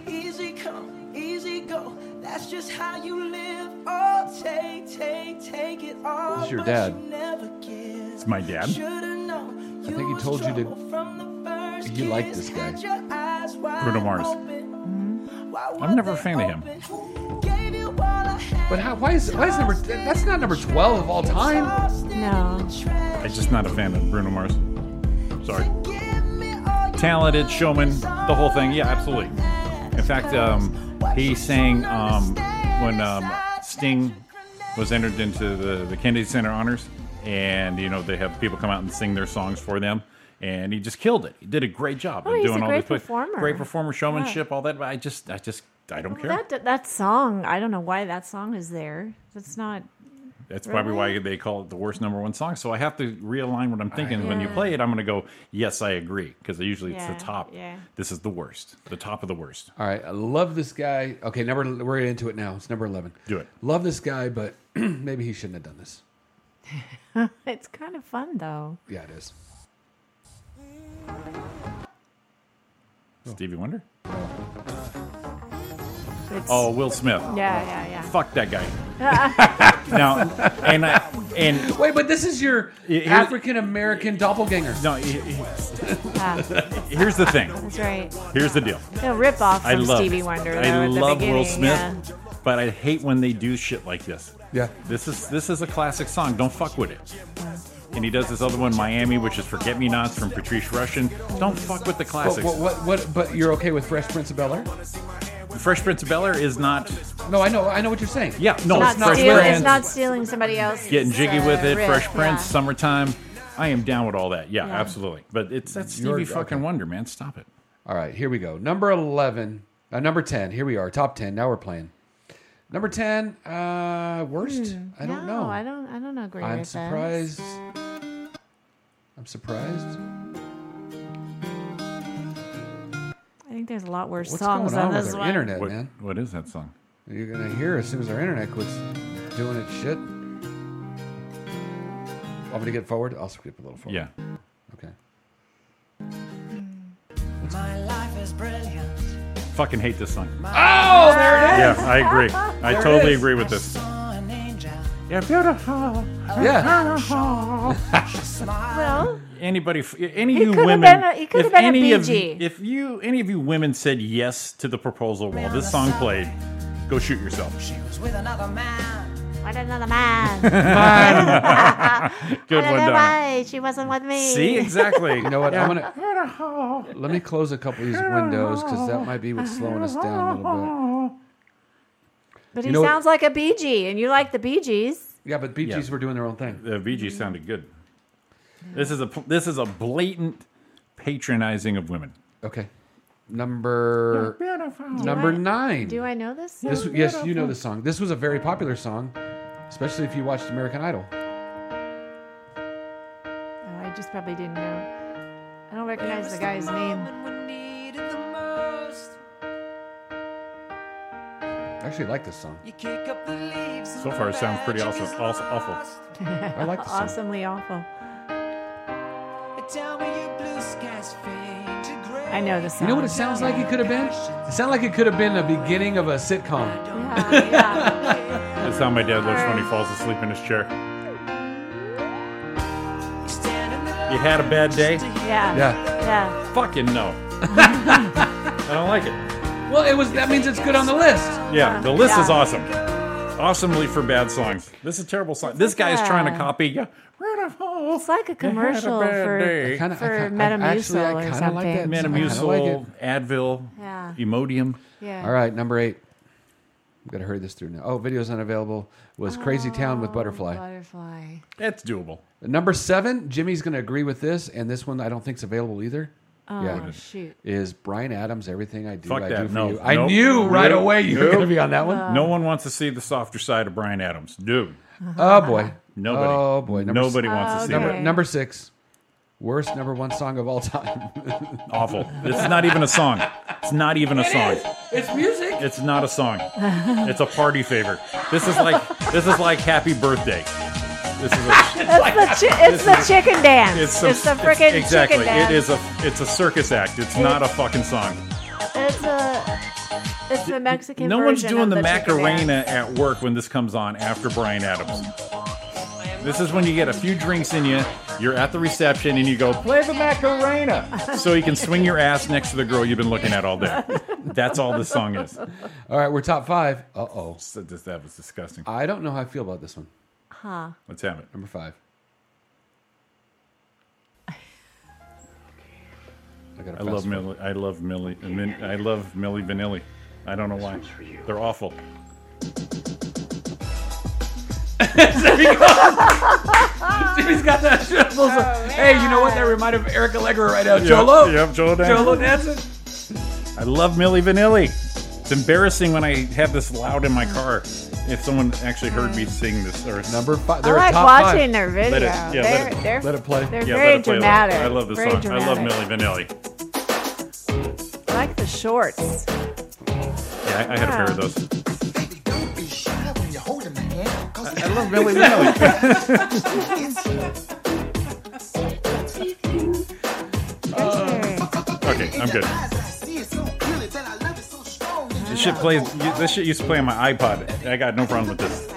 F: Easy come, easy go. That's just how you live. Oh, take, take, take it all.
H: This is your
F: but
H: dad.
F: you never give.
I: It's my dad.
F: Should've known
H: I think he told you to.
F: from the first
H: You like
F: kiss.
H: this guy. Mm-hmm.
F: Had your eyes wide
I: Bruno Mars.
F: open. Why
I: I'm never a fan of him.
F: would- Gave you all I had.
H: But how, why is why is number that's not number 12 of all time?
J: No.
I: I'm just not a fan of Bruno Mars. Sorry. Talented showman, the whole thing. Yeah, absolutely. In fact, um, he sang um, when um, Sting was entered into the, the Kennedy Center Honors, and you know they have people come out and sing their songs for them, and he just killed it. He did a great job
J: Oh,
I: of
J: he's
I: doing
J: a
I: all
J: great
I: this, but
J: performer.
I: great performer, showmanship, all that. But I just, I just, I don't care.
J: That that song, I don't know why that song is there. That's not.
I: That's probably why they call it the worst number one song. So I have to realign what I'm thinking. When you
J: Yeah.
I: play it, I'm going to go, yes, I agree. Because usually it's
J: Yeah,
I: the top.
J: yeah.
I: This is the worst. The top of the worst.
H: All right, I love this guy. Okay, number we're into it now. It's number 11.
I: Do it.
H: Love this guy, but <clears throat> maybe he shouldn't have done this.
J: it's kind of fun though.
H: Yeah, it is.
I: Stevie Wonder?
J: It's,
I: Oh, Will Smith.
J: Yeah, yeah, yeah.
I: Fuck
J: <laughs>
I: that guy. <laughs> now, and I, and
H: Wait, but this is your
I: He- he-
H: African American doppelganger.
I: no, he- he-
J: Ah,
I: here's the thing.
J: that's right.
I: Here's the deal.
J: No rip off from
I: I love
J: Stevie Wonder. Though,
I: I
J: at the
I: love Will
J: beginning,
I: Smith,
J: yeah.
I: but I hate when they do shit like this.
H: Yeah.
I: This is this is a classic song. Don't fuck with it. And he does this other one, Miami, which is Forget Me Nots from Patrice Russian. Don't fuck with the
H: But
I: classics.
H: what, what, what, but you're okay with Fresh Prince of Bel Air?
I: Fresh Prince of Bel Air is not.
H: No, I know, I know what you're saying.
I: Yeah, no,
J: Not
I: Fresh
J: steal,
I: Prince.
J: it's not stealing somebody else's.
I: getting jiggy
J: uh,
I: with it.
J: riff,
I: Fresh
J: yeah.
I: Prince, Summertime. I am down with all that. Yeah,
J: Yeah.
I: absolutely. But it's that's Stevie
H: You're-
I: fucking
H: okay.
I: Wonder, man. Stop it.
H: All right, here we go. Number 11, uh, number 10. Here we are, top 10. Now we're playing. Number 10, uh, worst? I don't
J: Hmm, no,
H: know.
J: I don't. I don't agree
H: I'm
J: with that.
H: surprised. I'm surprised.
J: I think there's a lot worse
H: What's
J: songs
H: going on
J: this
H: with our
J: one.
H: internet,
I: What,
H: man?
I: what is that song?
H: You're going to hear as soon as our internet quits doing its shit. Want me to get forward? I'll skip a little forward.
I: Yeah.
H: Okay.
F: My life is brilliant.
I: Fucking hate this song.
H: Oh, there it
I: Yeah,
H: <laughs>
I: I agree. I
H: There it
I: totally
H: is.
I: agree with this. Yeah, beautiful.
H: Yeah. <laughs>
J: Well,
I: Anybody, f- any
J: He
I: of you
J: could've
I: women,
J: been a- he could've
I: if
J: been a
I: any
J: Bee
I: of
J: Gee.
I: if you any of you women said yes to the proposal while this song played, go shoot yourself.
F: With another man.
J: what another
I: <laughs>
J: man?
I: Good
J: I don't
I: one,
J: know
I: Don.
J: why she wasn't with me.
I: See
J: <laughs>
I: exactly.
H: You know what? I'm gonna let me close a couple of these windows because that might be what's slowing us down a little
J: But
H: You
J: he
H: know what-
J: sounds like a Bee Gee, and you like the Bee Gees.
H: bit. Yeah, but Bee Gees
I: Yeah.
H: were doing their own thing.
I: The VG sounded good. This is a this is a blatant patronizing of women.
H: Okay, number
J: Do
H: number
J: I-
H: nine.
J: Do I know this? Song?
H: This yes, you know the song. This was a very popular song, especially if you watched American Idol.
J: Oh, I just probably didn't know. I don't recognize the guy's name.
H: I actually like this song.
I: So far, it sounds pretty awesome. Awful. awful.
H: I
J: <laughs>
H: like this song.
J: Awesomely awful. I know the song.
H: You know what it sounds like it could have been? It sounded like it could have been the beginning of a sitcom.
I: That's how my dad looks when he falls asleep in his chair. You had a bad day?
J: Yeah.
I: Yeah.
J: Yeah. <laughs>
I: Fucking no. I don't like it.
H: Well, it was. That means it's good on the list.
I: Yeah, the list is
J: Uh, Yeah.
I: awesome. Awesomely for bad songs. This is a terrible song. This guy is trying to
J: Yeah.
I: copy. Yeah.
J: It's like a commercial
I: bad
J: for,
I: day. I kinda- I
J: for
I: kinda-
J: Metamucil
I: I- actually, I
J: or
I: kinda
J: something.
I: like that. Metamucil, Advil,
J: Yeah.
I: Imodium.
J: Yeah.
H: All right, number eight. I'm gonna hurry this through now. Oh, video's unavailable. Was Crazy Town with Butterfly.
J: Butterfly.
I: That's doable.
H: Number seven. Jimmy's gonna agree with this, and this one I don't think's available either.
J: Oh, shoot.
H: Is Brian Adams everything I do?
I: Fuck
H: I
I: that.
H: do for
I: no.
H: you. I
I: Nope.
H: knew right
I: Nope.
H: away you were
I: Nope.
H: gonna be on that one.
I: No one wants to see the softer side of Brian Adams. Dude.
H: Oh
I: <laughs>
H: boy.
I: Nobody.
H: Oh boy.
I: Nobody wants to see
H: number,
I: that.
H: number six. Worst number one song of all time.
I: Awful. It's not even a song. It's not even a song.
H: It's music.
I: It's not a song. It's a party favorite. This is like this is like Happy Birthday. This is a,
J: It's, the, chi- it's the chicken dance. It's,
I: it's some-
J: the
I: it's-
J: freaking
I: exactly.
J: chicken dance.
I: It is a it's a circus act. It's not a fucking song.
J: It's a. It's the Mexican
I: no
J: version
I: one's
J: of
I: doing the,
J: the chicken
I: Macarena
J: dance.
I: at work when this comes on after Brian Adams. This is when you get a few drinks in you. You're at the reception and you go play the Macarena, so you can swing your ass next to the girl you've been looking at all day. That's all this song is.
H: All right, we're top five. Uh oh.
I: that was disgusting.
J: Uh,
H: I don't know how I feel about this one.
J: Huh.
I: Let's have it.
H: Number five. I, gotta
I: I love
H: fast forward.
I: Millie. I love Millie. I, mean, I love Millie Vanilli. I don't know why. They're awful.
H: Jimmy's got that shit.
J: Oh,
H: hey, you know what? That reminded me of Eric Allegra right now.
I: Yep,
H: Jolo.
I: yep, Jolo dancing.
H: Jolo dancing.
I: I love Millie Vanilli. It's embarrassing when I have this loud in my car. If someone actually heard me sing this, or
H: number five,
J: I like watching their video.
I: Let it- yeah,
J: they're,
I: let it-
J: they're,
H: let it play.
J: They're
I: Yeah,
J: very
I: let it play a little.
J: dramatic.
I: I love this
J: very
I: song. I love
J: dramatic.
I: Millie Vanilli.
J: I like the shorts.
I: Yeah, I, I had a
J: Yeah.
I: pair of those.
H: I love Millie Vanilli.
I: Okay, I'm good. This shit plays. you- This shit used to play on my iPod. I got no problem with this.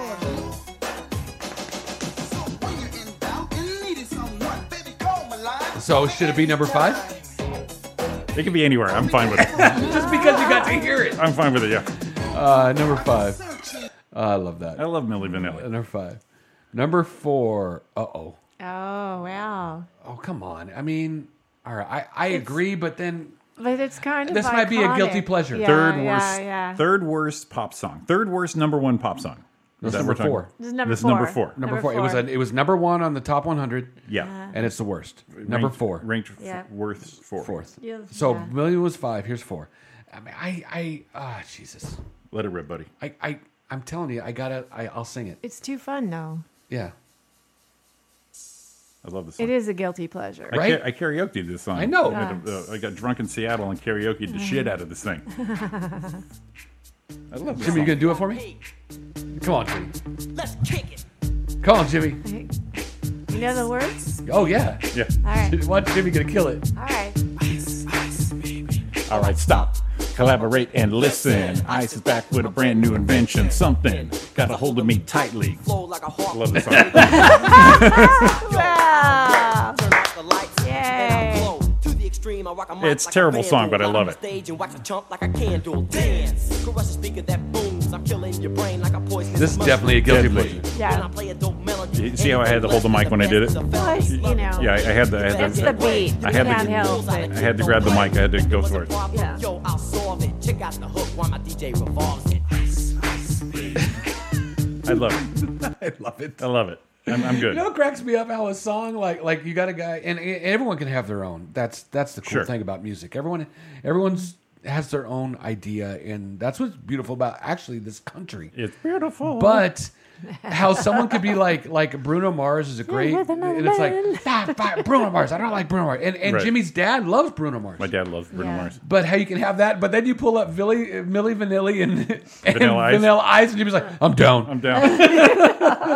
H: so should it be number five?
I: It could be anywhere. I'm fine with it.
J: <laughs>
H: Just because you got to hear it.
I: I'm fine with it. Yeah,
H: Uh, number five. Oh, I love that.
I: I love Millie Vanilli.
H: Number five. Number four. Uh oh.
J: Oh wow!
H: Oh come on. I mean, all right. I, I agree, but then
J: But it's kind of
H: This might be a
J: iconic.
H: guilty pleasure.
J: Yeah,
I: third
J: Uh, yeah,
I: worst
J: Yeah.
I: third worst pop song. Third worst number one pop song.
H: That's
I: Is that
H: number
I: what we're talking-
H: four.
J: This is number
I: this is number
J: four.
I: four.
H: number,
J: Number
H: four. It was
J: four.
H: a, it was number one on the top 100,
I: Yeah.
H: and it's the worst. Number
I: Ranked-
H: four.
I: Ranked f-
J: Yeah.
I: worth four.
H: Fourth.
J: Yeah.
H: So
J: Yeah.
H: million was five. Here's four. I mean, I I ah Jesus.
I: Let it rip, buddy.
H: I I I'm telling you, I gotta. I, I'll sing it.
J: It's too fun though.
H: Yeah.
I: I love this song.
J: It is a guilty pleasure.
I: I,
H: Right?
I: ca- I karaoke this song.
H: I know.
I: I, had a- uh, I got drunk in Seattle and karaoke the shit out of this <laughs> thing. I love this
H: Jimmy, you
I: song.
H: gonna do it for me? Come on, Jimmy.
F: Let's kick it.
H: Come on, Jimmy.
J: You know the words?
H: Oh yeah.
I: Yeah.
J: All
H: <laughs>
J: right.
H: Watch Jimmy gonna kill it.
J: All right.
I: All right, stop. Collaborate and listen. Ice is back with a brand new invention. Something got a hold of me tightly.
F: Flow like a
I: I
F: hawk. <laughs>
I: love this song.
J: Wow.
F: Turn off the lights. And
J: Yay.
F: I blow to the extreme. I rock a mic
I: It's
F: like
I: terrible
F: a
I: song, but I
F: vandal.
I: love
F: Light
I: it.
F: up the Stage and watch a chump like a candle. Dance. Caress the speaker that booms. I'm killing your brain like a poison.
H: This is definitely a guilty
I: Deadly.
H: pleasure.
F: When I
J: Yeah.
F: play a dope melody.
I: You see how I had to hold the mic when I did it?
J: Plus, you know.
I: Yeah, I I had the. I had the
J: It's the beat.
I: I had the.
J: downhill.
I: I had to grab the mic. I had to go for it.
J: Yeah.
F: Yo, I'll solve it. Check out the hook while my DJ revolves it.
I: I love it.
H: <laughs> I love it.
I: I love it. I'm, I'm good.
H: You know what cracks me up how a song like like you got a guy and, and everyone can have their own. That's that's the cool
I: Sure.
H: thing about music. Everyone everyone's has their own idea and that's what's beautiful about actually this country.
I: It's beautiful.
H: But how someone could be like like Bruno Mars is a great,
B: with another
H: and it's like
B: man.
H: "Ah, fuck, Bruno Mars. I don't like Bruno Mars, and and
I: Right.
H: Jimmy's dad loves Bruno Mars.
I: My dad loves Bruno
H: Yeah.
I: Mars.
H: But how you can have that, but then you pull up Billy, Millie Vanilli and, and
I: Vanilla Ice.
H: Vanilla Ice, and Jimmy's like, I'm down.
J: <laughs>
I: I'm down.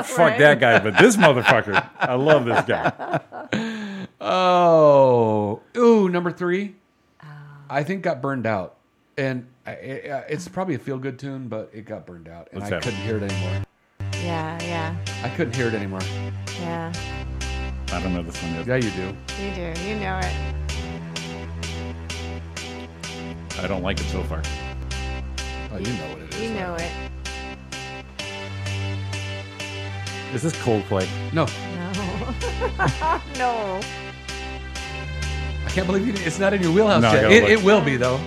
I: Fuck that guy, but this motherfucker. I love this guy.
H: Oh, ooh, number three.
J: Oh.
H: I think got burned out, and I, it, uh, it's probably a feel good tune, but it got burned out, and
I: Let's
H: I
I: have it.
H: couldn't hear it anymore.
J: Yeah, yeah,
H: I couldn't hear it anymore.
J: yeah.
I: I don't know this one.
H: Yeah, you do.
J: You do. You know it.
I: I don't like it so far.
H: Oh, you know what it
J: You know it.
I: Is this Coldplay?
H: No,
J: No. no.
H: I can't believe you, didn't- it's not in your wheelhouse
I: No, I
H: yet.
I: gotta
H: It,
I: look.
H: it will be though.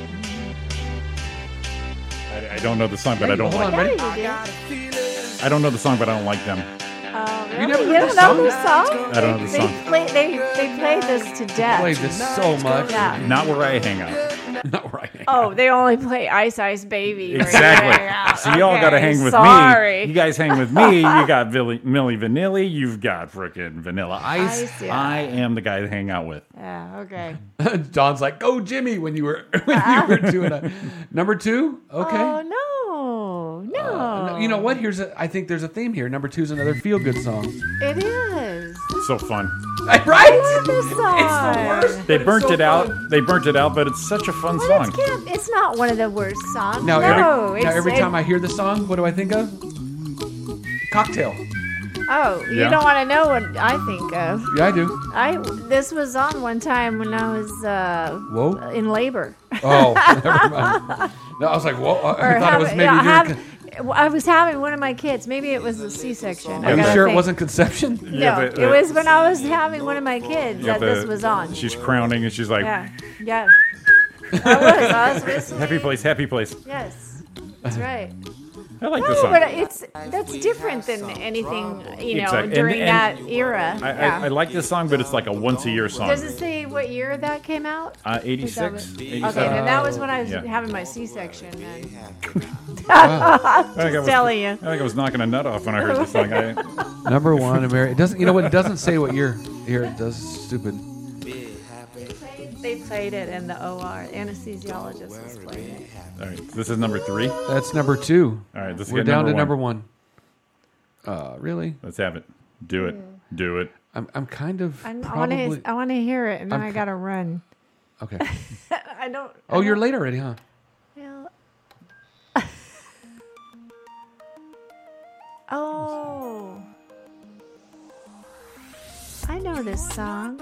I: I, I don't know the song, but
H: Yeah,
I: I don't
H: hold
I: like.
H: on, ready?
I: I don't know the song, but I don't like them.
J: Oh, really?
B: You
J: You,
B: never heard
J: don't
B: this
J: know this
B: song?
J: song?
I: I don't know the
J: They,
I: song.
J: play, they, they play this to death.
I: Play this so
H: <laughs>
I: much.
J: Yeah.
I: Not where I hang out.
J: Oh, they only play Ice Ice Baby. right now.
I: Exactly. So y'all
J: Okay,
I: got to hang with
J: sorry.
I: me. You guys hang with me. You got Billy, Millie Vanilli. You've got frickin' Vanilla Ice.
J: Ice, yeah.
I: I am the guy to hang out with.
J: Yeah, okay.
H: Don's like, "Go, Jimmy!" When you were <laughs> when you were
J: <laughs>
H: doing that. Number two, okay.
J: Oh, no. No.
H: Uh, you know what? Here's a. I think there's a theme here. Number two is another feel good song. <laughs>
J: It is.
I: So fun.
J: I love
H: Right?
J: this song.
I: They burnt it out. They burnt it out, but it's such a fun
J: Well,
I: song.
J: it's, can't, it's not one of the worst songs.
H: Now,
J: no,
H: every,
J: it's,
H: now every
J: it-
H: time I hear the song, what do I think of? Cocktail.
J: Oh, you
H: Yeah.
J: don't want to know what I think of.
H: Yeah, I do.
J: I this was on one time when I was uh,
H: Whoa.
J: <laughs> in
H: <laughs>
J: labor.
H: Oh, never mind. No, I was like, whoa. I, I
J: Or
H: thought it
J: have-
H: was maybe.
J: yeah,
H: during
J: have- I was having one of my kids. Maybe it was a C-section. I
H: con-
J: gotta
H: you sure it
J: think.
H: wasn't conception?
J: <laughs> No, it
I: uh,
J: was when I was having one of my kids that this was on.
I: She's crowning and she's like,
J: yeah, yeah. I was. I was whistling.
I: "Happy place, happy place."
J: Yes, that's
I: <laughs>
J: right.
I: I like
J: no,
I: this song.
J: but it's that's different than anything you know
I: Exactly. And-
J: during
I: and-
J: that era.
I: I,
J: yeah.
I: I, I like this song, but it's like a once a year song.
J: Does it say what year that came out?
I: Uh,
J: Is that
I: 86.
J: what-
I: 87.
J: Okay, then that was when I was
I: Uh, Yeah.
J: having my C-section. Then.
I: Wow.
J: Just
I: I think I was-
J: telling you.
I: I think I was knocking a nut off when I heard this
J: <laughs>
I: song. I,
H: Number one, America. It doesn't. You know what? It doesn't say what year. Here it does. Stupid.
J: They played it in the OR. Anesthesiologist was playing it.
I: all right, this is number three.
H: That's number two.
I: All right, let's
H: We're
I: get
H: down
I: number
H: to
I: one.
H: number one. Uh, really?
I: Let's have it. Do it. Do it.
H: I'm. I'm kind of.
J: I'm- I want
H: probably.
J: to. I want to hear it, and then
H: I'm
J: i got to run.
H: Okay.
J: <laughs> I don't.
H: Oh, you're late already, huh?
J: Well- <laughs> oh. I know this song.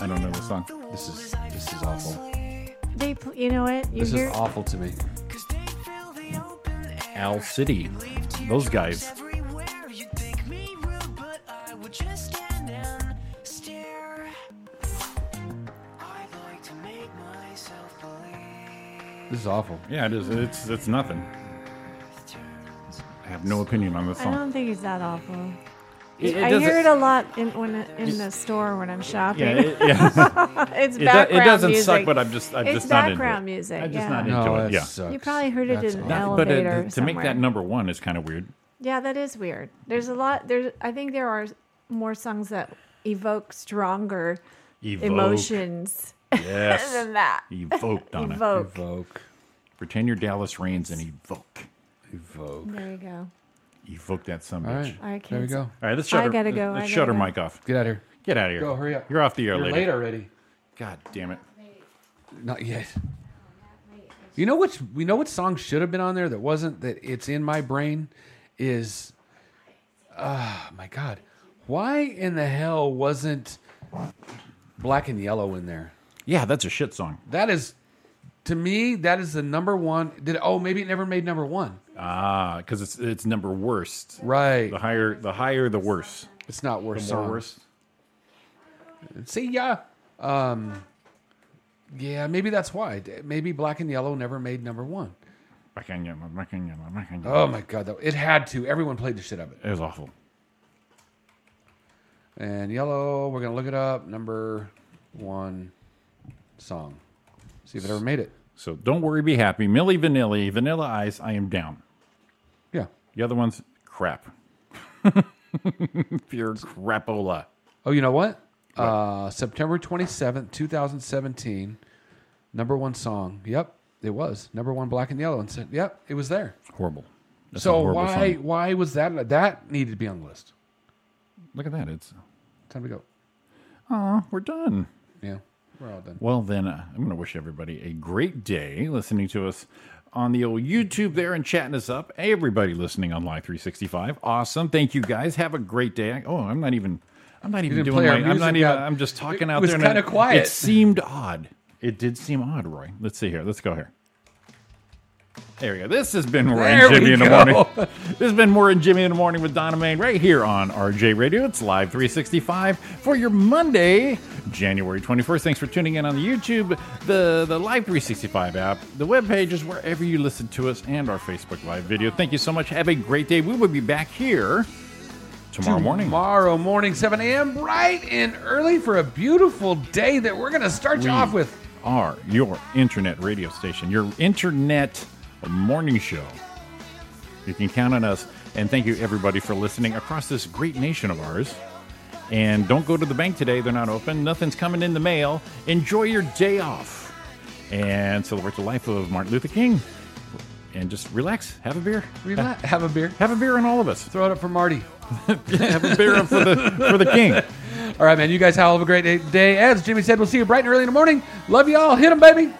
I: I don't know the song.
H: This is this is awful.
J: They, pl- you know what? You
H: This
J: hear,
H: is awful to me.
I: Owl City. Those guys.
H: This is awful.
I: Yeah, it is. It's it's nothing. I have no opinion on this
J: I
I: song.
J: don't think it's that awful.
I: It- it
J: I
I: doesn't-
J: hear it a lot in when I- in the store when I'm shopping.
I: Yeah, it- yeah.
J: it's
I: It do-
J: <laughs>
I: it
J: background
I: doesn't
J: music.
I: suck, but I'm just- I'm
J: it's
I: just not into it.
J: background music.
I: I'm just
J: yeah.
I: not into
H: No,
I: it.
H: that
I: Yeah.
H: sucks.
J: You probably heard it
H: That's
J: in an
H: awful.
I: But uh,
J: elevator
I: to make
J: somewhere.
I: that number one is kind of weird.
J: Yeah, that is weird. There's a lot. There's. I think there are more songs that evoke stronger
I: Evoke.
J: emotions
I: <laughs>
J: <laughs>
I: Yes.
J: than that.
I: Evoke, Donna.
J: Evoke.
H: Evoke.
I: Pretend your Dallas rains and evoke. Evoke.
J: There you go.
I: Evoke that some
H: All right.
I: bitch.
J: I
H: There
J: can't-
H: we go.
I: All right, let's
J: I
I: shut her.
J: gotta go, I
I: Let's
J: gotta
I: shut her
J: go.
I: mic off.
H: Get out of here.
I: Get out of here.
H: Go, hurry up.
I: You're off the air,
H: You're
I: lady.
H: late already.
I: God damn it.
H: Not yet. You know what? We know what song should have been on there that wasn't. That it's in my brain. Is, ah, my God, why in the hell wasn't Black and Yellow in there?
I: Yeah, that's a shit song.
H: That is, to me, that is the number one. Did oh maybe it never made number one.
I: Ah, because it's it's number worst.
H: Right.
I: The higher the higher the worse.
H: It's not
I: The more
H: worse song.
I: worse.
H: See ya. Um, yeah, maybe that's why. Maybe Black and Yellow never made number one.
I: Back in yellow, back in yellow, back in yellow.
H: Oh my god, that, it had to. Everyone played the shit out of it.
I: It was awful.
H: And Yellow, we're gonna look it up. Number one song. See if it ever made it.
I: So don't worry, be happy. Millie Vanilli, Vanilla Ice, I am down.
H: Yeah.
I: The other one's crap. <laughs> Pure crapola.
H: Oh, you know what? Uh, September 27th, 2017, number one song. Yep, it was. Number one, Black and Yellow. And said, yep, it was there.
I: Horrible. That's a
H: so
I: horrible
H: why
I: song.
H: why was that? That needed to be on the list.
I: Look at that. It's
H: time to go.
I: Oh, we're done.
H: Yeah, we're all done.
I: Well, then, uh, I'm going to wish everybody a great day listening to us on the old YouTube there and chatting us up. Everybody listening on Live 365. Awesome. Thank you guys. Have a great day. I, oh, I'm not even. I'm not even
H: didn't
I: doing
H: play
I: my.
H: our
I: I'm not
H: music
I: even.
H: out.
I: I'm just talking
H: It
I: out
H: was
I: there. and I-
H: kinda quiet.
I: It seemed odd. It did seem odd, Roy. Let's see here. Let's go here. There we go. This has been more
B: There
I: and
B: we
I: Jimmy in the
B: go.
I: morning.
H: <laughs>
I: This has been more and Jimmy in the morning with Donna Main right here on RJ Radio. It's live 365 for your Monday, January 21st. Thanks for tuning in on the YouTube, the the Live 365 app, the web pages wherever you listen to us, and our Facebook Live video. Thank you so much. Have a great day. We will be back here tomorrow morning.
H: Tomorrow morning, 7 a.m., bright and early for a beautiful day that we're going to start you off with.
I: are your internet radio station, your internet morning show. You can count on us. And thank you, everybody, for listening across this great nation of ours. And don't go to the bank today, they're not open. Nothing's coming in the mail. Enjoy your day off and celebrate the life of Martin Luther King. And just relax, have a beer.
H: Relax. Have a beer.
I: Have a beer on all of us.
H: Throw it up for Marty.
I: have a beer for the, for the king.
H: All right, man. You guys have a great day. As Jimmy said, we'll see you bright and early in the morning. Love you all. Hit them, baby.